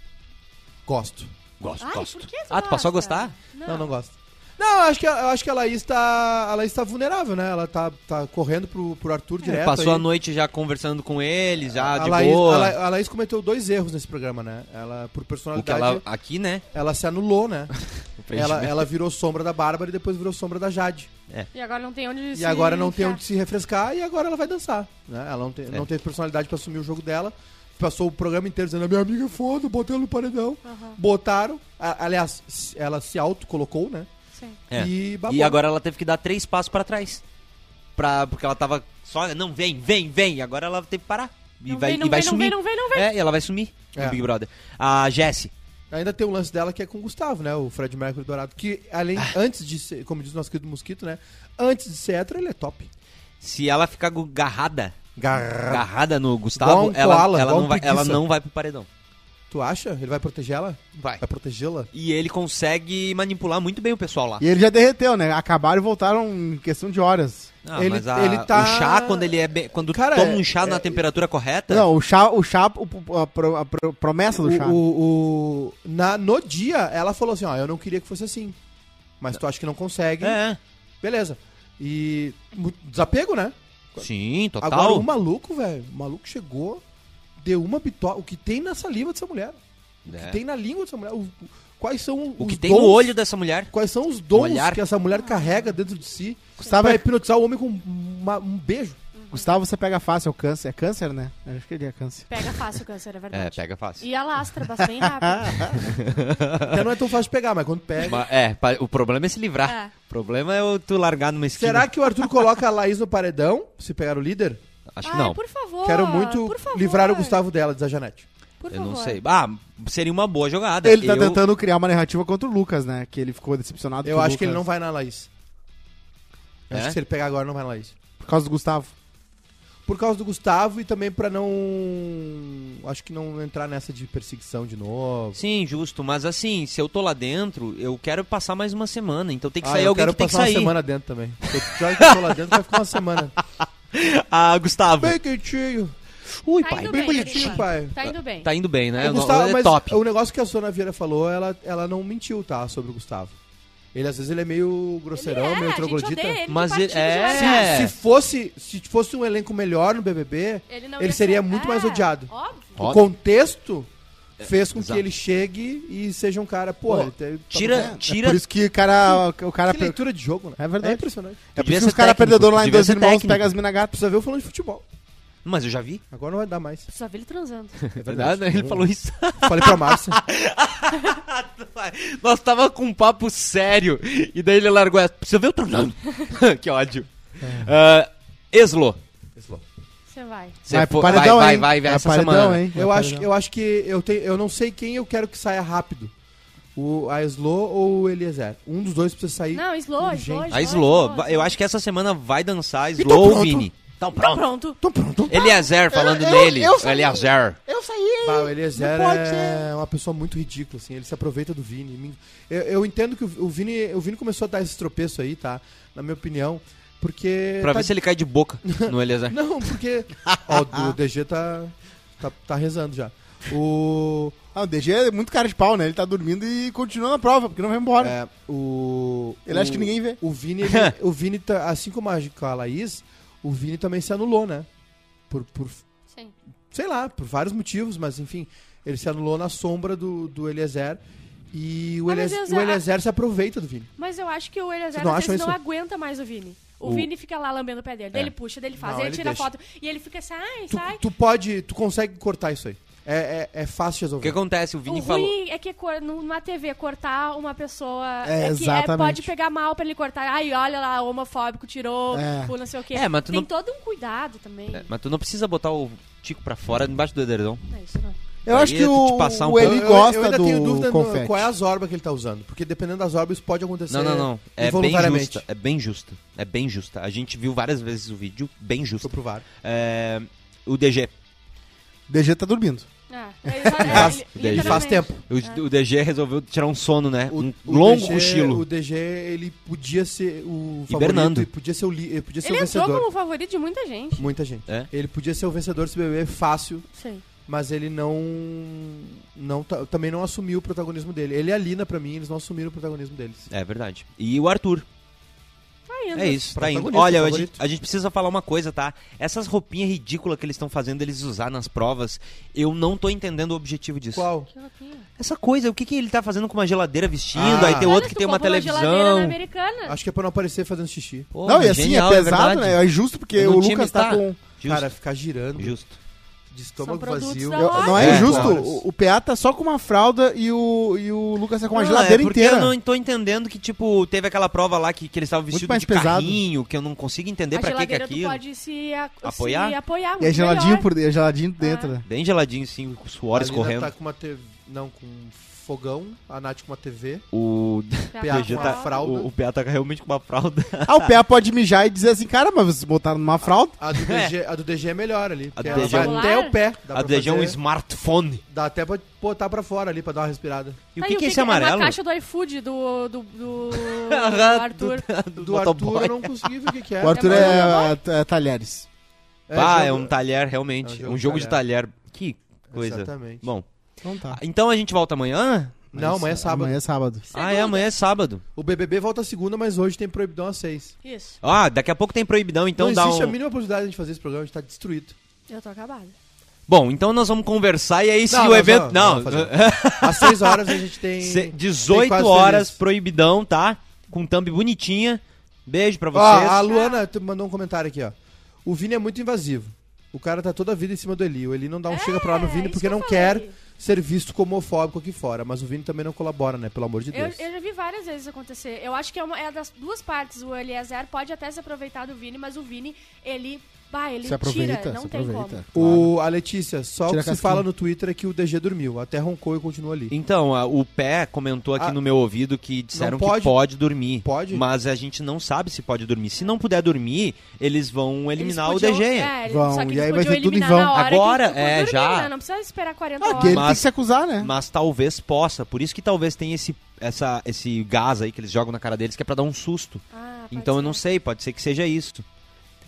Speaker 3: Gosto.
Speaker 4: Gosto,
Speaker 2: Ai,
Speaker 4: gosto.
Speaker 2: por que tu
Speaker 4: ah, tu passou a
Speaker 2: gosta?
Speaker 4: gostar?
Speaker 3: Não, não, gosto. Não, eu acho que, eu acho que a Laís tá, a Laís tá vulnerável, né? Ela tá, tá correndo pro, pro Arthur direto.
Speaker 4: É, passou
Speaker 3: aí.
Speaker 4: a noite já conversando com ele, já
Speaker 3: a
Speaker 4: de
Speaker 3: Laís,
Speaker 4: boa.
Speaker 3: a La- a Laís cometeu dois erros nesse programa, né? Ela, por
Speaker 4: O que
Speaker 3: personalidade,
Speaker 4: ela.
Speaker 3: ela...
Speaker 4: Aqui, né?
Speaker 3: se anulou, né? ela,
Speaker 4: Preenchimento.
Speaker 3: ela virou sombra da Bárbara e depois virou sombra da Jade.
Speaker 2: E agora não tem onde
Speaker 3: E agora não
Speaker 2: é.
Speaker 3: tem onde se refrescar e agora ela vai dançar. Né? Ela não, tem,
Speaker 4: É.
Speaker 3: não teve personalidade pra assumir o jogo dela. Passou o programa inteiro dizendo: "A minha amiga é foda, botei ela no paredão. Botaram. A- aliás, s- ela se autocolocou, né?
Speaker 2: Sim.
Speaker 4: É.
Speaker 3: E babou.
Speaker 4: E agora ela teve que dar três passos pra trás. Pra, porque ela tava só, não, vem, vem, vem. Agora ela teve que parar. E
Speaker 2: Não
Speaker 4: vai,
Speaker 2: vem, não
Speaker 4: e vai
Speaker 2: vem, não
Speaker 4: sumir.
Speaker 2: vem, não vem, não vem.
Speaker 4: É, e ela vai sumir do
Speaker 3: É.
Speaker 4: Big Brother. A Jessie.
Speaker 3: Ainda tem o lance dela que é com o Gustavo, né? O Fred Mercury Dourado. Que além,
Speaker 4: Ah.
Speaker 3: antes de ser, como diz o nosso querido Mosquito, né? Antes de ser hétero, ele é top.
Speaker 4: Se ela ficar gu- garrada,
Speaker 3: Garra.
Speaker 4: garrada no Gustavo,
Speaker 3: É. Igual um
Speaker 4: ela,
Speaker 3: koala,
Speaker 4: ela,
Speaker 3: igual
Speaker 4: não
Speaker 3: um
Speaker 4: vai, ela
Speaker 3: preguiça.
Speaker 4: não vai pro paredão.
Speaker 3: Tu acha? Ele vai proteger ela?
Speaker 4: Vai.
Speaker 3: Vai protegê-la?
Speaker 4: E ele consegue manipular muito bem o pessoal lá.
Speaker 5: E ele já derreteu, né? Acabaram e voltaram em questão de horas.
Speaker 4: Ah,
Speaker 3: ele,
Speaker 4: mas a-
Speaker 3: ele tá.
Speaker 4: o chá, quando ele é bem, quando
Speaker 3: Cara,
Speaker 4: toma
Speaker 3: é-
Speaker 4: um chá na temperatura correta,
Speaker 5: Não, o chá, o chá o- a, pro- a pro- promessa do
Speaker 3: o-
Speaker 5: chá.
Speaker 3: o- o- na, no dia, ela falou assim: ó, eu não queria que fosse assim. Mas tu acha que não consegue.
Speaker 4: Tá. é.
Speaker 3: Beleza. E. mu- Desapego, né?
Speaker 4: Sim, total.
Speaker 3: Agora o maluco, velho. O maluco chegou, deu uma bitoca. O que tem na saliva dessa mulher? O
Speaker 4: É.
Speaker 3: que tem na língua dessa mulher? O, o- quais são
Speaker 4: O
Speaker 3: os
Speaker 4: que tem
Speaker 3: dons,
Speaker 4: no olho dessa mulher?
Speaker 3: Quais são os dons
Speaker 4: Olhar.
Speaker 3: que essa mulher carrega dentro de si
Speaker 5: Gustavo,
Speaker 3: pra
Speaker 5: é-
Speaker 3: hipnotizar o homem com uma- um beijo?
Speaker 5: Gustavo, você pega fácil, é o câncer. É câncer, né? Eu acho que ele é câncer.
Speaker 2: Pega fácil o câncer, é verdade.
Speaker 4: É, pega fácil.
Speaker 2: E alastra bastante bem rápido.
Speaker 3: Até não é tão fácil de pegar, mas quando pega.
Speaker 4: Ma- É, pa- o problema é se livrar.
Speaker 2: É.
Speaker 4: O problema é o tu largar numa esquina.
Speaker 3: Será que o Arthur coloca a Laís no paredão, se pegar o líder?
Speaker 4: Acho que
Speaker 2: Ai,
Speaker 4: não.
Speaker 2: por favor.
Speaker 3: Quero muito
Speaker 2: por favor.
Speaker 3: livrar o Gustavo dela, diz a Janete.
Speaker 2: Por
Speaker 4: Eu não
Speaker 2: favor.
Speaker 4: sei. Ah, seria uma boa jogada.
Speaker 5: Ele tá
Speaker 4: É, Eu-
Speaker 5: tentando criar uma narrativa contra o Lucas, né? Que ele ficou decepcionado
Speaker 3: Eu
Speaker 5: com o
Speaker 3: acho que ele não
Speaker 5: Lucas
Speaker 3: vai na Laís. Eu Acho
Speaker 4: É?
Speaker 3: que se ele pegar agora, não vai na Laís.
Speaker 5: Por causa do Gustavo.
Speaker 3: Por causa do Gustavo e também pra não. Acho que não entrar nessa de perseguição de novo.
Speaker 4: Sim, justo, mas assim, se eu tô lá dentro, eu quero passar mais uma semana, então tem que
Speaker 3: Ah,
Speaker 4: sair
Speaker 3: eu
Speaker 4: alguém
Speaker 3: quero
Speaker 4: que tem que
Speaker 3: passar uma
Speaker 4: sair. Tá
Speaker 3: semana dentro também. Se eu já que eu tô lá dentro, vai ficar uma semana.
Speaker 4: Ah, Gustavo.
Speaker 3: Bem quietinho.
Speaker 4: Ui,
Speaker 2: Tá
Speaker 4: pai.
Speaker 2: indo
Speaker 3: Bem
Speaker 2: bem,
Speaker 3: bonitinho,
Speaker 2: Gustavo.
Speaker 3: pai.
Speaker 2: Tá indo bem.
Speaker 4: Tá indo bem, né?
Speaker 3: o
Speaker 4: O
Speaker 3: Gustavo,
Speaker 4: é
Speaker 3: mas
Speaker 4: top.
Speaker 3: o negócio que a Sônia Vieira falou, ela, ela não mentiu, tá? Sobre o Gustavo. Ele às vezes ele é meio grosseirão,
Speaker 2: é,
Speaker 3: meio
Speaker 2: a gente
Speaker 3: troglodita.
Speaker 2: odeia ele no
Speaker 4: Mas ele-
Speaker 2: partido
Speaker 4: é.
Speaker 2: de largada.
Speaker 3: Se fosse, se fosse um elenco melhor no BBB,
Speaker 2: Ele, não
Speaker 3: ele
Speaker 2: ia
Speaker 3: seria
Speaker 2: ser-
Speaker 3: muito
Speaker 2: é,
Speaker 3: mais odiado.
Speaker 2: Óbvio.
Speaker 3: O
Speaker 4: Óbvio. É,
Speaker 3: contexto fez com
Speaker 4: exato.
Speaker 3: que ele chegue e seja um cara, pô,
Speaker 5: Pô,
Speaker 3: ele teve-
Speaker 4: Tira,
Speaker 5: É
Speaker 4: tira.
Speaker 5: por isso que o cara. O cara
Speaker 3: Que leitura de jogo, né?
Speaker 5: É verdade.
Speaker 3: É impressionante.
Speaker 5: É por
Speaker 4: Devia
Speaker 5: isso que
Speaker 4: ser
Speaker 5: os caras
Speaker 4: técnico,
Speaker 5: perdedores lá em
Speaker 4: devia
Speaker 5: dois
Speaker 4: ser
Speaker 5: irmãos
Speaker 4: técnico.
Speaker 5: pegam as mina gato.
Speaker 3: Precisa ver eu falando de futebol.
Speaker 4: Mas eu já vi.
Speaker 3: Agora não vai dar mais.
Speaker 2: Só vi ele transando.
Speaker 4: É verdade, né?
Speaker 3: Uhum.
Speaker 4: Ele falou isso.
Speaker 3: Falei pra Márcia.
Speaker 4: Nós tava com um papo sério. E daí ele largou essa. Precisa ver o transando. que ódio. Ah, Eslo.
Speaker 2: Você vai.
Speaker 4: Você
Speaker 5: Vai pro
Speaker 4: fo-
Speaker 5: paredão,
Speaker 4: vai,
Speaker 5: hein?
Speaker 4: vai, vai, vai
Speaker 5: Vai
Speaker 4: essa
Speaker 5: pro paredão,
Speaker 4: semana.
Speaker 5: hein?
Speaker 3: eu,
Speaker 5: Vai
Speaker 3: acho,
Speaker 5: paredão.
Speaker 3: eu acho que eu tenho. Eu não sei quem eu quero que saia rápido. O, a Slo ou o Eliezer. Um dos dois precisa sair.
Speaker 2: Não, slow,
Speaker 3: Gente.
Speaker 2: slow, slow.
Speaker 4: A Slo,
Speaker 2: slow.
Speaker 4: eu acho que essa semana vai dançar
Speaker 10: Então
Speaker 4: Slow ou
Speaker 10: pronto.
Speaker 4: Vini. Então
Speaker 2: Então
Speaker 4: pronto.
Speaker 2: pronto.
Speaker 3: Então pronto.
Speaker 4: Eliezer falando
Speaker 10: eu-
Speaker 4: nele.
Speaker 10: eu sabia.
Speaker 4: Eliezer.
Speaker 10: Eu saí.
Speaker 3: Bah, o Eliezer
Speaker 10: Não pode né?
Speaker 3: é
Speaker 10: ser.
Speaker 3: uma pessoa muito ridícula, assim. Ele se aproveita do Vini. Me- Eu, eu entendo que o o Vini, o Vini começou a dar esse tropeço aí, tá? Na minha opinião. Porque.
Speaker 4: Pra
Speaker 3: tá
Speaker 4: ver se ele cai de boca no Eliezer.
Speaker 3: Não, porque. Ó, o DG tá, tá, tá rezando já. O.
Speaker 5: Ah, o DG é muito cara de pau, né? Ele tá dormindo e continua na prova, porque não vai embora.
Speaker 3: É, o.
Speaker 5: Ele
Speaker 3: o-
Speaker 5: acha que ninguém vê.
Speaker 3: O Vini, ele- o Vini tá- assim como a com a Laís, o Vini também se anulou, né? Por, por,
Speaker 2: Sim.
Speaker 3: sei lá, por vários motivos, mas enfim, ele se anulou na sombra do, do Eliezer. E o,
Speaker 2: Ah, mas
Speaker 3: Elias,
Speaker 2: Eliezer-
Speaker 3: o Eliezer se aproveita do Vini.
Speaker 2: Mas eu acho que o Eliezer
Speaker 3: Vocês não
Speaker 2: às
Speaker 3: acham
Speaker 2: vezes não
Speaker 3: isso?
Speaker 2: aguenta mais o Vini. O,
Speaker 4: O-
Speaker 2: Vini fica lá lambendo o pé dele. Daí
Speaker 4: É.
Speaker 2: Ele puxa, daí ele faz,
Speaker 3: Não,
Speaker 2: daí ele,
Speaker 3: ele
Speaker 2: tira
Speaker 3: deixa.
Speaker 2: foto. E ele fica assim, ai,
Speaker 3: Tu,
Speaker 2: sai.
Speaker 3: tu pode, tu consegue cortar isso aí. É, é, é fácil de
Speaker 4: O que
Speaker 3: resolver.
Speaker 4: acontece? O
Speaker 2: O
Speaker 4: Vini
Speaker 2: ruim
Speaker 4: falou.
Speaker 2: é que cor- numa TV cortar uma pessoa
Speaker 5: É,
Speaker 2: é, que é,
Speaker 5: exatamente.
Speaker 2: pode pegar mal pra ele cortar. Ai, olha lá, o homofóbico tirou,
Speaker 5: É.
Speaker 2: o não sei o quê.
Speaker 4: É, mas tu
Speaker 2: Tem
Speaker 4: não-
Speaker 2: todo um cuidado também.
Speaker 4: É, mas tu não precisa botar o Tico pra fora embaixo do edredom.
Speaker 2: Não, né, isso não.
Speaker 5: eu
Speaker 4: aí
Speaker 5: acho que
Speaker 4: tu
Speaker 5: o,
Speaker 4: te passar um
Speaker 5: o Eli
Speaker 3: Eu- eu-
Speaker 5: gosta
Speaker 3: eu ainda
Speaker 5: do
Speaker 3: tenho dúvida no-
Speaker 5: confete.
Speaker 3: qual é a zorba que ele tá usando, porque dependendo das zorbas isso pode acontecer.
Speaker 4: Não, não, não. É bem
Speaker 3: involuntariamente.
Speaker 4: justa. É bem justa. É bem justa. A gente viu várias vezes o vídeo, bem justa.
Speaker 3: Foi pro VAR.
Speaker 4: É, o DG.
Speaker 5: DG tá dormindo.
Speaker 2: Ah, ele só- é,
Speaker 3: Faz-
Speaker 2: ele-
Speaker 4: daí-
Speaker 2: literalmente.
Speaker 3: Faz tempo.
Speaker 4: O,
Speaker 2: Ah.
Speaker 4: o DG resolveu tirar um sono, né?
Speaker 3: O-
Speaker 4: um
Speaker 3: o
Speaker 4: longo
Speaker 5: é
Speaker 3: DG
Speaker 4: cochilo.
Speaker 3: O DG, ele podia ser o favorito.
Speaker 4: Bernardo.
Speaker 3: e podia ser o, li- ele podia ser
Speaker 2: Ele
Speaker 3: o
Speaker 2: entrou
Speaker 3: vencedor.
Speaker 2: como favorito de muita gente.
Speaker 3: Muita gente.
Speaker 4: É?
Speaker 3: Ele podia ser o vencedor desse bebê fácil,
Speaker 2: Sim.
Speaker 3: mas ele não... não ta- também não assumiu o protagonismo dele. Ele e a Lina, pra mim, eles não assumiram o protagonismo deles.
Speaker 4: É verdade. E o Arthur.
Speaker 2: Tá indo.
Speaker 4: É isso, tá indo.
Speaker 3: Protagonista,
Speaker 4: Olha, a
Speaker 3: favorito.
Speaker 4: gente, a gente precisa falar uma coisa, tá? Essas roupinhas ridículas que eles estão fazendo eles usar nas provas, eu não tô entendendo o objetivo disso.
Speaker 3: Qual?
Speaker 2: Que louquinho.
Speaker 4: Essa coisa, o que, que ele tá fazendo com uma geladeira vestindo,
Speaker 3: Ah.
Speaker 4: aí tem
Speaker 2: Olha,
Speaker 4: outro que
Speaker 2: tu
Speaker 4: tem uma
Speaker 2: compra geladeira na
Speaker 4: televisão.
Speaker 2: americana.
Speaker 3: Acho que é pra não aparecer fazendo xixi.
Speaker 4: Pô,
Speaker 5: não, e
Speaker 4: mas
Speaker 5: assim,
Speaker 4: genial,
Speaker 5: é pesado,
Speaker 4: verdade.
Speaker 5: né? É justo porque
Speaker 4: No
Speaker 5: o
Speaker 4: time
Speaker 5: Lucas tá
Speaker 4: tá.
Speaker 5: com...
Speaker 4: Justo,
Speaker 3: Cara, ficar girando
Speaker 4: justo.
Speaker 3: de estômago
Speaker 2: produtos
Speaker 3: vazio.
Speaker 2: da
Speaker 5: Eu-
Speaker 2: Olha.
Speaker 5: não é,
Speaker 4: É.
Speaker 5: justo.
Speaker 3: Horas.
Speaker 5: O, o PA tá só com uma fralda e o, e o Lucas tá com uma
Speaker 4: Não,
Speaker 5: geladeira
Speaker 4: é porque
Speaker 5: inteira.
Speaker 4: Eu não tô entendendo que, tipo, teve aquela prova lá que, que eles estavam
Speaker 5: Muito
Speaker 4: vestidos
Speaker 5: mais
Speaker 4: de
Speaker 5: pesado.
Speaker 4: carrinho, que eu não consigo entender
Speaker 2: a
Speaker 4: pra que que é
Speaker 2: geladeira tu
Speaker 4: aquilo.
Speaker 2: pode se, a-
Speaker 4: Apoiar?
Speaker 2: se apoiar
Speaker 5: E é
Speaker 2: muito
Speaker 5: geladinho,
Speaker 2: melhor.
Speaker 5: por, é geladinho dentro, né?
Speaker 4: Bem geladinho, assim, com suor
Speaker 3: A Lina
Speaker 4: escorrendo.
Speaker 3: tá com uma TV Não, com um fogão, a Nath com uma TV.
Speaker 4: O
Speaker 2: Pra
Speaker 3: PA
Speaker 2: falar.
Speaker 3: com uma fralda.
Speaker 4: o, o PA tá realmente com uma fralda.
Speaker 5: Ah, o PA pode mijar e dizer assim, cara, mas vocês botaram numa fralda?
Speaker 3: A do, DG, a do DG é melhor ali. porque
Speaker 4: do
Speaker 3: ela
Speaker 4: DG
Speaker 3: vai
Speaker 4: é um-
Speaker 3: até o pé. Dá
Speaker 4: a
Speaker 3: pra
Speaker 4: do DG é um
Speaker 3: fazer-
Speaker 4: smartphone.
Speaker 3: Dá até pra botar pra fora ali, pra dar uma respirada.
Speaker 4: E
Speaker 2: Tá,
Speaker 4: Tá o que, que é esse amarelo?
Speaker 2: É uma caixa do iFood do, do, do, do
Speaker 4: Aham,
Speaker 2: Arthur.
Speaker 4: do
Speaker 3: Do Arthur eu não consegui ver o que, que é.
Speaker 5: O Arthur
Speaker 2: é
Speaker 5: é, é talheres.
Speaker 4: Ah, é
Speaker 3: jogo-
Speaker 4: um talher, realmente.
Speaker 3: É
Speaker 4: um jogo de talher. Que coisa.
Speaker 3: Exatamente.
Speaker 4: Bom,
Speaker 5: Então tá.
Speaker 4: então a gente volta amanhã?
Speaker 3: Não, amanhã é sábado.
Speaker 5: Amanhã é sábado.
Speaker 4: Ah, é, amanhã é sábado.
Speaker 3: O BBB volta segunda, mas hoje tem proibidão às seis.
Speaker 2: Isso,
Speaker 4: Ah, daqui a pouco tem proibidão, então
Speaker 3: não
Speaker 4: dá
Speaker 3: existe
Speaker 4: um...
Speaker 3: a mínima possibilidade de a gente fazer esse programa, a gente tá destruído.
Speaker 2: eu tô acabada.
Speaker 4: Bom, então nós vamos conversar e aí se
Speaker 3: Não,
Speaker 4: o
Speaker 3: nós
Speaker 4: evento...
Speaker 3: vamos-
Speaker 4: Não,
Speaker 3: vamos Às seis horas a gente tem...
Speaker 4: Se-
Speaker 3: tem
Speaker 4: 18
Speaker 3: quase
Speaker 4: horas,
Speaker 3: feliz.
Speaker 4: proibidão, tá? Com thumb bonitinha. Beijo pra
Speaker 3: Ó,
Speaker 4: vocês.
Speaker 3: a Luana tu mandou um comentário aqui, ó. O Vini é muito invasivo. O cara tá toda a vida em cima do Eli. O Eli não dá um chega pra lá no
Speaker 2: É,
Speaker 3: Vini
Speaker 2: isso
Speaker 3: porque
Speaker 2: que eu
Speaker 3: não
Speaker 2: falei.
Speaker 3: quer ser visto como homofóbico aqui fora. Mas o Vini também não colabora, né? Pelo amor de
Speaker 2: Eu,
Speaker 3: Deus.
Speaker 2: eu já vi várias vezes isso acontecer. Eu acho que é, uma, é das duas partes. O Eliezer pode até se aproveitar do Vini, mas o Vini, ele. Bah, ele
Speaker 5: Se aproveita,
Speaker 2: tira, não
Speaker 5: se
Speaker 2: tem
Speaker 5: aproveita.
Speaker 2: como.
Speaker 3: O, a Letícia, só o
Speaker 5: Tira
Speaker 3: que
Speaker 5: a
Speaker 3: se
Speaker 5: casquinha.
Speaker 3: fala no Twitter é que o DG dormiu. Até roncou e continua ali.
Speaker 4: Então, a- o Pé comentou aqui
Speaker 3: Ah,
Speaker 4: no meu ouvido que disseram
Speaker 3: pode?
Speaker 4: que pode dormir.
Speaker 3: Pode?
Speaker 4: Mas a gente não sabe se pode dormir. Se não puder dormir, eles vão
Speaker 2: Eles
Speaker 4: eliminar
Speaker 2: podiam-
Speaker 4: o DG.
Speaker 2: É, eles-
Speaker 5: Vão,
Speaker 2: só que
Speaker 5: e
Speaker 2: eles
Speaker 5: aí vai
Speaker 2: podiam
Speaker 5: ser tudo em
Speaker 2: eliminar
Speaker 5: vão.
Speaker 2: na hora que-
Speaker 4: Agora,
Speaker 2: por
Speaker 4: é,
Speaker 2: dormir,
Speaker 4: já.
Speaker 2: né? Não precisa esperar 40
Speaker 5: Ah,
Speaker 2: horas.
Speaker 5: que ele tem
Speaker 4: Mas-
Speaker 5: que se acusar, né?
Speaker 4: É. Mas talvez possa. Por isso que talvez tenha esse, essa, esse gás aí que eles jogam na cara deles, que é pra dar um susto.
Speaker 2: Ah, pode
Speaker 4: então eu
Speaker 2: ser.
Speaker 4: não sei, pode ser que seja isso.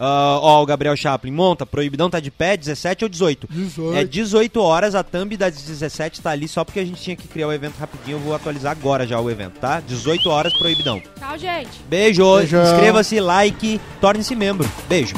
Speaker 4: Ah, ó, o Gabriel Chaplin, monta, proibidão tá de pé, 17 ou 18?
Speaker 5: 18.
Speaker 4: É 18 horas, a thumb das 17 tá ali só porque a gente tinha que criar o evento rapidinho, eu vou atualizar agora já o evento, tá? 18 horas, proibidão.
Speaker 2: Tchau, gente.
Speaker 4: Beijo,
Speaker 5: Beijo.
Speaker 4: inscreva-se, like, torne-se membro. Beijo.